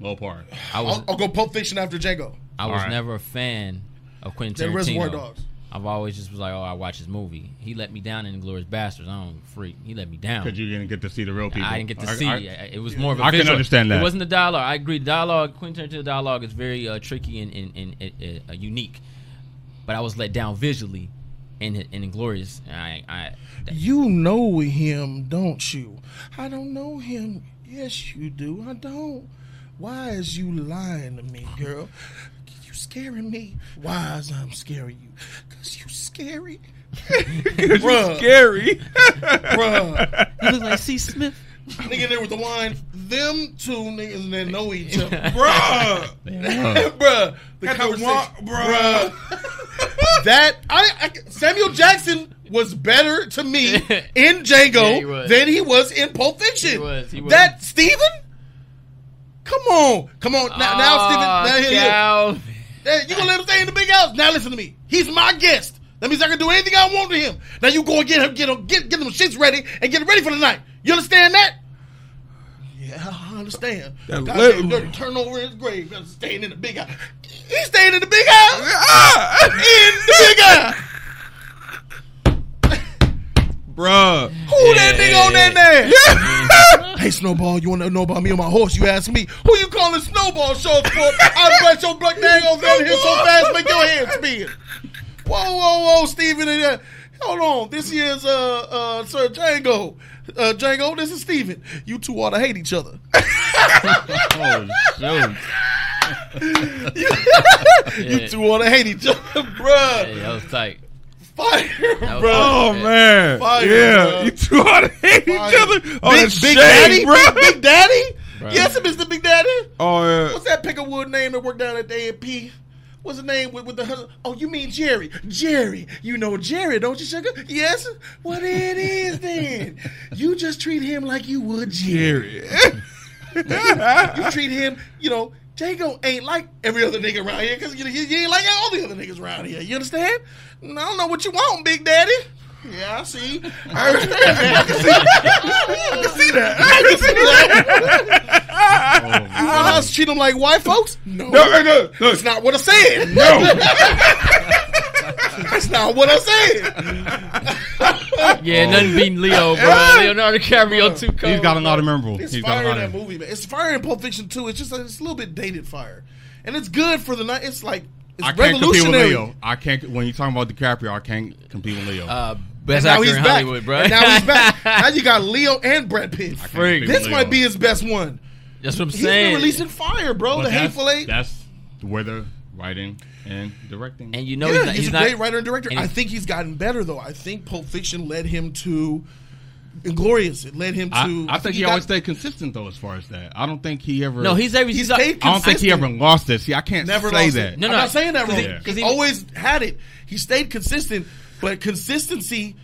Speaker 5: Low par.
Speaker 2: I was.
Speaker 1: I'll, I'll go Pulp Fiction after Django.
Speaker 2: I
Speaker 5: All
Speaker 2: was
Speaker 5: right.
Speaker 2: never a fan of Quentin
Speaker 1: Then
Speaker 2: Tarantino.
Speaker 1: Reservoir Dogs.
Speaker 2: I've always just was like, oh, I watch his movie. He let me down in Glorious Bastards. I don't freak. He let me down.
Speaker 5: Because you didn't get to see the real people.
Speaker 2: I didn't get to
Speaker 5: I-
Speaker 2: see.
Speaker 5: I-
Speaker 2: it. it was more of a
Speaker 5: I can
Speaker 2: visual.
Speaker 5: understand that.
Speaker 2: It wasn't the dialogue. I agree. Dialogue, Quentin Tarantino dialogue is very uh, tricky and, and, and uh, uh, unique. But I was let down visually in in Inglorious. And I, I
Speaker 1: You know him, don't you? I don't know him. Yes, you do. I don't. Why is you lying to me, girl? You scaring me. Why is I'm scaring you? Cause you
Speaker 4: <laughs>
Speaker 1: scary. Bruh,
Speaker 4: Scary. <laughs>
Speaker 1: bruh.
Speaker 2: you look like C. Smith.
Speaker 1: Nigga there with the wine. Them two niggas that know each other.
Speaker 4: <laughs> Bruh.
Speaker 1: <laughs> bruh. The
Speaker 4: At the
Speaker 1: conversation.
Speaker 4: wa- bruh.
Speaker 1: that I, I- Samuel Jackson was better to
Speaker 2: <laughs>
Speaker 1: me in
Speaker 2: Yeah,
Speaker 1: Django
Speaker 2: he was.
Speaker 1: than he was in Pulp Fiction.
Speaker 2: He was, he was.
Speaker 1: That Steven? Come on, come on
Speaker 2: Oh,
Speaker 1: now, now
Speaker 2: Ah,
Speaker 1: Steven, now here, here. Hey, you gonna let him stay in the big house? Now listen to me. He's my guest. That means I can do anything I want to him. Now you go and get him, get him, get get them shits ready and get ready for the night. You understand that? Yeah, I understand.
Speaker 4: That
Speaker 1: Goddamn
Speaker 4: little-
Speaker 1: dirty turn over his grave. Gotta Staying in the big house. He's staying in the big house.
Speaker 4: Ah,
Speaker 1: In the big house.
Speaker 4: Bruh.
Speaker 1: Who that nigga on that name? <laughs> hey Snowball, you wanna know about me and my horse? You ask me. Who you calling Snowball Shorts
Speaker 2: <laughs>
Speaker 1: for? I brought your black dang over down here so fast make your head spin. Whoa, whoa, whoa, Steven and uh, Hold on, this is uh uh Sir Django. Uh Django, this is Steven. You two ought to hate each other. <laughs>
Speaker 5: Oh, shoot.
Speaker 1: you two ought to hate each other, <laughs> bruh.
Speaker 2: Hey, that was tight.
Speaker 1: Fire,
Speaker 2: was-
Speaker 1: bruh.
Speaker 4: Oh man.
Speaker 1: Fire,
Speaker 4: yeah.
Speaker 1: bruh.
Speaker 4: You two ought to hate each
Speaker 1: Fire.
Speaker 4: other. Oh,
Speaker 1: Big,
Speaker 4: that's
Speaker 1: Big
Speaker 4: shade,
Speaker 1: Daddy?
Speaker 4: bruh.
Speaker 1: Big, Big Daddy?
Speaker 2: Bruh.
Speaker 1: Yes, Mr. Big Daddy?
Speaker 4: Oh yeah.
Speaker 1: What's that pickerwood name that worked down at the A&P? What's the name with, with the hus- Oh, you mean Jerry. Jerry. You know Jerry, don't you, sugar? Yes. What it is then. You just treat him like you would Jerry. <laughs>
Speaker 4: Scary.
Speaker 1: You treat him, you know, Django ain't like every other nigga around here because you, you, you ain't like all the other niggas around here. You understand? I don't know what you want, Big Daddy. Yeah, I see. I <laughs> understand that. I can see that. I can see that. I can see that.
Speaker 5: Oh,
Speaker 1: You <laughs> know how to treat him like white folks?
Speaker 4: Uh, No, no, no, no.
Speaker 1: That's not what I said.
Speaker 4: No.
Speaker 1: <laughs> That's not what I said.
Speaker 2: Yeah, nothing beating <laughs> Leo, Oh. bro. Leonardo DiCaprio too cold.
Speaker 5: He's got an automemorable.
Speaker 1: It's
Speaker 5: He's got
Speaker 1: fire in
Speaker 5: an
Speaker 1: that
Speaker 5: automemorable.
Speaker 1: movie, man. It's fire in Pulp Fiction too. It's just like, it's a little bit dated fire, and it's good for the night. It's like it's
Speaker 5: I can't compete with
Speaker 1: revolutionary.
Speaker 5: Leo. I can't. When you're talking about DiCaprio, I can't compete with Leo.
Speaker 2: Uh, best
Speaker 1: Now
Speaker 2: actor
Speaker 1: he's
Speaker 2: in
Speaker 1: back.
Speaker 2: Hollywood, bro.
Speaker 1: And now he's
Speaker 5: <laughs>
Speaker 1: back. now you got Leo and Brad Pitt.
Speaker 5: Freak.
Speaker 1: This
Speaker 5: Leo.
Speaker 1: might be his best one.
Speaker 2: That's what I'm
Speaker 1: He's been
Speaker 2: saying.
Speaker 1: releasing fire, bro.
Speaker 5: But
Speaker 1: the
Speaker 5: that's-
Speaker 1: Hateful Eight.
Speaker 5: That's where the writing and directing.
Speaker 2: and you know
Speaker 1: yeah,
Speaker 2: he's
Speaker 1: he's, a
Speaker 2: not. not-
Speaker 1: great writer and director.
Speaker 2: and
Speaker 1: I
Speaker 2: he's-
Speaker 1: think he's gotten better though. I think Pulp Fiction led him to Inglorious. It led him to.
Speaker 5: I, I think he,
Speaker 1: got-
Speaker 5: always stayed consistent though, as far as that. I don't think he ever.
Speaker 2: No, he's every.
Speaker 1: He's
Speaker 2: He's, a-
Speaker 1: paid
Speaker 5: I don't think he
Speaker 1: consistent.
Speaker 5: ever lost it. See, I can't
Speaker 1: Never
Speaker 5: say
Speaker 1: lost
Speaker 5: that.
Speaker 1: It. No,
Speaker 2: no,
Speaker 1: I'm not saying that
Speaker 2: 'cause
Speaker 1: wrong.
Speaker 2: he-
Speaker 1: He,
Speaker 2: 'cause he-
Speaker 1: always had it. He stayed consistent, but consistency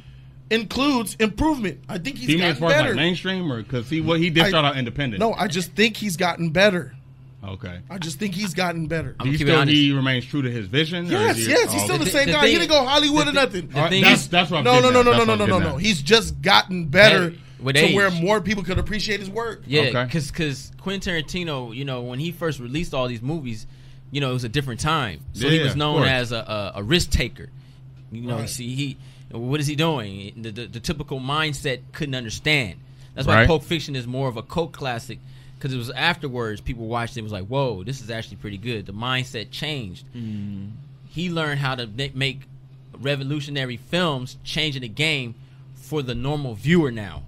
Speaker 1: includes improvement. I think he's
Speaker 5: Do you mean as
Speaker 1: gotten
Speaker 5: far as
Speaker 1: better.
Speaker 5: like mainstream or because he what he did
Speaker 1: I-
Speaker 5: start out independent?
Speaker 1: no, I just think he's gotten better.
Speaker 5: Okay.
Speaker 1: I just think he's gotten better.
Speaker 5: Do
Speaker 2: I'm
Speaker 5: you
Speaker 2: keeping
Speaker 5: still
Speaker 2: honest.
Speaker 5: he remains true to his vision? or
Speaker 1: yes,
Speaker 5: is he-
Speaker 1: yes,
Speaker 5: oh,
Speaker 1: he's still the
Speaker 5: okay.
Speaker 2: The-
Speaker 1: same
Speaker 2: the
Speaker 1: guy.
Speaker 2: thing-
Speaker 1: he didn't go Hollywood
Speaker 2: the
Speaker 1: or
Speaker 2: thi-
Speaker 1: nothing.
Speaker 2: the thing
Speaker 5: That's
Speaker 2: is-
Speaker 5: that's what I'm
Speaker 1: no, no,
Speaker 5: getting
Speaker 1: no, no,
Speaker 5: at. That's
Speaker 1: no,
Speaker 5: what
Speaker 1: no,
Speaker 5: I'm
Speaker 1: no, no,
Speaker 5: getting
Speaker 1: no.
Speaker 5: at.
Speaker 1: He's just gotten better
Speaker 2: With
Speaker 1: to
Speaker 2: age.
Speaker 1: where more people could appreciate his work.
Speaker 2: Yeah,
Speaker 5: Okay.
Speaker 2: because Quentin Tarantino, you know, when he first released all these movies, you know, it was a different time. So he
Speaker 5: Yeah,
Speaker 2: was
Speaker 5: of
Speaker 2: known
Speaker 5: course.
Speaker 2: as a, a, a risk taker. You know,
Speaker 1: Right.
Speaker 2: see, he what is he doing? The, the, the typical mindset couldn't understand. That's why
Speaker 5: Right.
Speaker 2: Pulp Fiction is more of a cult classic because it was afterwards people watched it and was like, "Whoa, this is actually pretty good." The mindset changed. He learned how to ma- make revolutionary films, changing the game for the normal viewer now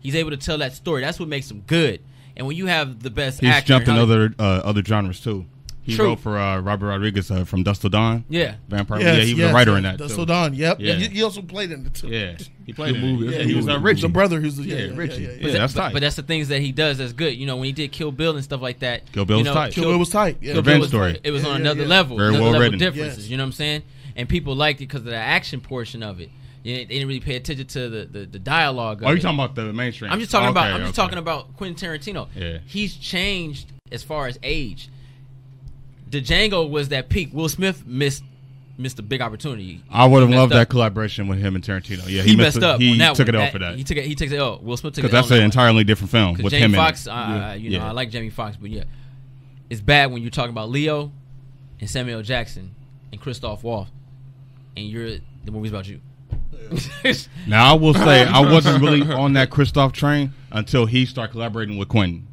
Speaker 2: He's able to tell that story. That's what makes him good. And when you have the best
Speaker 5: He's
Speaker 2: actor,
Speaker 5: jumped in
Speaker 2: how-
Speaker 5: other uh, other genres too. He
Speaker 2: True.
Speaker 5: wrote for uh, Robert Rodriguez uh, from Dust Till Dawn.
Speaker 2: Yeah.
Speaker 5: Vampire.
Speaker 1: Yes,
Speaker 5: Oh, yeah, he was
Speaker 1: yes,
Speaker 5: a writer
Speaker 1: yes.
Speaker 5: in that.
Speaker 1: That's
Speaker 5: too.
Speaker 1: so done. Yep.
Speaker 5: Yeah.
Speaker 1: Yeah. He, he also played in it too.
Speaker 5: Yeah. He
Speaker 1: played
Speaker 5: played in it.
Speaker 1: Yeah,
Speaker 5: Yeah,
Speaker 1: he
Speaker 5: he
Speaker 1: was
Speaker 5: was
Speaker 1: that
Speaker 5: in it.
Speaker 1: Richie. The brother who's the
Speaker 5: Yeah, Richie.
Speaker 1: Yeah,
Speaker 5: Yeah,
Speaker 2: that-
Speaker 5: that's
Speaker 2: but-
Speaker 5: tight.
Speaker 2: But that's the things that he does that's good. You know, when he did Kill Bill and stuff like that.
Speaker 5: Kill Bill
Speaker 2: you know,
Speaker 5: was tight.
Speaker 1: Kill Bill was tight. Yeah.
Speaker 2: Kill
Speaker 5: Revenge
Speaker 2: Bill was-
Speaker 5: story.
Speaker 2: It was
Speaker 1: Yeah,
Speaker 2: on
Speaker 1: yeah,
Speaker 2: another
Speaker 1: yeah.
Speaker 2: level.
Speaker 5: Very
Speaker 2: another
Speaker 5: well
Speaker 2: level
Speaker 5: written.
Speaker 2: differences.
Speaker 1: Yes.
Speaker 2: You know what I'm saying? And people liked it because of the action portion of it. You know, they didn't really pay attention to the, the, the dialogue. Of
Speaker 5: Oh, you
Speaker 2: it.
Speaker 5: talking about the mainstream?
Speaker 2: I'm just talking about.
Speaker 5: Okay,
Speaker 2: I'm just
Speaker 5: okay.
Speaker 2: talking about Quentin Tarantino.
Speaker 5: Yeah.
Speaker 2: He's changed as far as age. The Django was that peak. Will Smith missed missed a big opportunity.
Speaker 5: I would have loved
Speaker 2: that
Speaker 5: that collaboration with him and Tarantino. Yeah,
Speaker 2: he,
Speaker 5: he,
Speaker 2: messed
Speaker 5: missed it.
Speaker 2: up.
Speaker 5: He
Speaker 2: on that
Speaker 5: took
Speaker 2: one.
Speaker 5: it off for that.
Speaker 2: He took it. He takes it. Oh, Will Smith took
Speaker 5: because
Speaker 2: it.
Speaker 5: that's
Speaker 2: on
Speaker 5: an
Speaker 2: that one.
Speaker 5: entirely different film
Speaker 2: 'Cause
Speaker 5: with
Speaker 2: Jamie
Speaker 5: him
Speaker 2: Foxx,
Speaker 5: in it.
Speaker 2: uh, you know,
Speaker 5: Yeah.
Speaker 2: I like Jamie Foxx, but yeah, it's bad when you're talking about Leo and Samuel Jackson and Christoph Waltz, and you're the movie's about you.
Speaker 5: Now I will say I wasn't really on that Christoph train until he started collaborating with Quentin.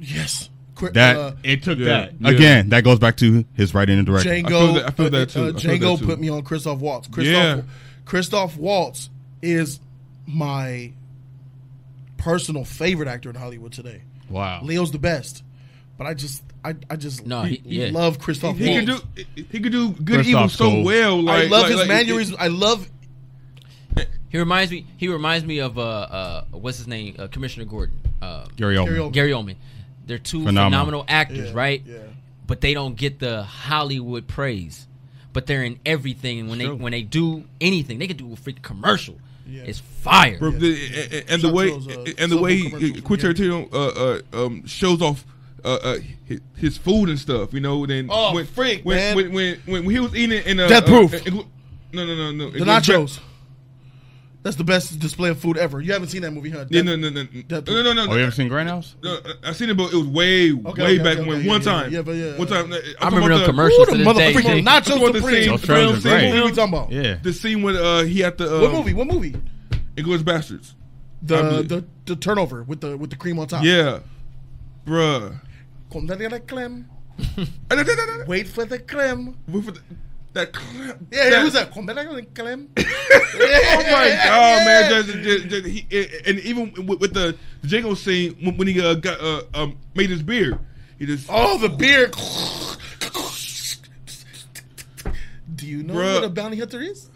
Speaker 1: Yes. Quick,
Speaker 5: That
Speaker 1: uh,
Speaker 5: it took
Speaker 4: Yeah,
Speaker 5: that
Speaker 4: yeah.
Speaker 5: again. That goes back to his writing and directing.
Speaker 1: Django.
Speaker 4: I feel that- I feel
Speaker 1: uh,
Speaker 4: that
Speaker 1: uh,
Speaker 4: too. I
Speaker 1: Django
Speaker 4: feel that too.
Speaker 1: put me on Christoph Waltz. Christoph,
Speaker 4: Yeah.
Speaker 1: Christoph Waltz is my personal favorite actor in Hollywood today.
Speaker 5: Wow.
Speaker 1: Leo's the best, but I just, I, I just
Speaker 2: No, he- yeah.
Speaker 1: love Christoph
Speaker 4: He
Speaker 1: Waltz.
Speaker 4: could do he could do good
Speaker 5: First
Speaker 4: evil
Speaker 5: off,
Speaker 4: so
Speaker 5: cool.
Speaker 4: well.
Speaker 1: I
Speaker 4: Like
Speaker 1: love
Speaker 4: like-
Speaker 1: his
Speaker 4: like,
Speaker 1: mannerisms. I love
Speaker 2: <laughs> He reminds me. He reminds me of uh, uh what's his name? Uh, Commissioner Gordon. Uh,
Speaker 5: Gary Oldman.
Speaker 1: Gary Oldman.
Speaker 2: Gary Oldman. They're two phenomenal,
Speaker 5: Phenomenal.
Speaker 2: actors,
Speaker 1: Yeah,
Speaker 2: right?
Speaker 1: yeah.
Speaker 2: But they don't get the Hollywood praise. But they're in everything, and when
Speaker 5: True.
Speaker 2: they when they do anything, they could do a freaking commercial.
Speaker 1: Yeah.
Speaker 2: It's fire.
Speaker 4: Bro, the- and- and, and the
Speaker 1: Shout
Speaker 4: way
Speaker 1: to those, uh,
Speaker 4: and the way
Speaker 1: Subway
Speaker 4: he, Quentin Tarantino uh, uh, um, shows off uh, uh, his, his food and stuff, you know. Then
Speaker 1: Oh,
Speaker 4: when,
Speaker 1: freak,
Speaker 4: when,
Speaker 1: man.
Speaker 4: When, when when when he was eating in uh,
Speaker 1: Death
Speaker 4: uh,
Speaker 1: Proof.
Speaker 4: in- in- no, no, no, no.
Speaker 1: the nachos. That's the best display of food ever. You haven't seen that movie, huh?
Speaker 4: Yeah, no, no, no, no,
Speaker 1: Death
Speaker 4: no, no, no.
Speaker 5: Oh, you ever seen Grindhouse?
Speaker 4: No, I seen it, but it was way,
Speaker 1: Okay,
Speaker 4: way
Speaker 1: okay,
Speaker 4: back
Speaker 1: okay,
Speaker 4: when.
Speaker 1: okay,
Speaker 4: one
Speaker 1: yeah,
Speaker 4: time,
Speaker 1: yeah, but yeah. uh,
Speaker 4: one time. uh,
Speaker 2: I
Speaker 4: I'm talking
Speaker 2: remember
Speaker 4: about
Speaker 2: them
Speaker 4: the-
Speaker 2: commercials
Speaker 1: Ooh,
Speaker 2: to
Speaker 1: the
Speaker 2: this day.
Speaker 1: motherfucking
Speaker 2: They-
Speaker 1: nachos
Speaker 4: I'm talking about the
Speaker 1: Supreme.
Speaker 4: scene-
Speaker 5: Those trailers are
Speaker 4: the scene-
Speaker 5: great.
Speaker 1: What are we talking about?
Speaker 5: Yeah.
Speaker 4: The scene when uh, he had the um,
Speaker 1: What movie? What movie?
Speaker 4: English Bastards. I
Speaker 1: The
Speaker 4: believe-
Speaker 1: the, the turnover with the with the cream on top.
Speaker 4: Yeah, bruh.
Speaker 1: Come down there, Clem.
Speaker 4: And that- that- that- that-
Speaker 1: Wait for the creme.
Speaker 4: Wait for the- that clap.
Speaker 1: Yeah, yeah,
Speaker 4: That-
Speaker 1: who's that? Come back on the creme.
Speaker 4: Oh my god, man! Just, just, just, he, and even with, with the Django scene when, when he uh, got uh, um, made his beard, he just
Speaker 1: Oh, the beer. Do you know
Speaker 4: Bruh.
Speaker 1: what a bounty hunter is?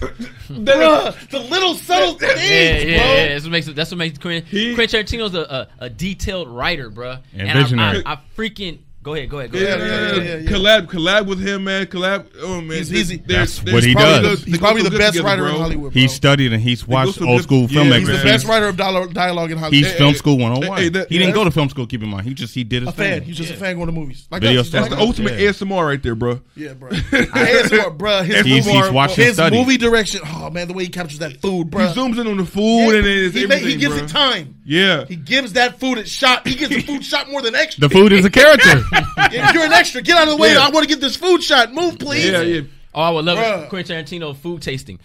Speaker 1: Bruh, the little subtle things,
Speaker 2: Yeah, yeah,
Speaker 1: bro.
Speaker 2: yeah. That's what makes it, that's what makes Quentin,
Speaker 4: He-
Speaker 2: Quentin Tarantino's a, a, a detailed writer, bro.
Speaker 5: And
Speaker 2: I-
Speaker 5: visionary.
Speaker 2: I, I, freaking go ahead, go ahead, go
Speaker 4: yeah,
Speaker 2: ahead.
Speaker 4: yeah,
Speaker 1: yeah, yeah,
Speaker 4: yeah,
Speaker 1: yeah.
Speaker 4: collab collab with him, man. Collab. Oh man,
Speaker 1: He's-
Speaker 4: they-
Speaker 1: he's-
Speaker 4: they're-
Speaker 5: That's
Speaker 4: they're
Speaker 5: what he
Speaker 4: probably
Speaker 5: does.
Speaker 4: good-
Speaker 1: He's
Speaker 4: they
Speaker 1: probably
Speaker 4: go
Speaker 1: the
Speaker 4: good
Speaker 1: best
Speaker 4: together,
Speaker 1: writer in
Speaker 4: bro.
Speaker 1: Hollywood.
Speaker 5: He
Speaker 1: bro.
Speaker 5: studied and he's watched
Speaker 4: some
Speaker 5: old
Speaker 4: good-
Speaker 5: school
Speaker 4: yeah,
Speaker 5: filmmakers.
Speaker 1: He's the
Speaker 5: and
Speaker 1: best writer of dialogue, dialogue in Hollywood.
Speaker 5: He's
Speaker 4: Hey,
Speaker 5: film
Speaker 4: hey,
Speaker 5: school 101.
Speaker 4: hey, that-
Speaker 5: he didn't
Speaker 4: that-
Speaker 5: go to film school, keep in mind. He just he did his
Speaker 1: a fan.
Speaker 5: thing.
Speaker 1: He's just a fan going to movies. Like
Speaker 5: Video
Speaker 1: that's,
Speaker 5: stuff.
Speaker 4: That's the ultimate
Speaker 5: Yeah.
Speaker 4: ASMR right there, bro.
Speaker 1: Yeah,
Speaker 4: <laughs>
Speaker 1: bro. ASMR, bro. His,
Speaker 5: He's-
Speaker 1: movie,
Speaker 5: he's watched and
Speaker 1: his
Speaker 5: studied.
Speaker 1: movie direction. Oh man, the way he captures that food, bro.
Speaker 4: He zooms in on the food and then it's
Speaker 1: he, ma-
Speaker 4: everything,
Speaker 1: he gives
Speaker 4: bro.
Speaker 1: it time.
Speaker 4: Yeah,
Speaker 1: He gives that food a shot. He gives the
Speaker 4: <laughs>
Speaker 1: food shot more than extra.
Speaker 5: The
Speaker 1: <laughs>
Speaker 5: food is a character.
Speaker 1: if you're an extra, get out of the way.
Speaker 4: Yeah.
Speaker 1: I want to get this food shot. Move, please.
Speaker 4: yeah, yeah.
Speaker 2: Oh, I would love
Speaker 1: Bruh.
Speaker 2: it. Quentin Tarantino food tasting.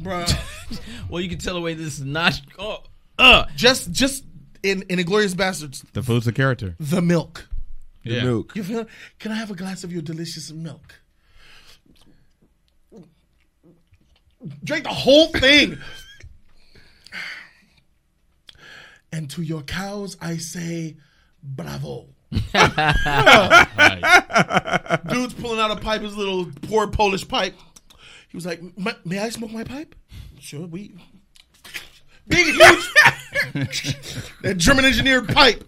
Speaker 1: bro.
Speaker 2: Well, you can tell away this is not. Oh, uh.
Speaker 1: Just, just in in Inglorious Bastards,
Speaker 5: the food's a character.
Speaker 1: the milk.
Speaker 5: Yeah.
Speaker 4: Milk.
Speaker 1: You feel? Can I have a glass of your delicious milk? Drink the whole thing. and to your cows, I say, bravo. Dude's pulling out a pipe, his little poor Polish pipe. He was like, "May- "May I smoke my pipe?" Sure, we. Big huge. that German engineered pipe.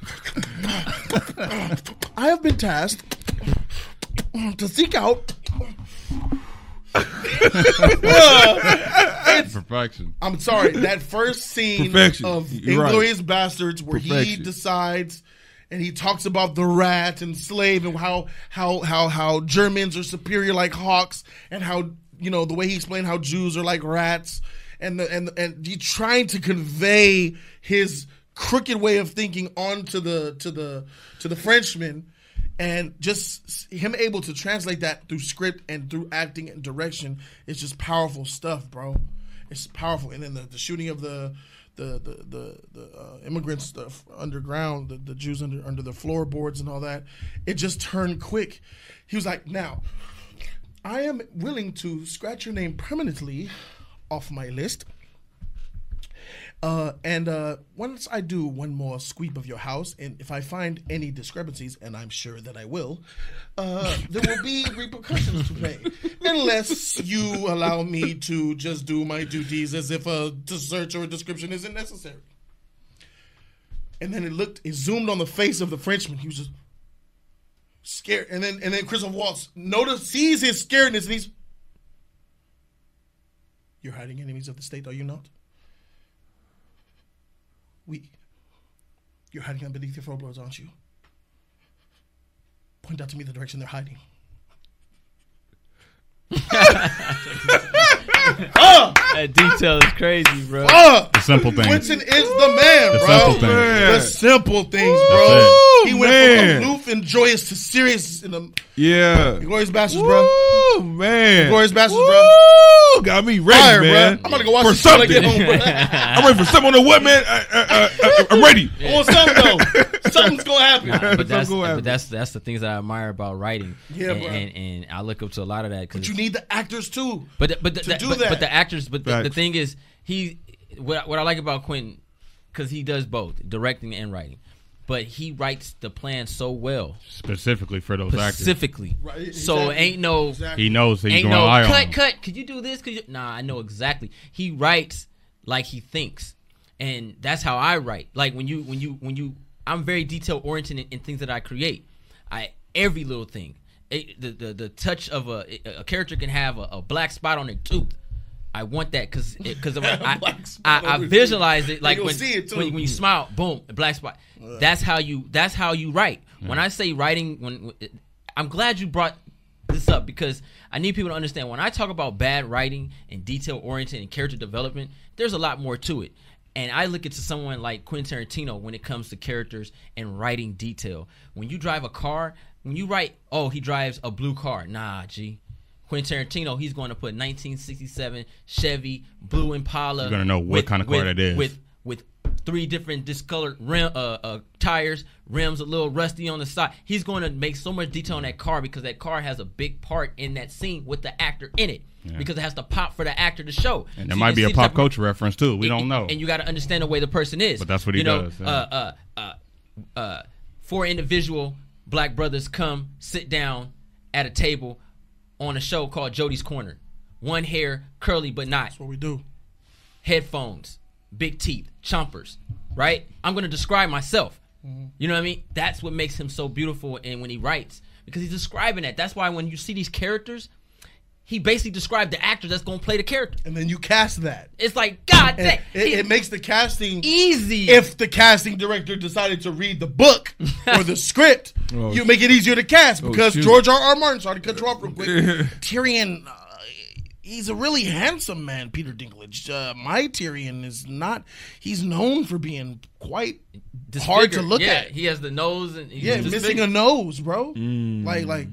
Speaker 1: I have been tasked to seek out.
Speaker 5: Perfection.
Speaker 1: I'm
Speaker 4: <laughs>
Speaker 1: sorry, that first scene
Speaker 4: Perfection.
Speaker 1: of
Speaker 4: You're right.
Speaker 1: Inglorious Bastards, where he
Speaker 4: Perfection.
Speaker 1: decides and he talks about the rat and slave and how how how how Germans are superior like hawks and how you know the way he explained how Jews are like rats and the, and and he trying to convey his crooked way of thinking onto the to the to the Frenchman and just s- him able to translate that through script and through acting and direction is just powerful stuff, bro. It's powerful, and then the, the shooting of the the the the, the uh, immigrants the f- underground, the, the Jews under under the floorboards and all that, it just turned quick. He was like, "Now, I am willing to scratch your name permanently off my list. Uh, and uh, once I do one more sweep of your house, and if I find any discrepancies, and I'm sure that I will, uh, there will be repercussions to pay. Unless you allow me to just do my duties as if a to search or a description isn't necessary. And then it looked, it zoomed on the face of the Frenchman. He was just scared. And then, and then Christopher Waltz notice sees his scaredness, and he's, "You're hiding enemies of the state, are you not?" We. You're hiding them beneath your floorboards, aren't you? Point out to me the direction they're hiding.
Speaker 2: That detail is crazy, bro.
Speaker 1: Uh,
Speaker 5: The simple things.
Speaker 1: Quentin is the man,
Speaker 5: The
Speaker 1: bro.
Speaker 5: simple things.
Speaker 1: The simple things,
Speaker 5: That's
Speaker 1: bro.
Speaker 5: it.
Speaker 1: He went
Speaker 4: man.
Speaker 1: from aloof and joyous to serious in the
Speaker 4: Yeah.
Speaker 1: glorious bastards, bro.
Speaker 4: Oh man.
Speaker 1: Glorious bastards, bro.
Speaker 4: Woo! Got me ready,
Speaker 1: Fire,
Speaker 4: man.
Speaker 1: bro. I'm gonna go watch
Speaker 4: for
Speaker 1: this shit when I
Speaker 4: something.
Speaker 1: get home, bro.
Speaker 2: <laughs>
Speaker 4: I'm ready for something. on the what, man? Uh, I, I, I, I, am ready.
Speaker 1: I want something though. Something's gonna happen.
Speaker 2: but that's
Speaker 4: Don't go at me.
Speaker 2: but that's that's the things I admire about writing.
Speaker 1: Yeah,
Speaker 2: and,
Speaker 1: bro.
Speaker 2: and and I look up to a lot of that. 'cause
Speaker 1: But you
Speaker 2: it's-
Speaker 1: need the actors too.
Speaker 2: But the, but the,
Speaker 1: to do
Speaker 2: but,
Speaker 1: that.
Speaker 2: but the actors. But the, the
Speaker 4: Facts.
Speaker 2: thing is, he what I- what I like about Quentin because he does both directing and writing, but he writes the plan so well
Speaker 5: specifically for those actors.
Speaker 2: specifically.
Speaker 1: Right,
Speaker 2: So
Speaker 1: exactly.
Speaker 2: ain't no
Speaker 5: He knows that he's
Speaker 2: ain't
Speaker 5: going to
Speaker 2: no
Speaker 5: lie
Speaker 2: cut
Speaker 5: on. them.
Speaker 2: cut. Could you do this? Could you? Nah, I know exactly. He writes like he thinks, and that's how I write. Like when you when you when you, I'm very detail oriented in, in things that I create. I every little thing. It- the, the the touch of a a character can have a, a black spot on their tooth. I want that because because
Speaker 1: <laughs>
Speaker 2: I, I,
Speaker 1: Black spot
Speaker 2: I,
Speaker 1: on
Speaker 2: I
Speaker 1: their
Speaker 2: visualize
Speaker 1: tooth.
Speaker 2: it like
Speaker 1: They gonna
Speaker 2: when,
Speaker 1: see it, too.
Speaker 2: when when you smile, boom, black spot. That's how you that's how you write. When I say writing, when I'm glad you brought this up because I need people to understand when I talk about bad writing and detail oriented and character development, there's a lot more to it. And I look at someone like Quentin Tarantino when it comes to characters and writing detail. When you drive a car, when you write, oh, he drives a blue car. Nah, G. Quentin Tarantino, he's going to put 1967 Chevy blue Impala.
Speaker 5: You're gonna know what kind of car
Speaker 2: with-
Speaker 5: that is.
Speaker 2: With with three different discolored rim, uh, uh, tires, rims a little rusty on the side. He's going to make so much detail on that car because that car has a big part in that scene with the actor in it because it has to pop for the actor to show.
Speaker 5: And
Speaker 2: So
Speaker 5: there
Speaker 2: you
Speaker 5: might
Speaker 2: can
Speaker 5: be a
Speaker 2: see the
Speaker 5: pop
Speaker 2: type of-
Speaker 5: culture reference too. We don't know.
Speaker 2: and you got to understand the way the person is.
Speaker 5: But that's what he
Speaker 2: you know,
Speaker 5: does, yeah.
Speaker 2: Uh, uh, uh, uh, four individual black brothers come sit down at a table on a show called Jody's Corner. One hair curly but not,
Speaker 1: That's what we do.
Speaker 2: headphones, big teeth, chompers. Right? I'm gonna describe myself.
Speaker 1: Mm-hmm.
Speaker 2: You know what I mean? That's what makes him so beautiful. And when he writes, because he's describing that. That's why when you see these characters, he basically described the actors that's gonna play the character.
Speaker 1: And then you cast that.
Speaker 2: It's like God
Speaker 1: And
Speaker 2: dang,
Speaker 1: it, it makes the casting
Speaker 2: easy.
Speaker 1: if the casting director decided to read the book or the script,
Speaker 4: Oh,
Speaker 1: you make it easier to cast because
Speaker 4: shoot.
Speaker 1: George R. R. Martin. Sorry to cut you off real quick. Tyrion, uh, he's a really handsome man. Peter Dinklage. Uh, my Tyrion is not. He's known for being quite hard to
Speaker 2: disfigured.
Speaker 1: look
Speaker 2: yeah,
Speaker 1: at.
Speaker 2: He has the nose and he's
Speaker 1: yeah,
Speaker 2: disfigured.
Speaker 1: missing a nose, bro. Like, like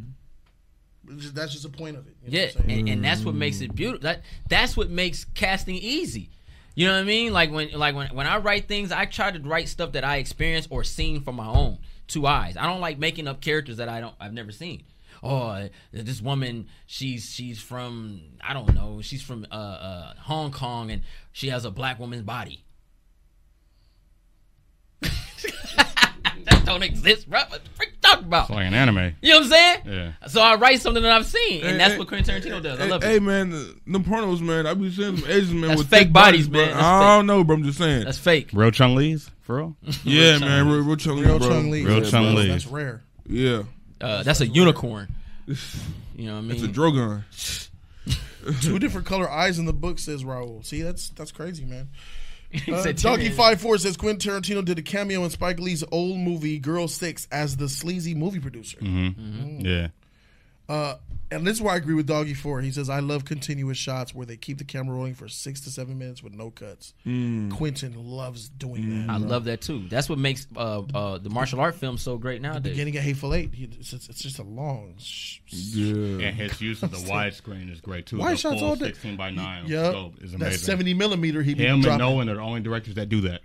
Speaker 1: that's just a point of it. you know
Speaker 2: Yeah,
Speaker 1: what I'm saying?
Speaker 2: and, and that's what makes it beautiful. That that's what makes casting easy. You know what I mean? Like when like when when I write things, I try to write stuff that I experienced or seen from my own two eyes. I don't like making up characters that I don't I've never seen. Oh, this woman, she's she's from I don't know, she's from uh, uh, Hong Kong and she has a black woman's body. <laughs> that don't exist, bro. What the freak you talking about?
Speaker 5: it's like an anime.
Speaker 2: You know what I'm saying?
Speaker 5: Yeah.
Speaker 2: So I write something that I've seen, and
Speaker 4: Hey,
Speaker 2: that's
Speaker 4: hey,
Speaker 2: what Quentin Tarantino does. I
Speaker 4: Hey,
Speaker 2: love
Speaker 4: hey,
Speaker 2: it.
Speaker 4: man, the, them pornos, man. I be seeing them Asian men
Speaker 2: That's
Speaker 4: with
Speaker 2: fake
Speaker 4: thick
Speaker 2: bodies,
Speaker 4: bro.
Speaker 2: man. That's
Speaker 4: I
Speaker 2: fake.
Speaker 4: don't know, bro. I'm just saying.
Speaker 2: That's fake. Uh,
Speaker 5: Real Chung Lee's
Speaker 2: <laughs>
Speaker 5: for real.
Speaker 2: Mm-hmm.
Speaker 4: yeah, man. Real, real Chung Lee,
Speaker 1: Real
Speaker 4: bro.
Speaker 1: Chung Lee.
Speaker 5: Real
Speaker 1: Yeah,
Speaker 5: Chung
Speaker 1: bro,
Speaker 5: Lee.
Speaker 1: That's rare.
Speaker 4: Yeah,
Speaker 2: Uh, that's a
Speaker 4: <laughs>
Speaker 2: unicorn. You know what I mean?
Speaker 4: it's a drogon.
Speaker 1: Two different color eyes in the book says Raul. See, that's that's crazy,
Speaker 5: <laughs>
Speaker 1: man. Uh,
Speaker 2: said
Speaker 1: Donkey
Speaker 2: Tyrion.
Speaker 1: Five Four says Quentin Tarantino did a cameo in Spike Lee's old movie Girl Six as the sleazy movie producer,
Speaker 5: Mm-hmm. Yeah.
Speaker 1: and this is why I agree with Doggy Four. He says I love continuous shots where they keep the camera rolling for six to seven minutes with no cuts.
Speaker 5: Mm.
Speaker 1: Quentin loves doing that.
Speaker 2: I love that too. That's what makes uh, uh, the martial art film so great nowadays.
Speaker 1: Getting a Hateful Eight, he- it's, it's it's just a long. Sh-
Speaker 4: Yeah.
Speaker 5: And his use of the widescreen is great too.
Speaker 1: Wide
Speaker 5: The
Speaker 1: shots
Speaker 5: full
Speaker 1: all day.
Speaker 5: 16 by 9
Speaker 1: Yup.
Speaker 5: scope is
Speaker 1: that
Speaker 5: amazing.
Speaker 1: seventy millimeter he be
Speaker 5: Him and
Speaker 1: dropping.
Speaker 5: Nolan are the only directors that do that.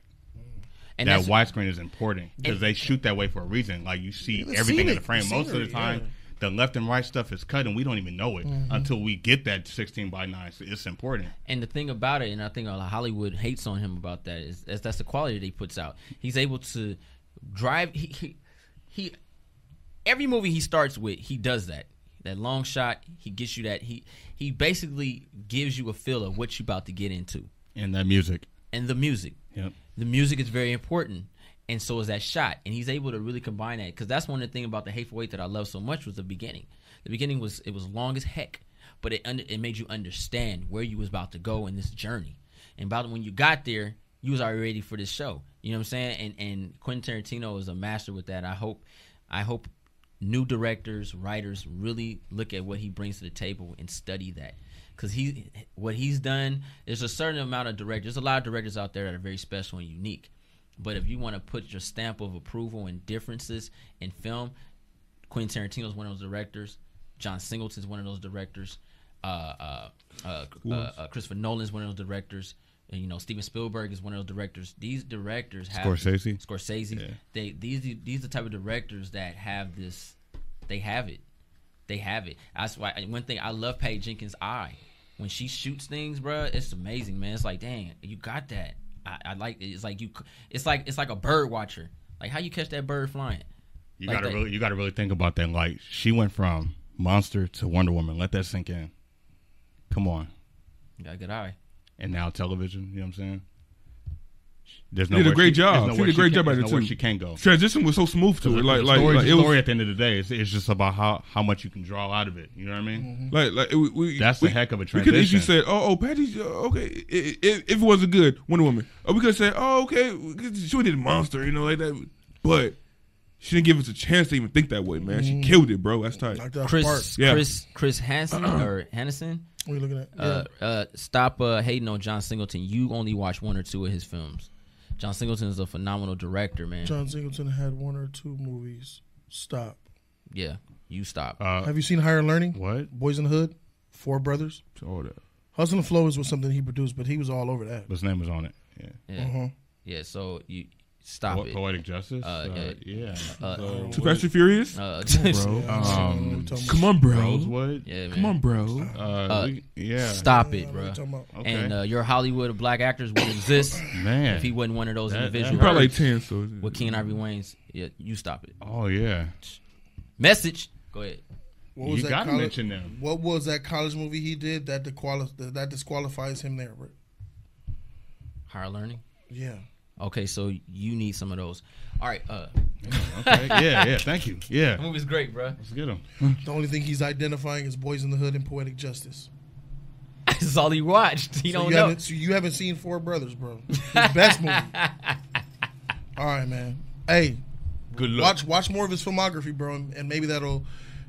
Speaker 2: and
Speaker 5: that
Speaker 2: that's,
Speaker 5: widescreen is important because they shoot that way for a reason. Like you see
Speaker 1: It's
Speaker 5: everything
Speaker 1: scenic,
Speaker 5: in the frame.
Speaker 1: the
Speaker 5: Most of
Speaker 1: scenery,
Speaker 5: the time,
Speaker 1: yeah. Mm-hmm.
Speaker 5: the left and right stuff is cut, and we don't even know it
Speaker 2: Mhm.
Speaker 5: until we get that sixteen by nine. So it's important.
Speaker 2: And the thing about it, and I think Hollywood hates on him about that, is that's, that's the quality that he puts out. He's able to drive. He, he, he, every movie he starts with, he does that. That long shot, he gets you that. He, he basically gives you a feel of what you're about to get into,
Speaker 5: And that music.
Speaker 2: and the music.
Speaker 5: Yep.
Speaker 2: The music is very important, and so is that shot. And he's able to really combine that because that's one of the thing about the Hateful Eight that I love so much was the beginning. The beginning was it was long as heck, but it under, it made you understand where you was about to go in this journey. And about when you got there, you was already ready for this show. You know what I'm saying? And and Quentin Tarantino is a master with that. I hope, I hope new directors, writers really look at what he brings to the table and study that. Because he, what he's done, there's a certain amount of directors. There's a lot of directors out there that are very special and unique. But if you want to put your stamp of approval and differences in film, Quentin Tarantino is one of those directors. John Singleton is one of those directors. Uh, uh, uh,
Speaker 11: Who
Speaker 2: uh,
Speaker 11: else?
Speaker 2: uh, Christopher Nolan is one of those directors. And, you know, Steven Spielberg is one of those directors. These directors have
Speaker 5: Scorsese?
Speaker 2: Scorsese.
Speaker 5: Yeah.
Speaker 2: They these these the type of directors that have this. They have it. They have it. That's why and one thing I love Paige Jenkins' eye. When she shoots things, bruh, it's amazing, man. It's like, dang, you got that. I, I like. It's like you. It's like it's like a bird watcher. Like how you catch that bird flying.
Speaker 5: You
Speaker 2: Like
Speaker 5: gotta
Speaker 2: that-
Speaker 5: really, you gotta really think about that. Like she went from monster to Wonder Woman. Let that sink in. Come on.
Speaker 2: You got a good eye.
Speaker 5: And now television. You know what I'm saying? There's
Speaker 4: She did a
Speaker 5: nowhere
Speaker 4: great
Speaker 5: she- there's
Speaker 4: job. She
Speaker 5: nowhere
Speaker 4: did a great
Speaker 5: can-
Speaker 4: job at
Speaker 5: there's
Speaker 4: it
Speaker 5: nowhere
Speaker 4: too.
Speaker 5: She can go.
Speaker 4: Transition was so smooth to
Speaker 5: Because
Speaker 4: it.
Speaker 5: the
Speaker 4: Like, like,
Speaker 5: story,
Speaker 4: like
Speaker 5: the
Speaker 4: it
Speaker 5: story
Speaker 4: was,
Speaker 5: at the end of the day, it's, it's just about how, how much you can draw out of it. You know what I
Speaker 2: Mm-hmm.
Speaker 5: mean?
Speaker 4: Like, like it- we, we-
Speaker 5: That's
Speaker 4: we,
Speaker 5: the heck of a
Speaker 4: We could easily
Speaker 5: transition.
Speaker 4: said, "Oh, oh, Patty, uh, okay." i- i- If it wasn't good, Wonder Woman, or we could say, "Oh, okay, we could- she did Monster," you know, like that. But she didn't give us a chance to even think that way, man. She
Speaker 5: Mm.
Speaker 2: Mhm.
Speaker 4: killed it, bro. That's tight.
Speaker 2: Chris,
Speaker 4: yeah.
Speaker 2: Chris, Chris Hansen or Hannison.
Speaker 1: What are you looking at?
Speaker 2: Uh, uh, stop uh, hating on John Singleton. You only watch one or two of his films. John Singleton is a phenomenal director, man.
Speaker 1: John Singleton had one or two movies. Stop.
Speaker 2: Yeah, you stop.
Speaker 1: Have you seen Higher Learning?
Speaker 5: Uh, What?
Speaker 1: Boys in the Hood? Four Brothers?
Speaker 4: All that.
Speaker 1: Hustle and Flow is was something he produced, but he was all over that.
Speaker 5: But his name was on it. Yeah.
Speaker 2: Yeah.
Speaker 5: Mm-hmm.
Speaker 1: Mhm.
Speaker 2: Yeah. So you stop
Speaker 5: Po-
Speaker 2: it.
Speaker 5: Poetic Justice? Uh, yeah. So-
Speaker 4: Too Fast and Furious?
Speaker 5: Oh,
Speaker 2: Uh,
Speaker 5: <laughs>
Speaker 4: Bro.
Speaker 2: <laughs>
Speaker 4: Um, Come on, bro.
Speaker 5: Rosewood?
Speaker 2: Yeah, man.
Speaker 4: Come on, bro.
Speaker 2: Uh,
Speaker 5: Uh, we- yeah.
Speaker 2: Stop
Speaker 5: Yeah,
Speaker 2: it,
Speaker 5: I know what
Speaker 2: bro.
Speaker 5: you're talking about. Okay.
Speaker 2: And uh, your Hollywood of black actors would
Speaker 5: <coughs>
Speaker 2: exist,
Speaker 5: Man.
Speaker 2: if he wasn't one of those
Speaker 5: That- that-
Speaker 2: individuals.
Speaker 5: Probably like
Speaker 4: 10, so-
Speaker 2: with Keen Ivory Wayne's, yeah, you stop it.
Speaker 5: Oh yeah.
Speaker 2: Message. Go ahead.
Speaker 1: What was that college-
Speaker 5: them.
Speaker 1: What was that college movie he did that disqual- that disqualifies him there? Rick?
Speaker 2: Higher learning.
Speaker 1: Yeah.
Speaker 2: Okay, so you need some of those. All right. Uh.
Speaker 5: okay. Yeah, yeah, thank you. Yeah.
Speaker 2: That movie's great, bro. Let's
Speaker 5: get him.
Speaker 1: The only thing he's identifying is Boys in the Hood and Poetic Justice.
Speaker 2: <laughs> That's all he watched. He
Speaker 1: so
Speaker 2: don't
Speaker 1: you
Speaker 2: know.
Speaker 1: Haven't, so you haven't seen Four Brothers, bro. His best
Speaker 2: <laughs>
Speaker 1: movie. All right, man. Hey,
Speaker 5: Good luck.
Speaker 1: Watch watch more of his filmography, bro, and, and maybe that'll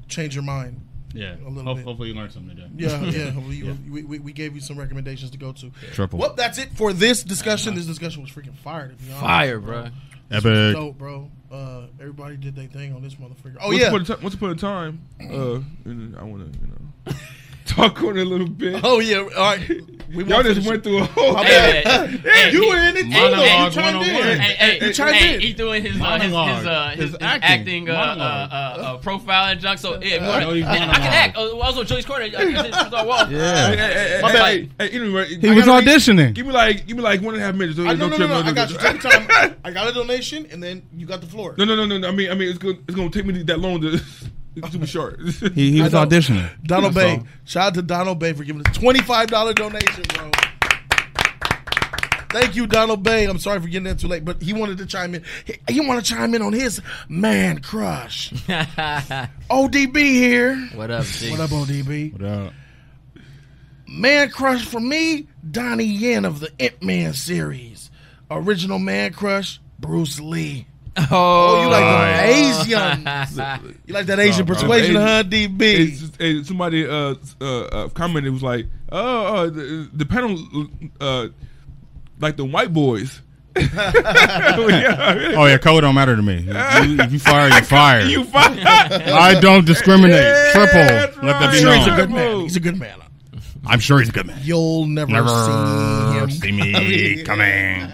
Speaker 1: change your mind.
Speaker 5: Yeah.
Speaker 1: a little
Speaker 5: Ho-
Speaker 1: bit.
Speaker 5: Hopefully you learned something today.
Speaker 1: Yeah, yeah. hopefully you-
Speaker 5: <laughs> Yeah.
Speaker 1: We, we, we gave you some recommendations to go to.
Speaker 5: Triple.
Speaker 1: Well, that's it for this discussion. This discussion was freaking fire. To be honest,
Speaker 2: Fire, bro.
Speaker 1: This was
Speaker 5: Epic.
Speaker 1: dope, bro. Uh, everybody did their thing on this motherfucker. Oh
Speaker 4: once
Speaker 1: yeah.
Speaker 4: Upon a ti- once upon a time, uh, and I want to, you know, <laughs> talk on it a little bit.
Speaker 1: Oh yeah. All right. We
Speaker 4: Y'all
Speaker 1: won't finish
Speaker 4: just went
Speaker 1: it.
Speaker 4: through a whole.
Speaker 1: My <laughs> bad.
Speaker 4: Hey,
Speaker 1: Hey, you
Speaker 4: hey,
Speaker 1: were in it too. though. You
Speaker 4: monologue
Speaker 1: chimed in.
Speaker 4: 101.
Speaker 2: Hey, hey,
Speaker 1: You chimed
Speaker 2: hey,
Speaker 1: in.
Speaker 2: he doing his uh, his, his, uh, his,
Speaker 1: His
Speaker 2: his
Speaker 1: acting.
Speaker 2: acting, uh, uh,
Speaker 1: Monologue.
Speaker 2: uh, uh, profile and junk. So yeah,
Speaker 1: I know he's
Speaker 2: I, I
Speaker 1: monologue.
Speaker 2: can act. Oh, I was on Joey's corner. I can sit on the
Speaker 1: <laughs>
Speaker 2: wall.
Speaker 4: Hey, hey, hey,
Speaker 2: My
Speaker 4: hey,
Speaker 2: bad.
Speaker 4: hey, hey, anyway,
Speaker 5: He
Speaker 4: I
Speaker 5: was
Speaker 4: gotta-
Speaker 5: auditioning.
Speaker 4: Give me like, give me like one and a half minutes.
Speaker 1: I, no, no, no, no, I got you. Take your time. I got a donation, and then you got the floor.
Speaker 4: No, no, no, no, no. I mean, I mean, it's gonna, it's gonna take me that long to, <laughs> it's too <laughs> short.
Speaker 5: He, he was
Speaker 1: I know.
Speaker 5: auditioning.
Speaker 1: Donald
Speaker 5: That's
Speaker 1: Bay. Shout out to Donald Bay for giving us twenty five dollar donation, bro. Thank you, Donald Bay. I'm sorry for getting there too late, but he wanted to chime in. He, he want to chime in on his man crush. ODB here.
Speaker 2: What up, G?
Speaker 1: What up, ODB?
Speaker 5: What up?
Speaker 1: Man crush for me, Donnie Yen of the Ip Man series. Original man crush, Bruce Lee.
Speaker 2: Oh,
Speaker 1: you like
Speaker 4: Nice.
Speaker 1: the Asians? you like that Asian persuasion, huh, DB?
Speaker 4: It's just- hey, somebody uh, s- uh, uh, commented was like, "Oh, uh, the, the panel, uh, like the white boys."
Speaker 5: <laughs>
Speaker 4: <laughs>
Speaker 5: Oh yeah, color don't matter to me. If you, if you
Speaker 1: <laughs>
Speaker 5: fire, you fire.
Speaker 4: You fire.
Speaker 5: I don't discriminate. Triple. Let that
Speaker 1: I'm
Speaker 5: be
Speaker 1: sure
Speaker 5: known.
Speaker 1: he's a good man. He's a good man.
Speaker 5: I'm sure he's a good man.
Speaker 1: You'll never, <laughs>
Speaker 5: Never
Speaker 1: see him <laughs>
Speaker 5: see me coming.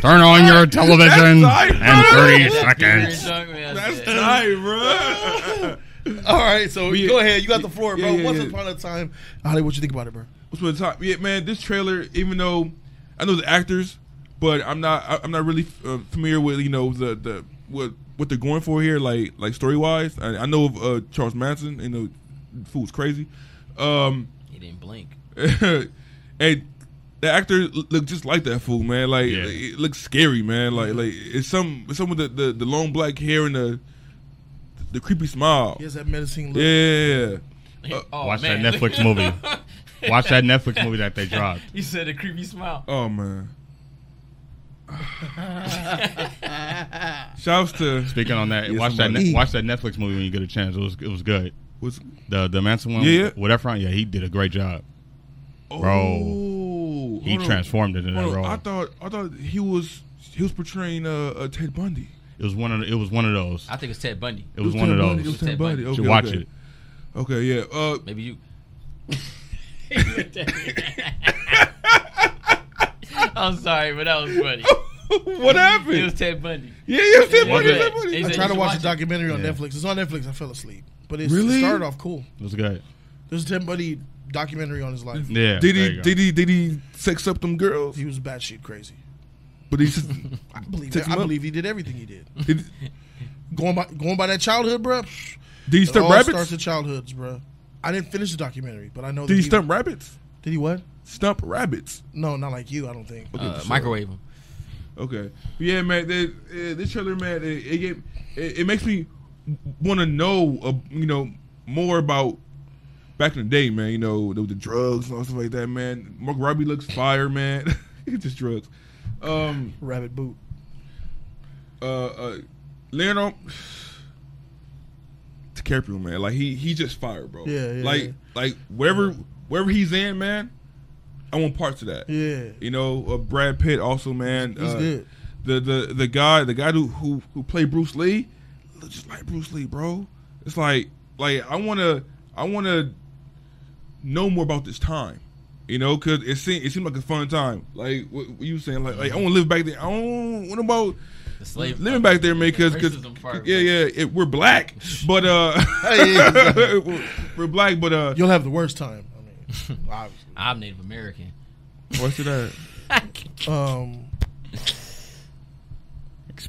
Speaker 5: Turn on your television
Speaker 1: That's
Speaker 5: in
Speaker 1: right, bro. <laughs>
Speaker 5: 30 seconds.
Speaker 4: <laughs> That's tight, bro. <laughs>
Speaker 1: <laughs> All right, so
Speaker 4: Yeah.
Speaker 1: go ahead. You got the floor,
Speaker 4: Yeah,
Speaker 1: bro.
Speaker 4: yeah,
Speaker 1: Once
Speaker 4: yeah.
Speaker 1: upon a time, Holly, what you think about it, bro?
Speaker 4: What's with the top? Yeah, man. This trailer, even though I know the actors, but I'm not. I- I'm not really uh, familiar with you know the the what what they're going for here, like like story wise. I, I know of uh, Charles Manson. You know, fool's crazy. Um, <laughs>
Speaker 2: He didn't blink.
Speaker 4: and the actor l- look just like that fool, man. Like
Speaker 5: Yeah.
Speaker 4: it looks scary, man. Like like it's some it's some with the, the the long black hair and the the creepy smile.
Speaker 1: He has that menacing look.
Speaker 4: Yeah.
Speaker 2: oh,
Speaker 5: Watch
Speaker 2: man.
Speaker 5: that Netflix movie.
Speaker 1: <laughs>
Speaker 5: Watch that Netflix movie that they dropped.
Speaker 2: You said a creepy smile.
Speaker 4: Oh man. Shouts to
Speaker 5: Speaking on that,
Speaker 4: Yeah,
Speaker 5: watch that.
Speaker 4: somebody-
Speaker 5: Ne- watch that Netflix movie when you get a chance. It was it was good.
Speaker 4: what's
Speaker 5: The the Manson one,
Speaker 4: Yeah, yeah.
Speaker 5: whatever. Yeah, he did a great job. Bro,
Speaker 4: Oh,
Speaker 5: he
Speaker 4: hold on.
Speaker 5: transformed it in that
Speaker 4: Hold on.
Speaker 5: role.
Speaker 4: I thought I thought he was he was portraying uh, uh Ted Bundy.
Speaker 5: it was one of the, it was one of those.
Speaker 2: I think it's Ted Bundy.
Speaker 5: It was one of
Speaker 4: Ted Bundy, It
Speaker 5: those.
Speaker 4: was
Speaker 2: Ted
Speaker 4: Ted
Speaker 2: Bundy.
Speaker 4: Bundy.
Speaker 5: You
Speaker 4: Okay,
Speaker 5: should watch
Speaker 4: okay.
Speaker 5: it.
Speaker 4: Okay, yeah. Uh,
Speaker 2: Maybe you. <laughs> I'm sorry, but that was
Speaker 1: <laughs>
Speaker 2: funny.
Speaker 4: <laughs> what happened?
Speaker 2: It was Ted Bundy.
Speaker 4: yeah, yeah, it was Ted
Speaker 2: Yeah,
Speaker 4: Bundy.
Speaker 2: yeah.
Speaker 4: Ted Bundy.
Speaker 2: He
Speaker 1: I
Speaker 2: said
Speaker 1: tried to
Speaker 2: you
Speaker 1: watch
Speaker 2: should
Speaker 1: a documentary on
Speaker 5: Yeah.
Speaker 1: Netflix. It's on Netflix. I fell asleep, but it's,
Speaker 4: Really?
Speaker 1: it started off cool.
Speaker 5: It was good.
Speaker 1: There's a Tim Buddy documentary on his life.
Speaker 5: Yeah. there
Speaker 4: Did
Speaker 5: you
Speaker 4: he
Speaker 5: go.
Speaker 4: did he did he sex up them girls?
Speaker 1: He was batshit crazy.
Speaker 4: But he just <laughs>
Speaker 1: I believe.
Speaker 4: Took
Speaker 1: That.
Speaker 4: him
Speaker 1: I
Speaker 4: up.
Speaker 1: believe he did everything he did.
Speaker 4: did,
Speaker 1: Going by going by that childhood, bro. psh,
Speaker 4: did he
Speaker 1: It
Speaker 4: stump
Speaker 1: all starts
Speaker 4: rabbits?
Speaker 1: at childhoods, bro. I didn't finish the documentary, but I know.
Speaker 4: Did he
Speaker 1: that
Speaker 4: stump rabbits?
Speaker 1: Did he what?
Speaker 4: Stump rabbits.
Speaker 1: No, not like you. I don't think.
Speaker 2: Uh, microwave him.
Speaker 4: Okay. Yeah, man. That, uh, this trailer, man, it it, gave, it, it makes me want to know, uh, you know, more about back in the day, man. You know, the, the drugs and all stuff like that, man. Mark Robbie looks fire, man. <laughs> It's Just drugs. Um,
Speaker 1: Rabbit boot.
Speaker 4: uh, uh, Leonardo <sighs> DiCaprio, man. Like he he just fire, bro.
Speaker 1: Yeah, yeah,
Speaker 4: Like
Speaker 1: yeah.
Speaker 4: like wherever wherever he's in, man. I want parts of that.
Speaker 1: Yeah.
Speaker 4: You know, uh, Brad Pitt also, man.
Speaker 1: He's
Speaker 4: uh,
Speaker 1: good.
Speaker 4: The the the guy the guy who who, who played Bruce Lee, look just like Bruce Lee, bro. It's like like I wanna I wanna know more about this time. You know, cause it seemed it seemed like a fun time. Like what, what you saying, like like I want to live back there. I don't. What about
Speaker 2: The slave.
Speaker 4: living back there, man? Cause, 'cause-
Speaker 2: Racism part,
Speaker 4: yeah,
Speaker 2: man.
Speaker 4: yeah, it, we're black, but uh, <laughs> we're, we're black, but uh,
Speaker 1: You'll have the worst time. I
Speaker 4: <laughs>
Speaker 1: mean, obviously.
Speaker 2: I'm Native American.
Speaker 4: what's it at?
Speaker 1: Um,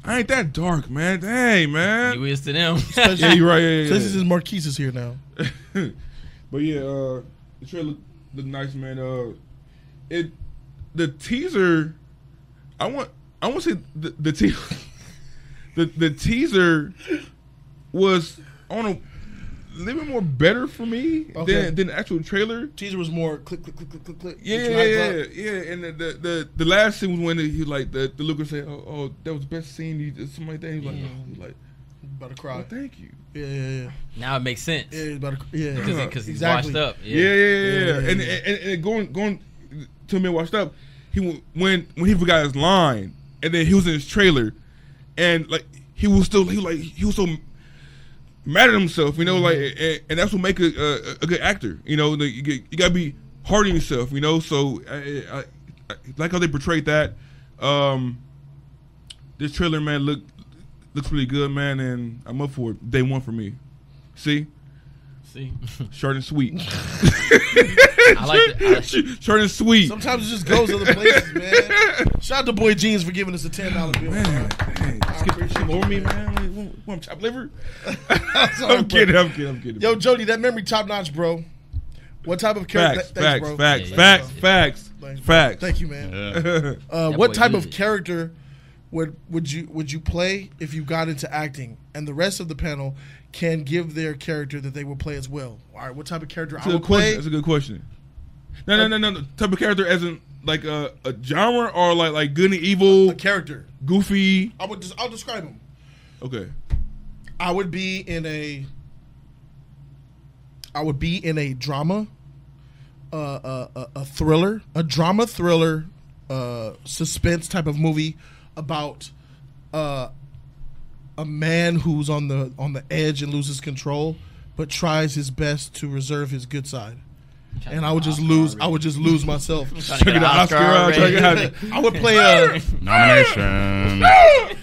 Speaker 4: I ain't that dark, man. Dang, man.
Speaker 2: You is to them.
Speaker 4: yeah, you're right. Yeah, yeah,
Speaker 1: so this
Speaker 4: yeah.
Speaker 1: is Marquise is here now.
Speaker 4: <laughs> but yeah, uh, the trailer look, look nice, man. Uh, it the teaser. I want. I want to say the the te- <laughs> the, the teaser was on a little bit more better for me
Speaker 1: Okay.
Speaker 4: than than the actual trailer.
Speaker 1: Teaser was more click click click click click click.
Speaker 4: Yeah,
Speaker 1: Get your
Speaker 4: yeah,
Speaker 1: hype
Speaker 4: yeah,
Speaker 1: up.
Speaker 4: yeah, yeah. And the the, the, the last scene was when he like the, the looker said, oh, "Oh, that was the best scene." You did," something like that. He was like, oh, he like,
Speaker 1: About to
Speaker 4: "Oh,
Speaker 1: cry.
Speaker 4: thank you."
Speaker 1: Yeah, yeah, yeah.
Speaker 2: <laughs> now it makes sense
Speaker 1: Yeah, he's about to, cr- yeah.
Speaker 2: because because he's
Speaker 1: Exactly.
Speaker 2: washed up.
Speaker 4: Yeah, yeah, yeah. yeah.
Speaker 1: Yeah.
Speaker 4: And, and and going going to me washed up. He w- when when he forgot his line, and then he was in his trailer, and like he was still he was like he was so mad at himself, you know, like and, and that's what make a, a a good actor, you know. Like, you, get- you gotta be hard on yourself, you know. So I, I, I like how they portrayed that. Um, this trailer, man, look looks really good, man, and I'm up for it. Day one for me. See,
Speaker 2: See,
Speaker 4: short and <laughs> sweet.
Speaker 2: I like that.
Speaker 4: Short and sweet.
Speaker 1: Sometimes it just goes other
Speaker 4: <laughs>
Speaker 1: places, man. Shout out to Boy Jeans for giving us a ten dollar bill. <laughs>
Speaker 4: Man,
Speaker 1: Man.
Speaker 4: man, just get that shit over me, man. Like, what, what, I'm chopped liver?
Speaker 1: Sorry, bro.
Speaker 4: I'm kidding, I'm kidding, I'm kidding.
Speaker 1: Yo, Jody, that memory top notch, bro. What type of character?
Speaker 4: facts,
Speaker 1: th- thanks,
Speaker 4: facts,
Speaker 1: bro.
Speaker 4: facts,
Speaker 2: Yeah,
Speaker 4: facts,
Speaker 2: yeah.
Speaker 4: facts,
Speaker 1: Thanks, bro.
Speaker 4: facts.
Speaker 1: Thank you, man.
Speaker 5: Yeah.
Speaker 1: Uh,
Speaker 2: That
Speaker 1: what
Speaker 2: boy
Speaker 1: type
Speaker 2: good.
Speaker 1: of character would would you would you play if you got into acting? And the rest of the panel can give their character that they will play as well. All right, what type of character
Speaker 4: That's a
Speaker 1: I
Speaker 4: good
Speaker 1: would
Speaker 4: question.
Speaker 1: play?
Speaker 4: That's a good question. No, no, no, no, no. Type of character as in like a, a genre or like like good and evil,
Speaker 1: A character.
Speaker 4: goofy.
Speaker 1: I would. Just, I'll describe him.
Speaker 4: Okay.
Speaker 1: I would be in a. I would be in a drama, uh, uh, a, a thriller, a drama thriller, uh, suspense type of movie about uh, a man who's on the on the edge and loses control, but tries his best to reserve his good side. and I would just lose. I would just lose myself. <laughs>
Speaker 2: trying to get an Oscar
Speaker 1: out, trying to get
Speaker 2: already.
Speaker 1: out. I would play a.
Speaker 4: <laughs>
Speaker 5: Nomination.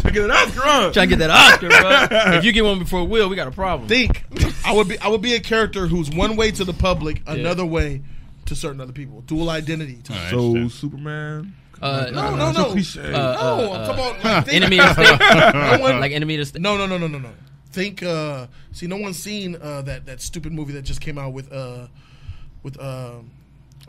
Speaker 4: Trying to get an Oscar
Speaker 2: <laughs> Trying
Speaker 4: on.
Speaker 2: to get that Oscar, bro. If you get one before Will, we got a problem. <laughs>
Speaker 1: think I would be I would be a character who's one way to the public, another way to certain other people. Dual identity. To
Speaker 5: All right,
Speaker 4: So
Speaker 5: Steph.
Speaker 4: Superman.
Speaker 2: Uh,
Speaker 1: No, no, no.
Speaker 4: so cliche.
Speaker 1: no,
Speaker 2: uh, uh,
Speaker 1: come on. Like, think, <laughs>
Speaker 2: enemy of the state.
Speaker 1: No one-
Speaker 2: like enemy of the state.
Speaker 1: No, no, no, no, no, no. Think. Uh, see, no one's seen uh, that that stupid movie that just came out with uh, with uh,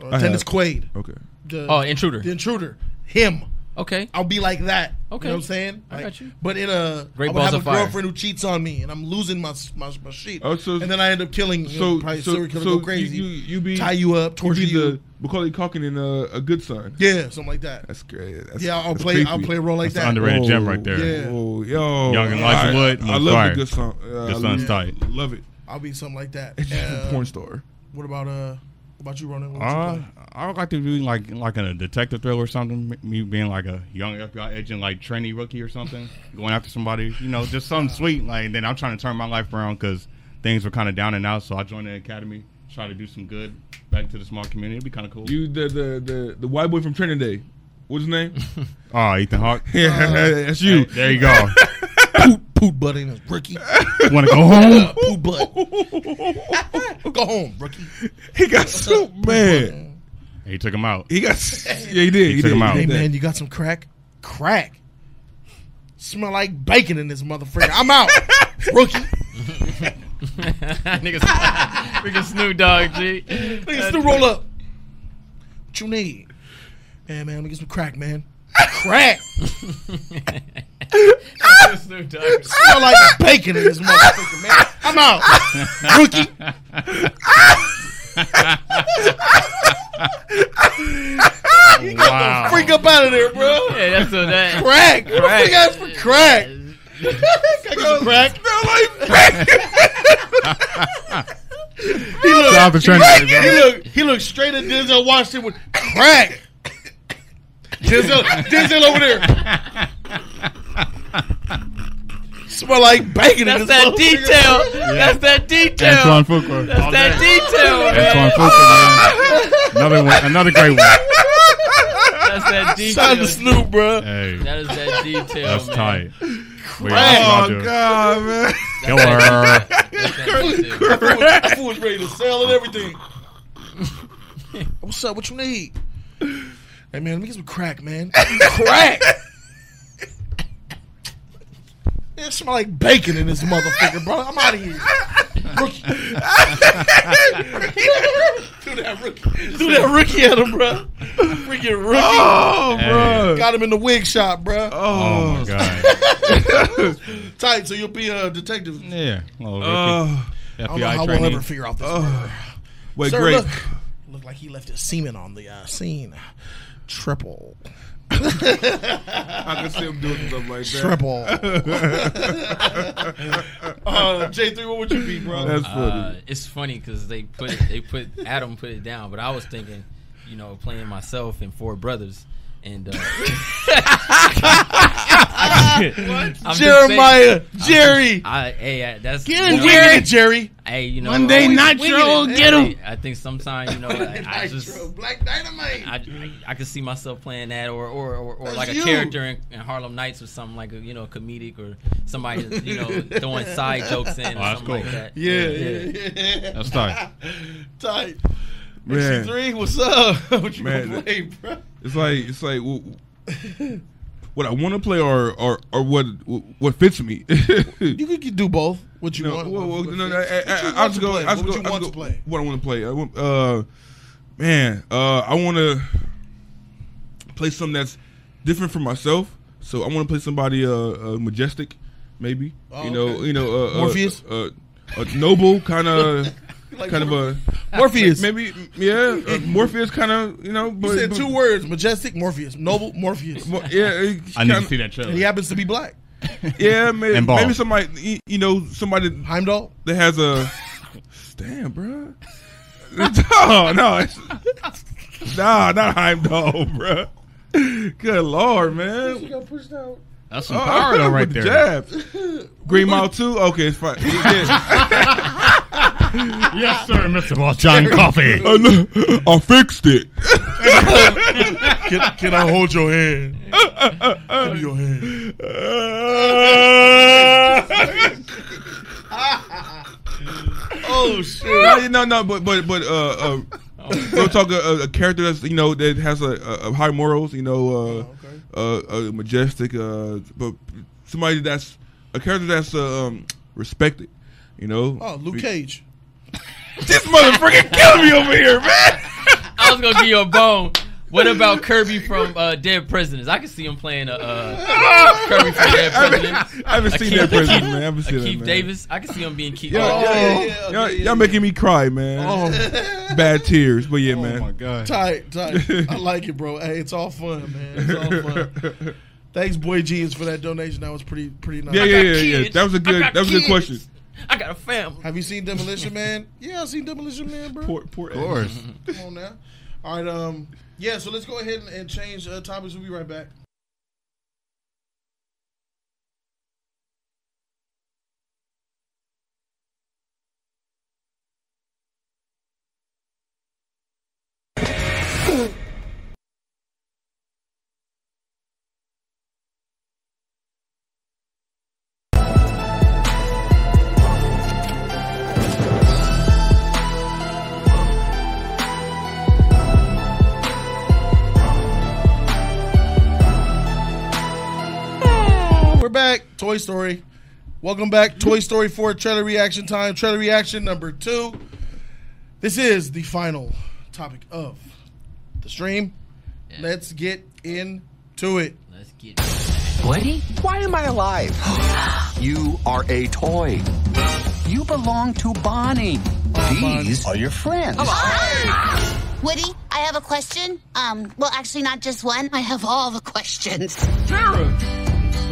Speaker 1: uh,
Speaker 4: have.
Speaker 1: Dennis Quaid.
Speaker 4: Okay.
Speaker 1: The,
Speaker 2: Oh, intruder.
Speaker 1: The intruder. Him.
Speaker 2: Okay.
Speaker 1: I'll be like that.
Speaker 2: Okay.
Speaker 1: You know what I'm saying?
Speaker 2: I
Speaker 1: Like,
Speaker 2: got you.
Speaker 1: But in a
Speaker 2: Great
Speaker 1: I would
Speaker 2: balls
Speaker 1: have
Speaker 2: of
Speaker 1: a
Speaker 2: fire.
Speaker 1: girlfriend who cheats on me and I'm losing my my, my sheet.
Speaker 4: Oh, so-
Speaker 1: and then I end up killing you know,
Speaker 4: So,
Speaker 1: probably
Speaker 4: so,
Speaker 1: serial
Speaker 4: so
Speaker 1: killer go crazy.
Speaker 4: You, you, you be
Speaker 1: tie you up, torture
Speaker 4: you.
Speaker 1: you.
Speaker 4: Be the Macaulay Culkin in uh, a, a good son.
Speaker 1: yeah, something like that.
Speaker 4: That's great. That's,
Speaker 1: yeah, I'll
Speaker 4: that's
Speaker 1: play
Speaker 4: Creepy.
Speaker 1: I'll play a role like
Speaker 5: That's
Speaker 1: that.
Speaker 5: underrated. Rated gem
Speaker 4: Oh,
Speaker 5: right there.
Speaker 1: Yeah.
Speaker 4: Whoa, yo,
Speaker 5: Young and
Speaker 4: all
Speaker 5: Liza Wood,
Speaker 4: I, I
Speaker 5: was
Speaker 4: love
Speaker 5: fire.
Speaker 4: the good song. Uh,
Speaker 5: Good son's tight.
Speaker 4: Love it.
Speaker 1: I'll be something like that.
Speaker 4: <laughs> It's just
Speaker 1: Uh,
Speaker 4: a porn star.
Speaker 1: What about uh what about you, Ronan? What would you
Speaker 5: Uh,
Speaker 1: play?
Speaker 5: I would like to do like like a detective thriller or something. Me being like a young FBI agent, like trainee rookie or
Speaker 4: <laughs>
Speaker 5: something, going after somebody. You know, just something sweet. Like then I'm trying to turn my life around because things were kind of down and out. So I joined the academy, try to do some good back to the small community. It'd be kind of cool.
Speaker 4: You the the the, the white boy from Training Day. What's his name?
Speaker 5: Oh, Ethan Hawke.
Speaker 4: <laughs>
Speaker 5: Uh,
Speaker 4: yeah, <laughs> that's
Speaker 5: Hey,
Speaker 4: you.
Speaker 5: there you
Speaker 4: <laughs>
Speaker 5: go.
Speaker 1: Poot poot butt in his rookie.
Speaker 5: Want to go home?
Speaker 1: Poot
Speaker 4: <laughs>
Speaker 1: butt. Go home, rookie.
Speaker 4: He got soup, man.
Speaker 5: He took him out.
Speaker 4: He got <laughs> yeah, he did. He,
Speaker 5: took
Speaker 4: did.
Speaker 5: him out.
Speaker 1: Hey
Speaker 4: He did.
Speaker 1: man, you got some crack? Crack. Smell like bacon in this motherfucker. I'm
Speaker 4: <laughs>
Speaker 1: out. Rookie.
Speaker 2: Niggas, freaking Snoop Dogg, G. <laughs>
Speaker 1: Nigga, still roll up. What you need? Hey man, let me get some crack, man. Crack.
Speaker 2: Snoop Dogg.
Speaker 1: Smell like bacon in this motherfucker, man. I'm
Speaker 2: <laughs>
Speaker 1: out. Rookie.
Speaker 5: Wow.
Speaker 1: Freak up out of there, bro.
Speaker 2: Yeah, that's what that.
Speaker 1: Crack. What the freak ass for crack? Gotta get some crack. he looked,
Speaker 4: <laughs>
Speaker 5: Stop the trend,
Speaker 1: he
Speaker 5: bro.
Speaker 1: looked, he looked straight at Denzel Washington with crack. Denzel, Denzel over there. Smell like bacon. in
Speaker 2: That's
Speaker 1: this
Speaker 2: that
Speaker 1: motherfucker.
Speaker 2: detail. That's that detail.
Speaker 5: Antoine Fuqua.
Speaker 2: That's that detail,
Speaker 5: Antoine
Speaker 2: man.
Speaker 5: Fuqua, man.
Speaker 4: <laughs>
Speaker 5: Another one. Another great one.
Speaker 2: That's
Speaker 1: Shout out
Speaker 2: that
Speaker 1: to
Speaker 2: detail.
Speaker 1: Snoop, bro.
Speaker 5: Hey,
Speaker 2: That is that detail,
Speaker 1: Oh,
Speaker 5: that's
Speaker 2: man.
Speaker 5: tight. Wait,
Speaker 1: Crack.
Speaker 5: I'll do
Speaker 4: Oh
Speaker 5: it.
Speaker 4: God, man.
Speaker 1: <laughs>
Speaker 5: Killer.
Speaker 2: That's that detail.
Speaker 1: Fool was- That fool was ready to sell and everything. <laughs> What's up? What you need? Hey man, let me get some crack, man. <laughs> crack. It smell like bacon in this motherfucker, bro. I'm out of here. Rookie. <laughs> Do that rookie. Do that rookie at him, bro. Freaking rookie.
Speaker 4: Oh,
Speaker 5: Hey.
Speaker 4: bro.
Speaker 1: Got him in the wig shop, bro.
Speaker 5: Oh
Speaker 4: Oh,
Speaker 5: my god.
Speaker 1: Tight, so you'll be a detective.
Speaker 5: Yeah. Well, Ricky,
Speaker 4: Oh.
Speaker 1: I don't know
Speaker 5: FBI
Speaker 1: how we'll
Speaker 5: training.
Speaker 1: ever figure out this. murder.
Speaker 4: wait,
Speaker 1: Sir,
Speaker 4: great.
Speaker 1: look. Looked like he left his semen on the uh, scene. Triple.
Speaker 4: I can see him doing something like that. <laughs>
Speaker 1: Triple. uh, J3, what would you be, bro?
Speaker 4: That's funny.
Speaker 2: Uh, it's funny because they put
Speaker 1: <laughs>
Speaker 2: they put Adam put it down, but I was thinking, you know, playing myself and four brothers. And uh, I'm just saying-
Speaker 1: Jeremiah. Jerry.
Speaker 2: I, hey, I, that's
Speaker 1: When we get it, Jerry.
Speaker 2: Hey, you know,
Speaker 1: Monday Nitro, get him.
Speaker 2: I think sometimes you know, I, I just
Speaker 1: Black Dynamite.
Speaker 2: I, I, I could see myself playing that, or or, or, or
Speaker 1: That's
Speaker 2: like a
Speaker 1: you.
Speaker 2: character in, in Harlem Nights or something like a, you know, comedic or somebody
Speaker 1: <laughs>
Speaker 2: you know throwing side jokes in or
Speaker 5: Oh, that's
Speaker 2: something
Speaker 5: cool.
Speaker 2: like that.
Speaker 1: yeah, yeah, yeah.
Speaker 5: That's tight.
Speaker 1: Tight.
Speaker 4: Man.
Speaker 1: XC3, what's
Speaker 4: <laughs>
Speaker 1: up? what you
Speaker 4: Man,
Speaker 1: gonna play, bro?
Speaker 4: It's like it's like what, <laughs> what I want to play or or or what what fits me. <laughs>
Speaker 1: You could, do both. What you
Speaker 4: no,
Speaker 1: want.
Speaker 4: well, well,
Speaker 1: what
Speaker 4: no,
Speaker 1: fits.
Speaker 4: no, I, I,
Speaker 1: What you
Speaker 4: I, I'll
Speaker 1: want
Speaker 4: just
Speaker 1: to
Speaker 4: go.
Speaker 1: play?
Speaker 4: I'll just
Speaker 1: What
Speaker 4: go.
Speaker 1: you
Speaker 4: I'll
Speaker 1: want
Speaker 4: go-
Speaker 1: to play?
Speaker 4: What I want to play. I want, uh, man, uh, I want to play something that's different from myself. So I want to play somebody uh, uh, majestic, maybe.
Speaker 1: Oh,
Speaker 4: you know,
Speaker 1: okay.
Speaker 4: you know, uh, uh,
Speaker 1: Morpheus?
Speaker 4: uh, uh, a noble kind of.
Speaker 1: <laughs>
Speaker 4: kind of a
Speaker 1: Morpheus.
Speaker 4: maybe yeah uh, Morpheus kind of you know but,
Speaker 1: You said
Speaker 4: but-
Speaker 1: two words: majestic Morpheus, noble Morpheus.
Speaker 4: Mo- yeah it
Speaker 5: I need to
Speaker 4: kinda-
Speaker 5: see that trailer.
Speaker 1: And he happens to be black.
Speaker 4: Yeah, maybe,
Speaker 5: And bald.
Speaker 4: maybe somebody you- you know somebody
Speaker 1: Heimdall.
Speaker 4: that has <laughs> a damn, bro. <laughs> no, no, it's, <laughs> nah, not Heimdall, bro. Good lord, man.
Speaker 5: That's
Speaker 1: Oh,
Speaker 5: some power
Speaker 1: <laughs>
Speaker 5: though, right
Speaker 4: With the
Speaker 5: there.
Speaker 4: <laughs> Jabs. Green Mile Two. Okay, it's fine. Yeah.
Speaker 5: yes, sir, Mr. Well, John
Speaker 1: <laughs>
Speaker 5: Coffee.
Speaker 1: Oh,
Speaker 4: I, lo- I fixed <laughs> it.
Speaker 1: can, can I hold your hand? Give me your
Speaker 5: <laughs>
Speaker 1: hand.
Speaker 4: Uh, oh <laughs> shit! No, no, but but but uh, uh we'll talk a, a- a character that's you know that has a, a, a high morals, you know, uh, uh, uh, majestic, uh, but somebody that's a character that's uh, um, respected, you know.
Speaker 1: Oh, Luke Cage.
Speaker 4: This motherfucker killed me over here, man.
Speaker 2: I was gonna give you a bone. What about Kirby from uh, Dead Presidents? I can see him playing a
Speaker 4: <laughs>
Speaker 2: uh, Kirby from Dead
Speaker 4: I haven't- <laughs>
Speaker 2: Presidents.
Speaker 4: <laughs> I haven't seen
Speaker 2: Akeem-
Speaker 4: Dead Presidents,
Speaker 2: Akeem-
Speaker 4: man. I haven't seen that,
Speaker 2: Akeem
Speaker 4: man.
Speaker 2: Davis. Oh. I can see him being Keith.
Speaker 4: Y'all,
Speaker 2: Davis.
Speaker 4: y'all- y'all- y'all making me cry, man. Bad tears, but yeah, man.
Speaker 5: Oh my god.
Speaker 1: Tight, tight.
Speaker 4: <laughs>
Speaker 1: I like it, bro. Hey, it's all fun, man. It's all fun. Thanks, Boy Jeans, for that donation. That was pretty, pretty nice.
Speaker 4: Yeah, yeah, yeah, yeah. That was a good. That was a good question.
Speaker 2: I got a family.
Speaker 1: Have you seen Demolition Man? Yeah, I seen Demolition Man, bro.
Speaker 4: Poor, poor.
Speaker 5: Of course.
Speaker 1: Come on now. All right, um, yeah. So let's go ahead and, and change uh, topics. We'll be right back. We're back. Toy Story. Welcome back. Toy Story 4 trailer reaction time. Trailer reaction number two. This is the final topic of the stream. Let's get into it.
Speaker 2: Let's get.
Speaker 7: Woody?
Speaker 9: Why am I alive?
Speaker 3: You are a toy.
Speaker 7: You belong to Bonnie. These are your friends.
Speaker 11: Woody, I have a question. Um, well, actually, not just one. I have all the questions.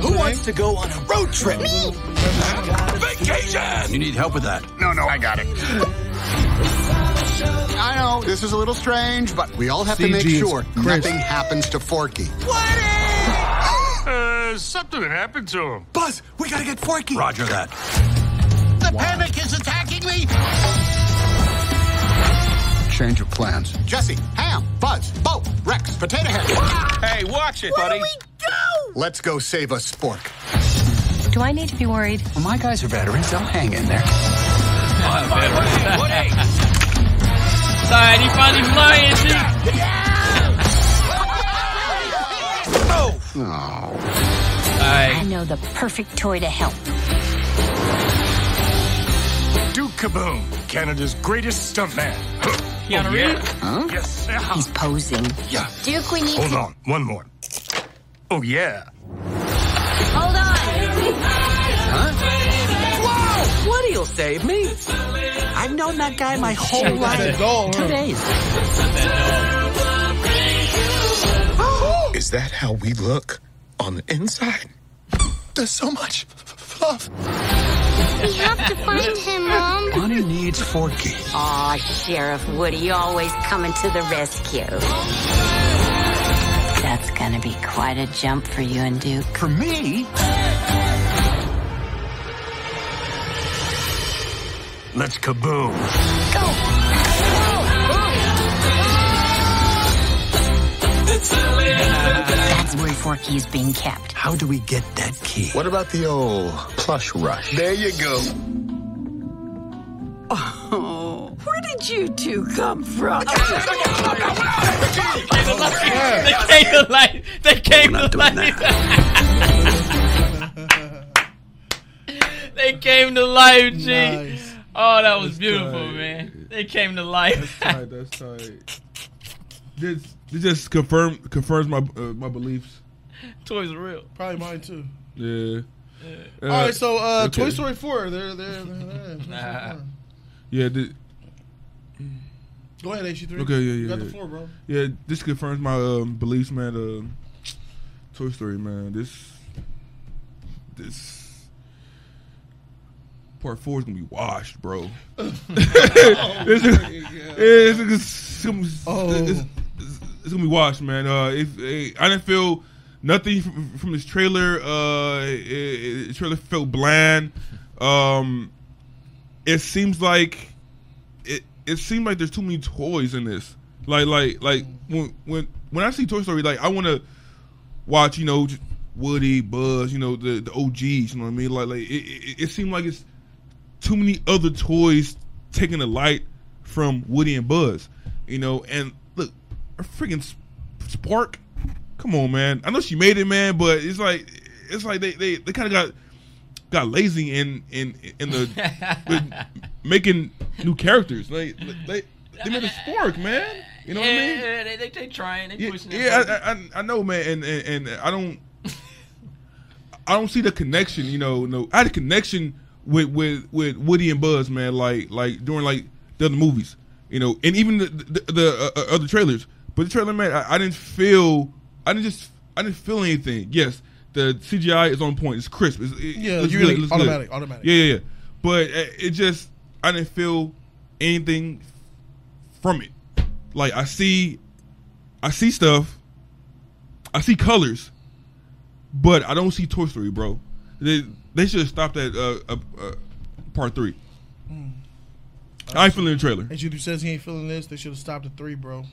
Speaker 3: Who wants to go on a road trip? Vacation.
Speaker 10: You need help with that.
Speaker 3: No, no, I got it.
Speaker 12: I know, this is a little strange, but we all have to make
Speaker 1: CG is
Speaker 12: sure
Speaker 1: crazy.
Speaker 12: nothing happens to Forky.
Speaker 13: Uh, something happened to him.
Speaker 3: Buzz, we gotta get Forky. Roger that.
Speaker 7: The panic is attacking me.
Speaker 12: Change of plans. Jesse, Ham, Buzz, Bo, Rex, Potato Head.
Speaker 3: Hey, watch it, buddy.
Speaker 12: Let's go save a spork.
Speaker 8: Do I need to be worried?
Speaker 7: Well, my guys are veterans. They'll hang in there.
Speaker 2: Sorry, he finally flying. Dude.
Speaker 11: I know the perfect toy to help.
Speaker 13: Duke Kaboom, Canada's greatest stuntman.
Speaker 2: Keanu Reeves.
Speaker 13: Yes. Ah,
Speaker 11: He's posing.
Speaker 13: Yeah.
Speaker 11: Duke, we need
Speaker 13: Hold
Speaker 11: to-
Speaker 13: on, one more. Oh yeah.
Speaker 11: Hold on.
Speaker 7: Woody'll save me. I've known that guy my whole
Speaker 1: That
Speaker 7: life.
Speaker 1: doll,
Speaker 7: Two
Speaker 1: huh?
Speaker 7: days.
Speaker 6: Is that how we look on the inside? There's so much love.
Speaker 11: We have to find him, Mom.
Speaker 7: Bonnie needs Forky.
Speaker 11: Aw, Sheriff Woody, always coming to the rescue. That's gonna be quite a jump for you and Duke.
Speaker 12: For me,
Speaker 13: Let's kaboom.
Speaker 11: That's where Forky is being kept.
Speaker 7: How do we get that key?
Speaker 12: what about the old plush rush? There you go.
Speaker 7: Oh, where did you two come from?
Speaker 2: They came to life. They came to life. <laughs> they came to life, G.
Speaker 1: Nice.
Speaker 2: Oh, that was beautiful,
Speaker 4: tight.
Speaker 2: man. They came to life. <laughs>
Speaker 4: tight. That's tight. This this just confirm confirms my uh, my beliefs.
Speaker 2: Toys are real.
Speaker 1: Probably mine too.
Speaker 4: Yeah. Uh,
Speaker 1: All right, so uh,
Speaker 4: okay.
Speaker 1: Toy Story 4. There, there, there, there.
Speaker 2: Nah.
Speaker 4: Yeah, thi-
Speaker 1: Go ahead, HG3.
Speaker 4: Okay, yeah,
Speaker 1: You
Speaker 4: yeah,
Speaker 1: got the
Speaker 4: yeah.
Speaker 1: floor, bro.
Speaker 4: yeah. This confirms my um, beliefs, man. Um Toy Story, man. This this part four is gonna be washed, bro. <laughs> This is- it's, it's, it's, it's- it's gonna be washed, man. Uh, it's eh, I didn't feel nothing from, from this trailer. Uh, it, it, the trailer felt bland. Um, it seems like it seemed like there's too many toys in this. Like like like when when when I see Toy Story, like I want to watch you know just Woody, Buzz, you know the the OGs. You know what I mean? Like like it, it, it seemed like it's too many other toys taking the light from Woody and Buzz. You know, and look, a freaking s- spark. Come on, man. I know she made it, man, but it's like it's like they they, they kind of got got lazy in in in the with making new characters. Like they they made a spark, man. You know what I mean?
Speaker 2: Yeah, they, they, they trying, they
Speaker 4: Yeah,
Speaker 2: pushing. that
Speaker 4: yeah
Speaker 2: button.
Speaker 4: I, I, I know, man, and, and, and I don't, I don't see the connection. You know, no, I had a connection with with with Woody and Buzz, man. Like like during like the other movies, you know, and even the the, the uh, uh, other trailers. But the trailer, man, I, I didn't feel, I didn't just, I didn't feel anything. Yes, the CGI is on point. It's crisp. It's, it,
Speaker 1: Yeah,
Speaker 4: looks
Speaker 1: you
Speaker 4: good,
Speaker 1: like
Speaker 4: looks
Speaker 1: automatic,
Speaker 4: good.
Speaker 1: automatic.
Speaker 4: Yeah, yeah, yeah. But uh, it just, I didn't feel anything from it. Like I see, I see stuff, I see colors, but I don't see Toy Story, bro. They they should have stopped at uh, uh, uh, part three.
Speaker 1: Mm.
Speaker 4: I ain't feeling the trailer.
Speaker 1: And Judy says he ain't feeling this. They should have stopped at three, bro.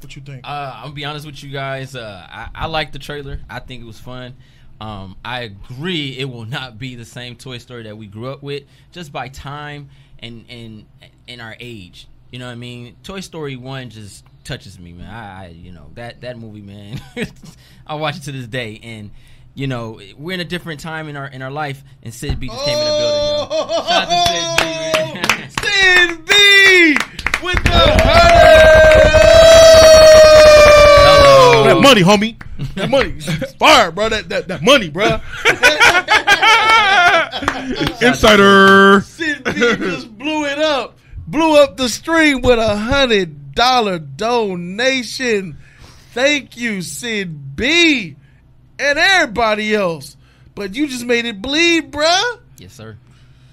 Speaker 1: What you think?
Speaker 2: Uh, I'm gonna be honest with you guys. Uh, I, I like the trailer. I think it was fun. Um, I agree. It will not be the same Toy Story that we grew up with, just by time and and and our age. You know what I mean? Toy Story One just touches me, man. I, I you know that that movie, man. <laughs> I watch it to this day, and you know we're in a different time in our in our life. And Sid B just came in the building. yo.
Speaker 1: Oh! Sin <laughs> B with the honey. That money, homie. That money, It's fire, bro. That that, that money,
Speaker 2: <laughs>
Speaker 1: bro.
Speaker 4: Insider.
Speaker 1: Sin B just blew it up, blew up the stream with a hundred dollar donation. Thank you, Sin B, and everybody else. But you just made it bleed, bruh.
Speaker 2: Yes, sir.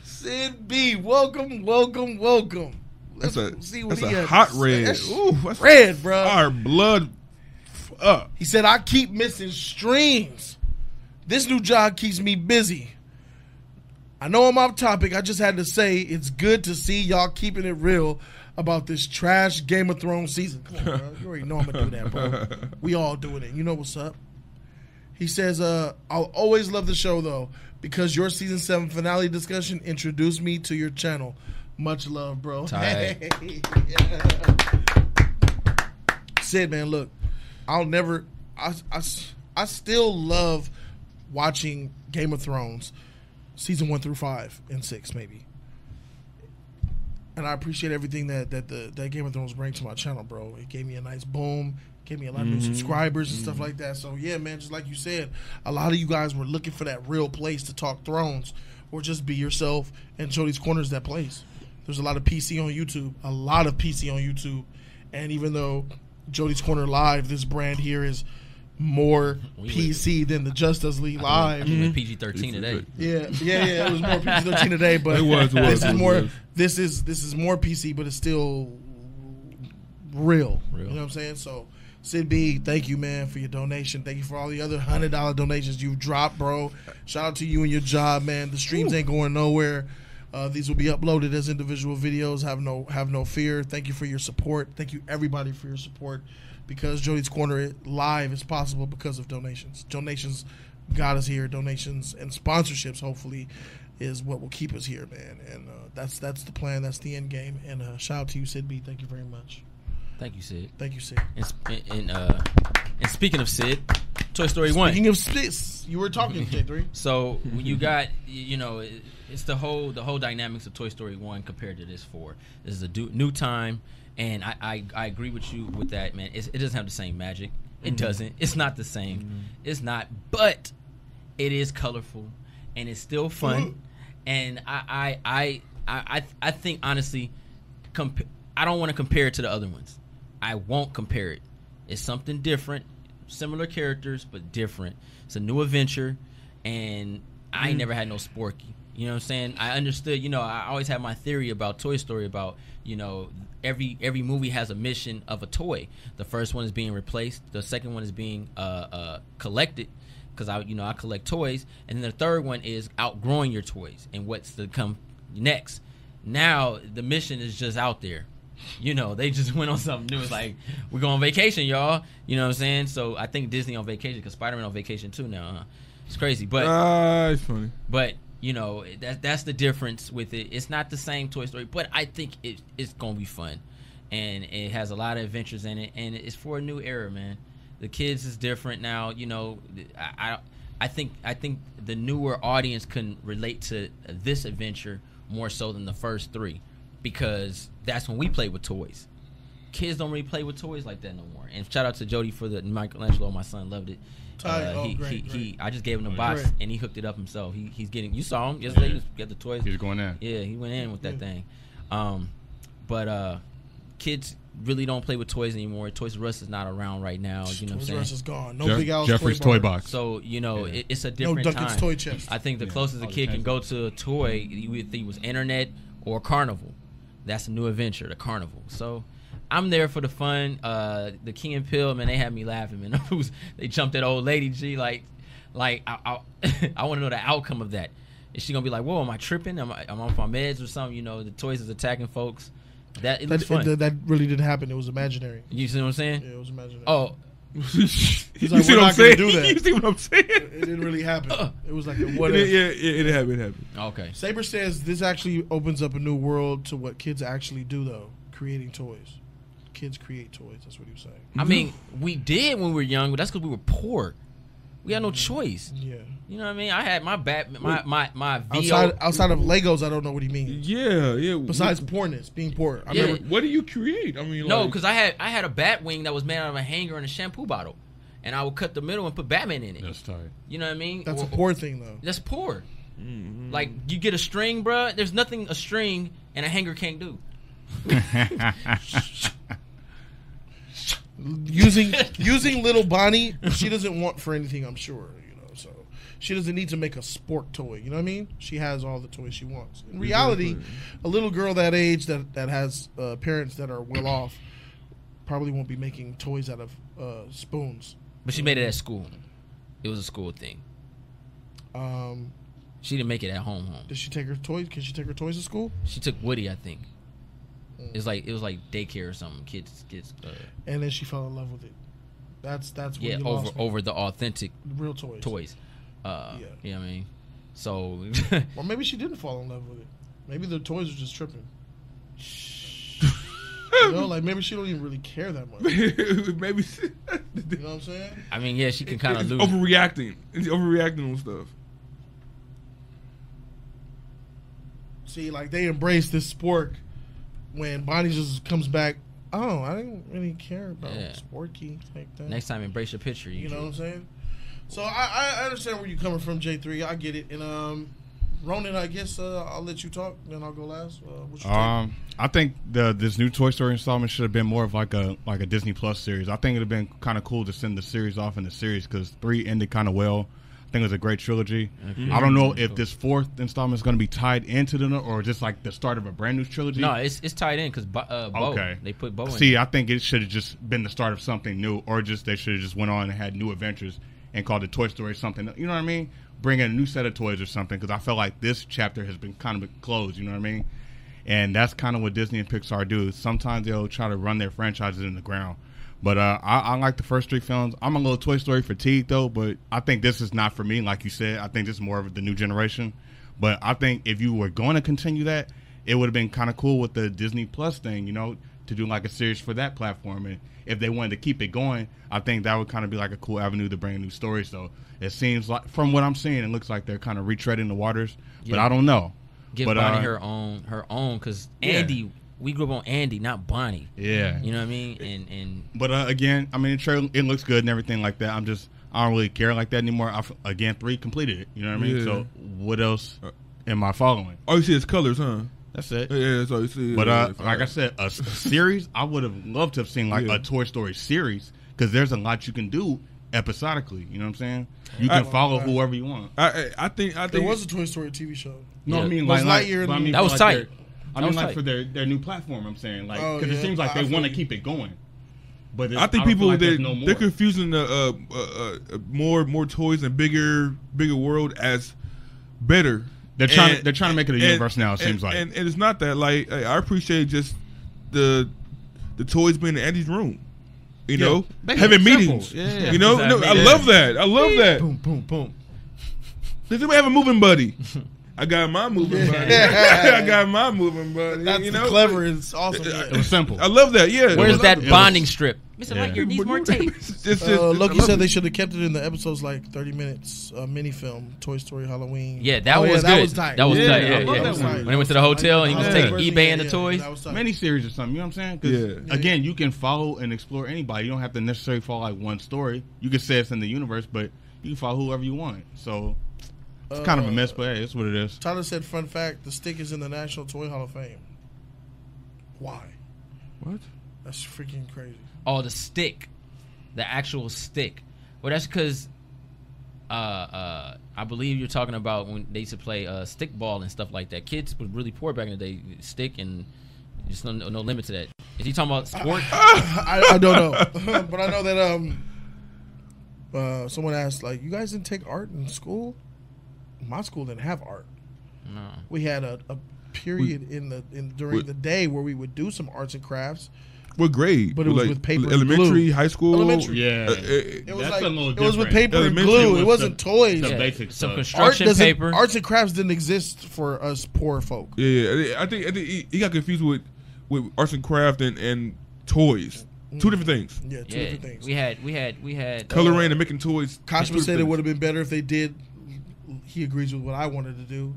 Speaker 1: Sid B, welcome, welcome, welcome.
Speaker 4: That's a
Speaker 1: see what
Speaker 4: that's
Speaker 1: he
Speaker 4: a
Speaker 1: had
Speaker 4: hot
Speaker 1: to say.
Speaker 4: red.
Speaker 1: That's
Speaker 4: Ooh, that's
Speaker 1: red, bro.
Speaker 4: Our blood f- up.
Speaker 1: He said, "I keep missing streams. This new job keeps me busy. I know I'm off topic. I just had to say it's good to see y'all keeping it real about this trash Game of Thrones season. Come on, bro. You already know I'm gonna do that,
Speaker 4: <laughs>
Speaker 1: bro. We all doing it. You know what's up." He says, uh, I'll always love the show though, because your season seven finale discussion introduced me to your channel. Much love, bro.
Speaker 2: Tight.
Speaker 1: <laughs> Sid, man, look, I'll never, I, I, I still love watching Game of Thrones, season one through five and six, maybe. And I appreciate everything that that the that Game of Thrones brings to my channel, bro. It gave me a nice boom, gave me a lot of new
Speaker 2: Mm-hmm.
Speaker 14: Mhm.
Speaker 1: subscribers and stuff like that. So yeah, man, just like you said, a lot of you guys were looking for that real place to talk Thrones, or just be yourself and show these corners that place. There's a lot of PC on YouTube, a lot of PC on YouTube, and even though Jody's Corner Live, this brand here is more
Speaker 2: We lit.
Speaker 1: PC than the Justice League
Speaker 2: I
Speaker 1: Live.
Speaker 2: think we PG thirteen today.
Speaker 1: Yeah, yeah, yeah. It was more PG thirteen today, but
Speaker 4: It was, it was,
Speaker 1: this
Speaker 4: it
Speaker 1: is
Speaker 4: was,
Speaker 1: more.
Speaker 4: it was.
Speaker 1: This is this is more PC, but it's still real.
Speaker 2: Real.
Speaker 1: You know what I'm saying? So, Sid B, thank you, man, for your donation. Thank you for all the other hundred dollar donations you dropped, bro. Shout out to you and your job, man. The streams ain't going nowhere. Uh, these will be uploaded as individual videos. Have no have no fear. Thank you for your support. Thank you everybody for your support, because Jody's Corner live is possible because of donations. Donations got us here. Donations and sponsorships, hopefully, is what will keep us here, man. And uh, that's that's the plan. That's the end game. And uh, shout out to you, Sid B. Thank you very much.
Speaker 2: Thank you, Sid.
Speaker 1: Thank you, Sid.
Speaker 2: And, sp- and, and, uh, and speaking of Sid, Toy Story One.
Speaker 1: Speaking of Sid, you were talking J three.
Speaker 2: So when you got you know it- it's the whole the whole dynamics of Toy Story one compared to this four. This is a du- new time, and I, I I agree with you with that man. It's, it doesn't have the same magic. It
Speaker 14: Mhm.
Speaker 2: doesn't. It's not the same. It's not. But it is colorful, and it's still fun. And I I I I I, I think honestly, comp- I don't want to compare it to the other ones. I won't compare it. It's something different, similar characters but different. It's a new adventure, and I ain't
Speaker 14: Mm.
Speaker 2: never had no sporky. You know what I'm saying? I understood. You know, I always had my theory about Toy Story about you know every every movie has a mission of a toy. The first one is being replaced. The second one is being uh, uh, collected because I you know I collect toys, and then the third one is outgrowing your toys and what's to come next. Now the mission is just out there you know, they just <laughs> went on something new. It's like we're going on vacation, y'all. You know what I'm saying? So I think Disney on vacation because Spider Man on vacation too now. Huh? It's crazy, but
Speaker 4: Ah, it's funny.
Speaker 2: But you know that that's the difference with it. It's not the same Toy Story, but I think it, it's gonna be fun, and it has a lot of adventures in it, and it's for a new era, man. The kids is different now. You know, I I, I think I think the newer audience can relate to this adventure more so than the first three, because that's when we played with toys kids don't really play with toys like that no more. And shout out to Jody for the Michelangelo. My son loved it. Uh,
Speaker 1: Tight. Oh,
Speaker 2: he,
Speaker 1: great,
Speaker 2: he, he,
Speaker 1: great.
Speaker 2: I just gave him the
Speaker 1: Oh,
Speaker 2: box
Speaker 1: great.
Speaker 2: and he hooked it up himself. He, he's getting. You saw him yesterday. He was got the toys.
Speaker 5: He's going in.
Speaker 2: Yeah, he went in with that
Speaker 5: Yeah.
Speaker 2: thing. Um, but uh, kids really don't play with toys anymore. Toys R Us is not around right now. <laughs> You know
Speaker 1: Toys
Speaker 2: what I'm saying?
Speaker 1: R Us is gone. No Jeff- Big Al's
Speaker 5: Jeffrey's toy Toy Bar. Box.
Speaker 2: So you know it, it's a
Speaker 1: No
Speaker 2: different
Speaker 1: Dunkin's
Speaker 2: time.
Speaker 1: toy chest.
Speaker 2: I think the closest a
Speaker 1: all
Speaker 2: kid can
Speaker 1: depends.
Speaker 2: go to a toy, you would think it was internet or carnival. That's a new adventure, the carnival. So I'm there for the fun. Uh, the Key and Pill, man, they had me laughing, man. <laughs> It was- they jumped that old lady, G, like, like I, I, <laughs> I want to know the outcome of that. Is she gonna be like, whoa, am I tripping? Am I, am I off my meds or something? You know, the toys is attacking folks. That it looks
Speaker 1: That,
Speaker 2: fun.
Speaker 1: that, that really didn't happen. It was imaginary.
Speaker 2: you see what I'm saying? Yeah,
Speaker 1: it was imaginary.
Speaker 2: Oh.
Speaker 4: <laughs>
Speaker 1: He's like, we're
Speaker 4: see what I'm
Speaker 1: not gonna
Speaker 4: saying?
Speaker 1: do that.
Speaker 4: <laughs> You see what I'm saying?
Speaker 1: It didn't really happen.
Speaker 2: <laughs>
Speaker 1: It was like a what
Speaker 4: It-
Speaker 1: if.
Speaker 4: yeah, it, it happened. It happened.
Speaker 2: Okay.
Speaker 1: Saber says this actually opens up a new world to what kids actually do, though creating toys. Kids create toys. That's what he was saying.
Speaker 2: I mean, we did when we were young, but that's because we were poor. We had no choice.
Speaker 1: Mm. Yeah.
Speaker 2: You know what I mean? I had my bat, my my my VO.
Speaker 1: outside outside of Legos, I don't know what he means.
Speaker 4: Yeah, yeah.
Speaker 1: Besides poorness, being poor. I
Speaker 2: Yeah.
Speaker 1: remember
Speaker 4: What do you create? I mean,
Speaker 2: no,
Speaker 4: like- <laughs>
Speaker 2: because I had I had a bat wing that was made out of a hanger and a shampoo bottle, and I would cut the middle and put Batman in it.
Speaker 5: That's tight.
Speaker 2: You know what I mean?
Speaker 1: that's a
Speaker 2: Or-
Speaker 1: poor thing, though.
Speaker 2: That's poor. Like you get a string, bruh. There's nothing a string and a hanger can't do. <laughs>
Speaker 1: Using using little Bonnie, she doesn't want for anything. I'm sure. You know, so she doesn't need to make a sport toy. You know what I mean? She has all the toys she wants. In reality, a little girl that age that that has uh, parents that are well off probably won't be making toys out of uh, spoons.
Speaker 2: But she made it at school. It was a school thing.
Speaker 1: Um,
Speaker 2: She didn't make it at home. Home.
Speaker 1: Did she take her toys? Can she take her toys to school?
Speaker 2: She took Woody, I think. It's like it was like daycare or something. Kids, kids. Uh,
Speaker 1: And then she fell in love with it. That's that's when
Speaker 2: yeah,
Speaker 1: you
Speaker 2: over
Speaker 1: lost me.
Speaker 2: over the authentic
Speaker 1: Real toys.
Speaker 2: Toys. Uh,
Speaker 1: Yeah.
Speaker 2: yeah. You know what I mean? So <laughs>
Speaker 1: Or maybe she didn't fall in love with it. Maybe the toys were just tripping. you know, like maybe she don't even really care that much.
Speaker 4: <laughs> maybe you
Speaker 1: know what I'm saying?
Speaker 2: I mean, yeah, she can kind of
Speaker 4: It's
Speaker 2: lose.
Speaker 4: overreacting. It's overreacting on stuff.
Speaker 1: See, like they embrace this sport when Bonnie just comes back. Oh, I didn't really care about
Speaker 2: Yeah.
Speaker 1: sporky like that.
Speaker 2: Next time, embrace your picture. You,
Speaker 1: You know what I'm saying? So I, I understand where you're coming from, J3. I get it. And um, Ronan, I guess uh, I'll let you talk, then I'll go last. Uh, what you think?
Speaker 5: Um, I think the this new Toy Story installment should have been more of like a like a Disney Plus series. I think it'd have been kind of cool to send the series off in the series because three ended kind of well. I think it was a great trilogy.
Speaker 2: Okay.
Speaker 5: I don't know
Speaker 2: Mhm.
Speaker 5: if this fourth installment is going to be tied into the or just like the start of a brand new trilogy.
Speaker 2: No, it's it's tied in because uh, Bo. They put Bo in.
Speaker 5: See, I think it should have just been the start of something new, or just they should have just went on and had new adventures and called it Toy Story something. You know what I mean? Bring in a new set of toys or something because I felt like this chapter has been kind of closed. You know what I mean? And that's kind of what Disney and Pixar do. Sometimes they'll try to run their franchises in the ground. But uh, I, I like the first three films. I'm a little Toy Story fatigued though, but I think this is not for me. Like you said, I think this is more of the new generation. But I think if you were going to continue that, it would have been kind of cool with the Disney Plus thing, you know, to do like a series for that platform. And if they wanted to keep it going, I think that would kind of be like a cool avenue to bring new stories. So it seems like, from what I'm seeing, it looks like they're kind of retreading the waters. But
Speaker 2: Yeah.
Speaker 5: I don't know.
Speaker 2: Give
Speaker 5: but,
Speaker 2: Bonnie
Speaker 5: uh,
Speaker 2: her own her own because
Speaker 5: Yeah.
Speaker 2: Andy. We grew up on Andy, not Bonnie.
Speaker 5: Yeah.
Speaker 2: You know what I mean? And and
Speaker 5: But uh, again, I mean, it, tra- it looks good and everything like that. I'm just, I don't really care like that anymore. I f again, three completed it. You know what I mean?
Speaker 4: Yeah.
Speaker 5: So what else am I following?
Speaker 4: All Oh, you see is colors, huh?
Speaker 5: That's it.
Speaker 4: Yeah, that's all you see.
Speaker 5: But
Speaker 4: Yeah,
Speaker 5: uh,
Speaker 4: it's
Speaker 5: like I
Speaker 4: alright.
Speaker 5: said, a s- series, I would have loved to have seen like
Speaker 4: Yeah.
Speaker 5: a Toy Story series because there's a lot you can do episodically. You know what I'm saying? You
Speaker 4: I-
Speaker 5: can follow whoever you want.
Speaker 4: I I I think I
Speaker 1: There
Speaker 4: think
Speaker 1: was a Toy Story TV show.
Speaker 5: No, I mean
Speaker 1: Was
Speaker 5: like, like,
Speaker 1: Lightyear
Speaker 5: but I
Speaker 1: in-
Speaker 5: mean,
Speaker 1: That
Speaker 5: for,
Speaker 1: was
Speaker 5: like,
Speaker 1: tight.
Speaker 5: their- I
Speaker 1: That
Speaker 5: mean,
Speaker 1: was
Speaker 5: like
Speaker 1: tight.
Speaker 5: for their their new platform. I'm saying like
Speaker 1: Oh,
Speaker 5: because
Speaker 1: yeah.
Speaker 5: it seems like
Speaker 1: I
Speaker 5: they
Speaker 1: feel
Speaker 5: want to
Speaker 1: you.
Speaker 5: keep it going. But it's,
Speaker 4: I
Speaker 5: don't
Speaker 4: think
Speaker 5: feel
Speaker 4: people
Speaker 5: like
Speaker 4: they
Speaker 5: there's no more.
Speaker 4: they're confusing the uh, uh, uh, more more toys and bigger bigger world as better.
Speaker 5: They're trying- they're trying to make it a universe now, it seems like.
Speaker 4: and, and it's not that. Like I I appreciate just the the toys being in Andy's room. You
Speaker 1: Yeah.
Speaker 4: know,
Speaker 1: Make it
Speaker 4: having
Speaker 1: simple.
Speaker 4: meetings.
Speaker 1: Yeah.
Speaker 4: You know, no, I
Speaker 1: Exactly.
Speaker 4: love that. I love
Speaker 1: Beep.
Speaker 4: that.
Speaker 1: Boom, boom, boom.
Speaker 4: Does anybody have a
Speaker 1: <laughs>
Speaker 4: moving buddy? I got my moving buddy. <laughs> I got my moving buddy.
Speaker 1: That's
Speaker 4: you
Speaker 1: the
Speaker 4: know,
Speaker 1: cleverest. Awesome.
Speaker 4: It
Speaker 5: was simple.
Speaker 4: I love that. Yeah.
Speaker 2: Where's that
Speaker 4: It was-
Speaker 2: bonding strip?
Speaker 14: Mr.
Speaker 5: <laughs>
Speaker 14: Lightyear needs more
Speaker 4: <laughs>
Speaker 14: tape.
Speaker 4: It's
Speaker 1: uh,
Speaker 4: just-
Speaker 1: Loki
Speaker 4: I love
Speaker 1: said
Speaker 4: it.
Speaker 1: they should have kept it in the episodes like 30 minutes uh, mini film Toy Story Halloween. Oh,
Speaker 2: Yeah, that was
Speaker 1: that
Speaker 2: good.
Speaker 1: Was tight.
Speaker 2: That was
Speaker 5: Yeah,
Speaker 2: tight.
Speaker 5: I
Speaker 2: Yeah,
Speaker 5: love
Speaker 2: yeah.
Speaker 5: that one.
Speaker 2: When they went to the hotel and you
Speaker 5: Yeah.
Speaker 2: can take eBay and the toys.
Speaker 5: mini series or something. You know what I'm saying? 'Cause, Again, you can follow and explore anybody. You don't have to necessarily follow like one story. You can say it's in the universe, but you can follow whoever you want. So it's kind of a
Speaker 1: Uh,
Speaker 5: mess, but hey, it's what it is.
Speaker 1: Tyler said, fun fact, the stick is in the National Toy Hall of Fame. Why?
Speaker 4: What?
Speaker 1: That's freaking crazy.
Speaker 2: Oh, the stick, the actual stick. Well, that's because uh, uh, I believe you're talking about when they used to play uh, stick ball and stuff like that. Kids were really poor back in the day. Stick and just no, no limit to that. Is he talking about sport?
Speaker 5: <laughs>
Speaker 1: I, I don't know. <laughs> but I know that um uh, someone asked, like, you guys didn't take art in school? My school didn't have art.
Speaker 2: No.
Speaker 1: We had a, a period in the in during
Speaker 4: we-
Speaker 1: the day where we would do some arts and crafts.
Speaker 4: What grade?
Speaker 1: But it was with paper and
Speaker 4: Elementary,
Speaker 1: glue.
Speaker 4: high school,
Speaker 1: Elementary.
Speaker 5: Yeah.
Speaker 4: Uh, it,
Speaker 1: It was like it was with paper and
Speaker 4: Elementary
Speaker 1: glue.
Speaker 4: was
Speaker 1: It wasn't
Speaker 5: some-
Speaker 1: toys.
Speaker 5: some Yeah, basic some stuff.
Speaker 2: construction
Speaker 1: Art doesn't-
Speaker 2: paper.
Speaker 1: Arts and crafts didn't exist for us poor folk.
Speaker 4: Yeah, yeah. I think I think he, he got confused with with arts and craft and, and toys. Two different things.
Speaker 1: Yeah, two
Speaker 2: yeah,
Speaker 1: different things.
Speaker 2: we had, we had, we had uh,
Speaker 4: Coloring and making toys.
Speaker 1: Cosmo
Speaker 4: Two
Speaker 1: said it
Speaker 4: different
Speaker 1: would have been better if they did. He agrees with what I wanted to do.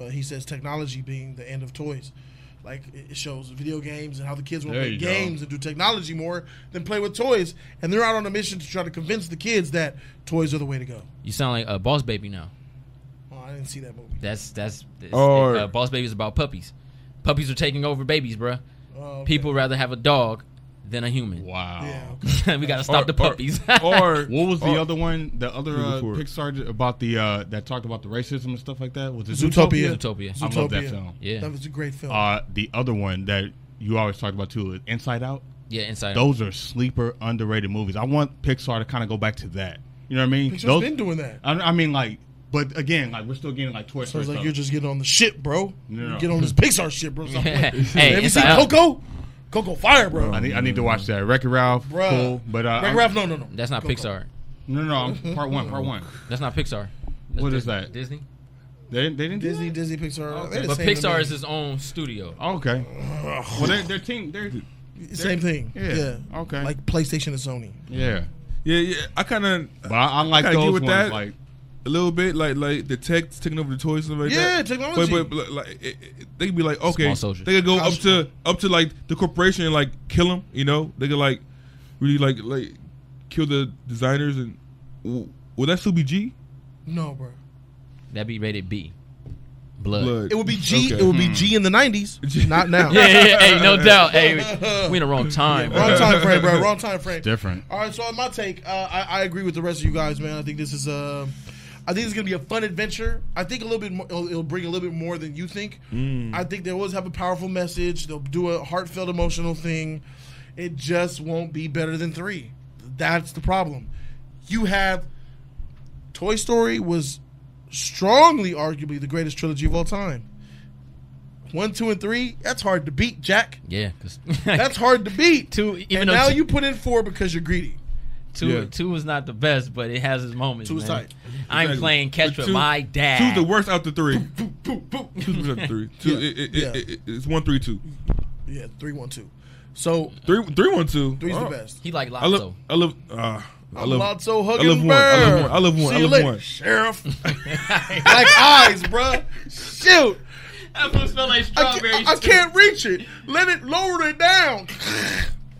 Speaker 1: Uh, he says technology being the end of toys. Like it it shows video games and how the kids want to
Speaker 5: There
Speaker 1: play
Speaker 5: you go.
Speaker 1: games and do technology more than play with toys. And they're out on a mission to try to convince the kids that toys are the way to go.
Speaker 2: You sound like a boss baby now.
Speaker 1: Oh, I didn't see that movie.
Speaker 2: That's that's. that's
Speaker 4: Or-
Speaker 2: uh, Boss Baby is about puppies. Puppies are taking over babies, bruh.
Speaker 1: Oh, okay.
Speaker 2: People rather have a dog than a human.
Speaker 5: Wow.
Speaker 2: <laughs> we gotta stop
Speaker 5: Or-
Speaker 2: the puppies. <laughs>
Speaker 4: or
Speaker 5: What was the
Speaker 4: or-
Speaker 5: other one? The other uh,
Speaker 4: Before.
Speaker 5: Pixar about the uh, that talked about the racism and stuff like that was it
Speaker 1: Zootopia.
Speaker 5: Zootopia.
Speaker 1: Zootopia.
Speaker 5: I love that
Speaker 1: Zootopia.
Speaker 5: film.
Speaker 1: Yeah. That was a great film.
Speaker 5: Uh, the other one that you always talked about too is Inside Out.
Speaker 2: Yeah, Inside
Speaker 5: Those are sleeper underrated movies. I want Pixar to kind of go back to that. You know what I mean?
Speaker 1: Pixar's
Speaker 5: Those-
Speaker 1: been doing that.
Speaker 5: I, I mean, like, but again, like we're still getting like Toy
Speaker 1: So
Speaker 5: Story.
Speaker 1: it's like
Speaker 5: stuff.
Speaker 1: you're just getting on the shit, bro.
Speaker 5: No.
Speaker 1: You get on this Pixar shit, bro. Stop playing.
Speaker 5: Hey,
Speaker 1: Have you seen
Speaker 5: Inside Out.
Speaker 1: Coco? Coco Fire, bro.
Speaker 5: I need, I need to watch that. Wreck It Ralph,
Speaker 1: Bruh.
Speaker 5: cool. But uh,
Speaker 1: Wreck-It
Speaker 5: I'm-
Speaker 1: Ralph, no, no, no.
Speaker 2: That's not Pixar.
Speaker 5: No,
Speaker 1: <laughs>
Speaker 5: no, I'm- part one, part one.
Speaker 2: That's not Pixar. That's
Speaker 5: What is
Speaker 2: Dis-
Speaker 5: that?
Speaker 2: Disney.
Speaker 5: They, didn't- they didn't do
Speaker 1: Disney,
Speaker 5: that? Oh,
Speaker 1: Disney, Pixar. they're the
Speaker 2: But
Speaker 1: same to
Speaker 2: Pixar
Speaker 1: me.
Speaker 2: is its own studio.
Speaker 5: Okay. Well, they're, they're team. They're
Speaker 1: same thing.
Speaker 5: Yeah.
Speaker 1: Yeah.
Speaker 5: Okay.
Speaker 1: Like PlayStation and Sony.
Speaker 5: Yeah.
Speaker 4: Yeah, yeah. I kind of.
Speaker 5: But I, I like
Speaker 4: kinda get
Speaker 5: those
Speaker 4: with
Speaker 5: ones.
Speaker 4: that
Speaker 5: Like
Speaker 4: a little bit, like like the tech's taking over the toys and stuff like
Speaker 1: Yeah,
Speaker 4: that.
Speaker 1: technology.
Speaker 4: But, but like it, it- they could be like, okay,
Speaker 2: Small soldiers.
Speaker 4: they could go up to up to like the corporation and like kill them. You know, they could like really like like kill the designers and w- would that still be G?
Speaker 1: No, bro.
Speaker 2: That'd be rated B. Blood.
Speaker 4: Blood.
Speaker 1: It would be G.
Speaker 4: Okay.
Speaker 1: It would be G in the nineties, not now.
Speaker 2: yeah, yeah, yeah, hey, no doubt. Hey, we in the wrong time.
Speaker 1: Yeah,
Speaker 2: <laughs>
Speaker 1: wrong
Speaker 2: bro.
Speaker 1: time frame, bro. Wrong time frame.
Speaker 5: Different.
Speaker 1: All right, so on my take, uh, I, I agree with the rest of you guys, man. I think this is uh, I think it's gonna be a fun adventure. I think a little bit more, it'll, it'll bring a little bit more than you think.
Speaker 4: Mm.
Speaker 1: I think they always have a powerful message. They'll do a heartfelt, emotional thing. It just won't be better than three. That's the problem. You have Toy Story was strongly, arguably, the greatest trilogy of all time. One, two, and three. That's hard to beat, Jack.
Speaker 2: Yeah, 'cause
Speaker 1: That's hard to beat. Two,
Speaker 2: even
Speaker 1: and
Speaker 2: though
Speaker 1: now
Speaker 2: two-
Speaker 1: you put in four because you're greedy.
Speaker 2: <laughs> two
Speaker 4: Yeah.
Speaker 2: two was not the best, but it has its moments.
Speaker 1: Two was
Speaker 2: man.
Speaker 1: tight.
Speaker 2: I'm
Speaker 4: Exactly.
Speaker 2: playing catch
Speaker 4: But
Speaker 2: with
Speaker 4: two-
Speaker 2: my dad.
Speaker 4: Two's the worst out
Speaker 1: <laughs>
Speaker 4: the three. Two's the worst out the three. Two, it, it,
Speaker 1: Yeah.
Speaker 4: It, it, it's one, three, two.
Speaker 1: Yeah, three, one, two. So
Speaker 4: Three, three, one, two.
Speaker 1: three's
Speaker 4: Oh.
Speaker 1: the best.
Speaker 2: He like
Speaker 4: I love,
Speaker 2: Lotso.
Speaker 4: I love, uh, I
Speaker 1: I'm
Speaker 4: love,
Speaker 1: Lotso
Speaker 4: I
Speaker 1: hugging
Speaker 4: love one.
Speaker 1: bear.
Speaker 4: I love one. I love one.
Speaker 1: See
Speaker 4: I
Speaker 1: you
Speaker 4: love
Speaker 1: later,
Speaker 4: one. <laughs>
Speaker 1: sheriff. like eyes, bruh. Shoot.
Speaker 2: That's what smell
Speaker 1: I
Speaker 2: like strawberries.
Speaker 1: can't, I
Speaker 2: too.
Speaker 1: can't reach it. Let it lower it down.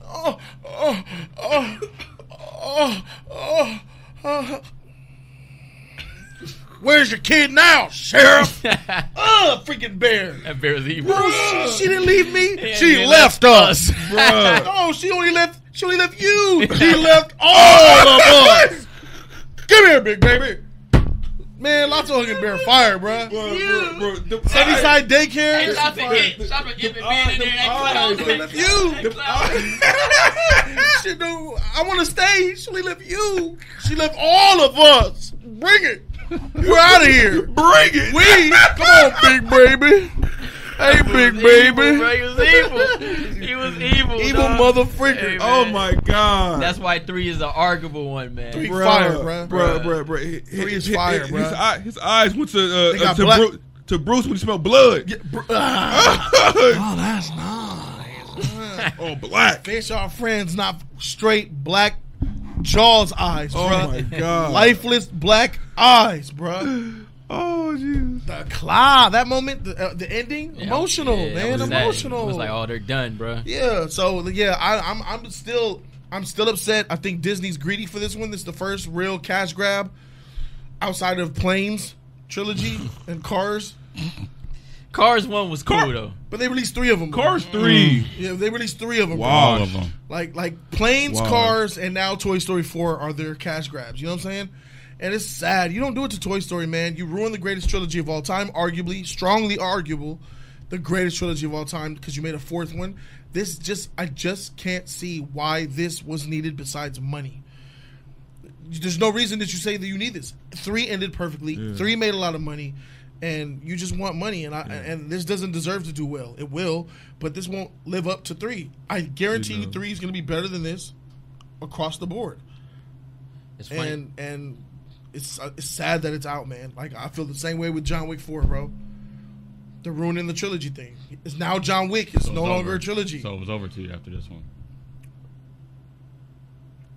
Speaker 1: Oh, oh, oh, oh, oh, oh. Where's your kid now, sheriff?
Speaker 4: <laughs>
Speaker 1: Ugh, freaking bear.
Speaker 2: That bear's evil.
Speaker 1: Bro, Oh, she, she didn't leave me.
Speaker 2: Yeah,
Speaker 1: she
Speaker 2: yeah,
Speaker 1: left, us. <laughs>
Speaker 4: Bruh.
Speaker 1: Oh, she only left. She only left you. She
Speaker 2: <laughs>
Speaker 1: left all of us. Come here, big baby. Man, lots of hugging bear fire, bro.
Speaker 4: Bro, bro, bro, the
Speaker 1: Sunnyside daycare.
Speaker 2: Hey, stop it, kid. Stop it. Get the man in there. That
Speaker 4: eyes,
Speaker 2: clown.
Speaker 4: them
Speaker 1: You.
Speaker 2: That clown.
Speaker 1: <laughs> she do. I want to stay. She only left you. She left all of us. Bring it. We're out of here.
Speaker 4: Bring it.
Speaker 1: We come on, big baby. Hey, big baby.
Speaker 2: He was evil. He was evil.
Speaker 1: Evil
Speaker 2: dog.
Speaker 1: motherfucker.
Speaker 2: Hey,
Speaker 4: Oh
Speaker 2: man.
Speaker 4: my god.
Speaker 2: That's why three is an arguable one, man.
Speaker 1: Three
Speaker 4: Bruh,
Speaker 1: fire, bruh.
Speaker 4: Bruh, bruh, bruh. Hi- hi-
Speaker 1: Three is
Speaker 4: hi-
Speaker 1: fire,
Speaker 4: his,
Speaker 1: bruh.
Speaker 4: eye- his eyes went to
Speaker 1: They
Speaker 4: uh, uh,
Speaker 1: got
Speaker 4: to,
Speaker 1: black-
Speaker 4: Bru- to Bruce when he smelled blood. <laughs> Ah.
Speaker 1: Oh, that's nice.
Speaker 4: oh, black.
Speaker 1: Fish are friends, not straight black Jaws eyes,
Speaker 4: Oh,
Speaker 1: bruh.
Speaker 4: my God.
Speaker 1: Lifeless black eyes, bruh.
Speaker 4: Oh, Jesus.
Speaker 1: The claw, that moment, the, uh, the ending, emotional,
Speaker 2: Yeah, that
Speaker 1: man,
Speaker 2: was that.
Speaker 1: emotional.
Speaker 2: It was like, oh, they're done, bro.
Speaker 1: Yeah. So yeah, I, I'm I'm still I'm still upset. I think Disney's greedy for this one. This is the first real cash grab outside of Planes
Speaker 4: <laughs>
Speaker 1: trilogy and Cars.
Speaker 2: Cars one was cool though.
Speaker 1: But they released three of them.
Speaker 4: Cars three.
Speaker 1: Yeah, they released three of them.
Speaker 4: Wow. All
Speaker 5: Mm, of 'em.
Speaker 1: Like like Planes,
Speaker 5: Wow.
Speaker 1: Cars, and now Toy Story four are their cash grabs. You know what I'm saying? And it's sad. You don't do it to Toy Story, man. You ruin the greatest trilogy of all time, arguably, strongly arguable, the greatest trilogy of all time because you made a fourth one. This just, I just can't see why this was needed besides money. There's no reason that you say that you need this. Three ended perfectly.
Speaker 5: Yeah.
Speaker 1: Three made a lot of money, and you just want money. And I and this doesn't deserve to do well. It will, but this won't live up to three. I guarantee you, three is going to be better than this across the board.
Speaker 2: It's funny.
Speaker 1: and and it's uh, it's sad that it's out, man. Like I feel the same way with John Wick Four, bro. They're ruining the trilogy thing. It's now John Wick. It's
Speaker 5: So
Speaker 1: no
Speaker 5: it's
Speaker 1: longer
Speaker 5: over.
Speaker 1: a trilogy.
Speaker 5: So it was over to you after this one.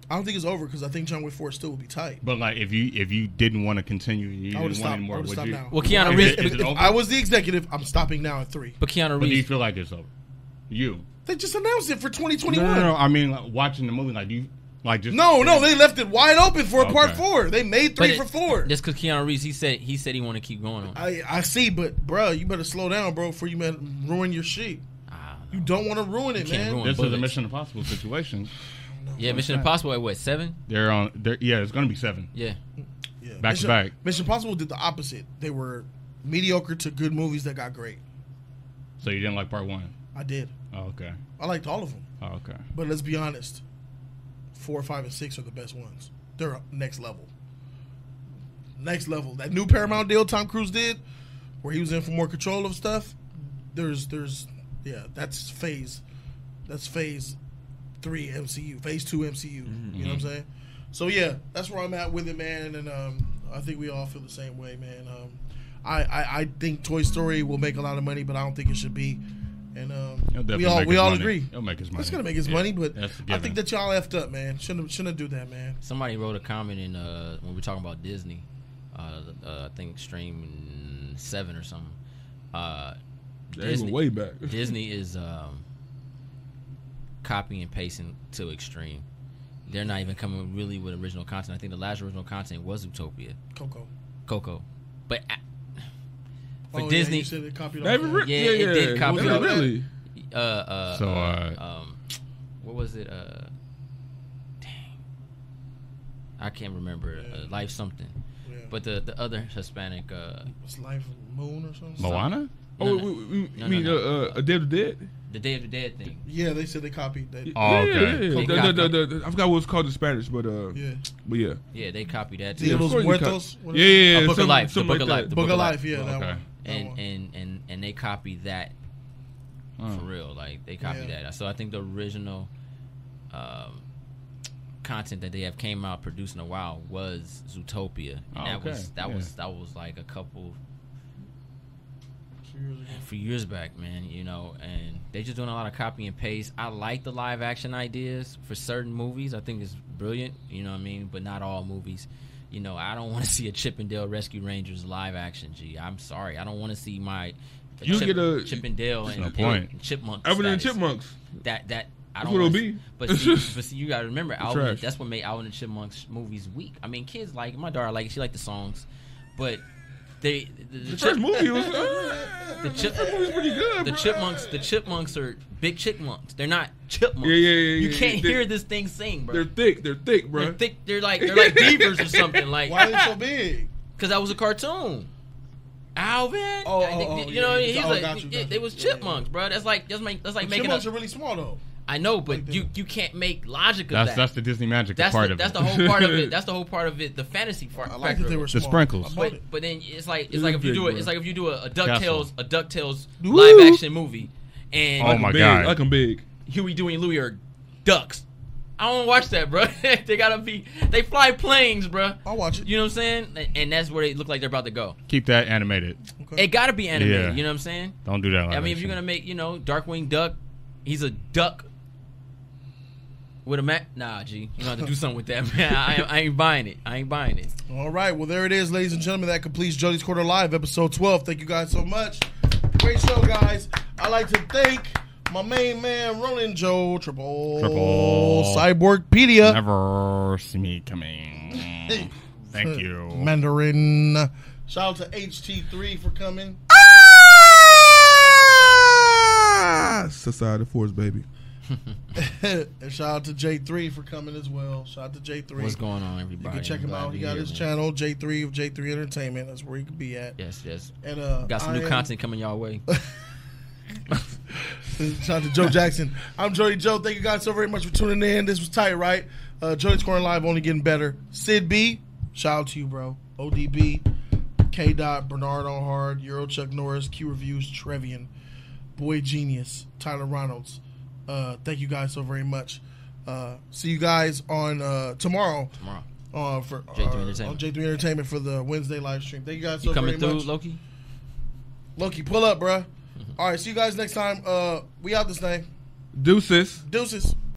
Speaker 1: I don't think it's over because I think John Wick Four still will be tight.
Speaker 5: But like, if you if you didn't want to continue, you
Speaker 1: I would
Speaker 5: didn't
Speaker 1: have stopped.
Speaker 5: want
Speaker 1: I
Speaker 5: anymore.
Speaker 1: would
Speaker 5: Would
Speaker 1: stop
Speaker 5: you?
Speaker 1: now.
Speaker 2: Well, Keanu
Speaker 1: If- <laughs>
Speaker 2: Reeves-
Speaker 1: if-
Speaker 5: Is it
Speaker 1: if
Speaker 5: over?
Speaker 1: I was the executive. I'm stopping now at three.
Speaker 2: But Keanu
Speaker 5: But do you
Speaker 2: Reeves,
Speaker 5: feel like it's over? You.
Speaker 1: They just announced it for
Speaker 5: No,
Speaker 1: 2021.
Speaker 5: no, no, I mean, like, watching the movie, like, do you like just?
Speaker 1: No, no, they left it wide open for a part
Speaker 5: Okay.
Speaker 1: four. They made three
Speaker 2: it-
Speaker 1: for four.
Speaker 2: That's because Keanu Reeves, he said he said he want to keep going on.
Speaker 1: I, I see, but bruh, you better slow down, bro, before you man- ruin your shit. You don't want to ruin it,
Speaker 2: Ah, can't
Speaker 1: man.
Speaker 2: ruin
Speaker 5: This is a
Speaker 2: bullets.
Speaker 5: Mission Impossible situation.
Speaker 2: yeah, Mission Impossible at what seven?
Speaker 5: They're on. They're, yeah, it's gonna be seven.
Speaker 2: Yeah.
Speaker 1: Yeah,
Speaker 5: Back
Speaker 1: Mission,
Speaker 5: to back.
Speaker 1: Mission Impossible did the opposite. They were mediocre to good movies that got great.
Speaker 5: So you didn't like part one.
Speaker 1: I did.
Speaker 5: Oh, okay.
Speaker 1: I liked all of them.
Speaker 5: Oh, okay.
Speaker 1: But let's be honest, four, five, and six are the best ones. They're next level. Next level. That new Paramount deal Tom Cruise did, where he was in for more control of stuff. There's, there's, yeah, that's phase. That's phase three MCU, phase two MCU. You know what I'm
Speaker 5: Mm-hmm.
Speaker 1: saying? So yeah, that's where I'm at with it, man. And um, I think we all feel the same way, man. Um, I, I, I think Toy Story will make a lot of money, but I don't think it should be. And
Speaker 5: It'll
Speaker 1: um,
Speaker 5: definitely
Speaker 1: we all
Speaker 5: make
Speaker 1: we
Speaker 5: his
Speaker 1: all
Speaker 5: money.
Speaker 1: agree.
Speaker 5: It'll make his money.
Speaker 1: It's gonna make his
Speaker 5: Yeah,
Speaker 1: money, but
Speaker 5: that's a
Speaker 1: I
Speaker 5: given.
Speaker 1: think that y'all effed up, man. Shouldn't shouldn't do that, man.
Speaker 2: Somebody wrote a comment in uh, when we were talking about Disney. Uh, uh, I think stream seven or something. Uh,
Speaker 4: They were way back.
Speaker 2: Disney is um, copying and pasting to extreme. They're not even coming really with original content. I think the last original content was Utopia,
Speaker 1: Coco.
Speaker 2: Coco, but a- for
Speaker 1: Oh, yeah,
Speaker 2: Disney,
Speaker 1: you said it copied
Speaker 4: They
Speaker 1: off
Speaker 4: even
Speaker 1: that.
Speaker 4: re-
Speaker 2: yeah,
Speaker 4: Yeah,
Speaker 2: it
Speaker 4: yeah.
Speaker 2: did copy.
Speaker 4: Was it
Speaker 2: off-
Speaker 4: really?
Speaker 2: Uh, uh,
Speaker 5: So,
Speaker 2: uh,
Speaker 5: uh,
Speaker 2: um, what was it? Uh, dang, I can't remember. Uh, life something.
Speaker 1: Yeah.
Speaker 2: But the the other Hispanic. Uh,
Speaker 1: It's Life Moon or something.
Speaker 5: Moana?
Speaker 4: Oh,
Speaker 2: no,
Speaker 4: we,
Speaker 2: no.
Speaker 4: we, we
Speaker 2: No, no,
Speaker 4: mean
Speaker 2: no.
Speaker 4: Uh, uh, a Day of the Dead.
Speaker 2: the Day of the Dead thing.
Speaker 1: Yeah, they said they copied. They,
Speaker 5: Oh,
Speaker 4: Yeah,
Speaker 5: okay.
Speaker 4: yeah,
Speaker 2: They
Speaker 4: yeah. The-
Speaker 2: got
Speaker 4: the- the- the- I forgot what it's called in Spanish, but uh,
Speaker 1: Yeah.
Speaker 4: but yeah.
Speaker 2: Yeah, they copied that
Speaker 1: Dia
Speaker 2: too.
Speaker 1: de los
Speaker 4: course you cut-
Speaker 1: Muertos. whatever.
Speaker 4: Yeah, yeah, yeah.
Speaker 2: A Book of
Speaker 4: something-
Speaker 2: Life, the
Speaker 4: something
Speaker 2: Book
Speaker 4: like
Speaker 2: of
Speaker 4: that.
Speaker 2: Life, the
Speaker 1: Book of Life. Yeah, that
Speaker 5: Okay.
Speaker 1: one. That
Speaker 2: and
Speaker 1: one.
Speaker 2: and and and they copied that for real. Like they copied
Speaker 1: Yeah.
Speaker 2: that. So I think the original um, content that they have came out produced in a while was Zootopia. And
Speaker 5: Oh,
Speaker 2: that
Speaker 5: okay.
Speaker 2: was that
Speaker 5: Yeah.
Speaker 2: was that was like a couple
Speaker 1: Two years ago.
Speaker 2: for years back, man. You know, and they just doing a lot of copy and paste. I like the live action ideas for certain movies. I think it's brilliant. You know what I mean? But not all movies. You know, I don't <laughs> want to see a Chippendale Rescue Rangers live action. Gee, I'm sorry, I don't want to see my
Speaker 4: You get a-
Speaker 2: Chippendale and,
Speaker 5: no point.
Speaker 2: and Chipmunk.
Speaker 4: Alvin and
Speaker 2: status.
Speaker 4: Chipmunks.
Speaker 2: That that I
Speaker 4: That's
Speaker 2: don't
Speaker 4: what it'll
Speaker 2: wanna
Speaker 4: be.
Speaker 2: see- But see,
Speaker 4: <laughs>
Speaker 2: but see, you gotta remember, Alvin,
Speaker 4: Trash.
Speaker 2: that's what made Alvin and Chipmunks movies weak. I mean, kids like my daughter like she liked the songs, but they the, the
Speaker 4: The first
Speaker 2: Chip-
Speaker 4: movie was.
Speaker 2: <laughs> the, chip,
Speaker 4: was pretty good,
Speaker 2: the
Speaker 4: bruh.
Speaker 2: chipmunks, the chipmunks are big chipmunks. They're not chipmunks.
Speaker 4: Yeah, yeah, yeah,
Speaker 2: You
Speaker 4: yeah,
Speaker 2: can't
Speaker 4: they-
Speaker 2: hear this thing sing, bro.
Speaker 4: They're thick. They're thick, bro.
Speaker 2: They're thick. They're like they're
Speaker 5: <laughs>
Speaker 2: like beavers or something. Like
Speaker 1: Why are they so
Speaker 2: <laughs>
Speaker 1: big?
Speaker 2: because that was a cartoon. Alvin,
Speaker 1: Oh,
Speaker 2: I think-
Speaker 1: oh, oh,
Speaker 2: you
Speaker 1: yeah,
Speaker 2: know,
Speaker 1: yeah.
Speaker 2: he's
Speaker 1: Oh,
Speaker 2: like
Speaker 1: got you, got
Speaker 2: they
Speaker 1: you.
Speaker 2: was
Speaker 1: Yeah, yeah.
Speaker 2: chipmunks, bro. That's like that's like that's like
Speaker 1: Like
Speaker 2: making
Speaker 1: Chipmunks
Speaker 2: a,
Speaker 1: are really small though.
Speaker 2: I know, but you you can't make logic of
Speaker 5: That's-
Speaker 2: that.
Speaker 5: that's the Disney magic, the
Speaker 2: That's
Speaker 5: part
Speaker 2: the,
Speaker 5: of
Speaker 2: that's
Speaker 5: it.
Speaker 2: the whole part of
Speaker 5: <laughs>
Speaker 2: it. That's the whole part of it. The fantasy part. I
Speaker 5: that they were The small. sprinkles.
Speaker 2: But, but then it's like
Speaker 5: This
Speaker 2: it's like
Speaker 5: is
Speaker 2: if you
Speaker 5: big,
Speaker 2: do it.
Speaker 5: bro.
Speaker 2: It's like if you do a, a
Speaker 5: Castle.
Speaker 2: Ducktales a Ducktales
Speaker 5: Woo!
Speaker 2: live action movie, and
Speaker 5: Oh Like 'em my big, God.
Speaker 4: like 'em big.
Speaker 2: Huey, Dewey, and Louie are ducks. I don't watch that, bro. <laughs> they gotta be. They fly planes, bro. I watch it. You know what I'm saying? And- And that's where they look like they're about to go.
Speaker 5: Keep that animated.
Speaker 2: It gotta be animated.
Speaker 5: Yeah.
Speaker 2: You know what I'm saying?
Speaker 5: Don't do that
Speaker 2: I mean, if
Speaker 5: animation.
Speaker 2: you're gonna make, you know, Darkwing Duck, he's a duck with a mat. Nah, G, you gonna have to do something with that, <laughs> man. I, I ain't buying it. I ain't buying it.
Speaker 1: All right. Well, there it is, ladies and gentlemen. That completes Jody's Quarter Live, episode 12. Thank you guys so much. Great show, guys. I'd like to thank my main man, Ronan Joe Triple.
Speaker 5: Triple.
Speaker 1: Cyborgpedia.
Speaker 5: Never see me
Speaker 2: <laughs>
Speaker 5: coming. Thank you.
Speaker 1: Mandarin. Shout out to HT3 for coming. <laughs>
Speaker 4: Ah, Society Force, baby.
Speaker 1: and shout out to J3 for coming as well. Shout out to J3.
Speaker 2: What's going on, everybody?
Speaker 1: You can check
Speaker 2: I'm
Speaker 1: him
Speaker 2: glad
Speaker 1: out.
Speaker 2: to
Speaker 1: He got
Speaker 2: hear,
Speaker 1: his
Speaker 2: man.
Speaker 1: channel, J3 of J3 Entertainment. That's where he could be at.
Speaker 2: Yes, yes.
Speaker 1: And uh,
Speaker 2: got some
Speaker 1: I
Speaker 2: new
Speaker 1: am-
Speaker 2: content coming y'all
Speaker 1: <laughs>
Speaker 2: way.
Speaker 1: Shout out to Joe Jackson. I'm Jody Joe. Thank you guys so very much for tuning in. This was tight, right? Uh, Jody's Corner Live only getting better. Sid B, shout out to you, bro. ODB, K. Dot, Bernard on Hard, Euro Chuck Norris, Q Reviews, Trevian, Boy Genius, Tyler Reynolds. Uh, thank you guys so very much. Uh, see you guys on uh, tomorrow.
Speaker 2: Tomorrow.
Speaker 1: Uh, for
Speaker 2: J3
Speaker 1: uh,
Speaker 2: Entertainment.
Speaker 1: on J3 Entertainment for the Wednesday live stream. Thank you guys so
Speaker 2: You coming
Speaker 1: very
Speaker 2: through,
Speaker 1: much.
Speaker 2: Mm-hmm. Loki?
Speaker 1: Loki, pull up, bruh. All right, see you guys next time. Uh, we out this thing.
Speaker 4: Deuces.
Speaker 1: Deuces.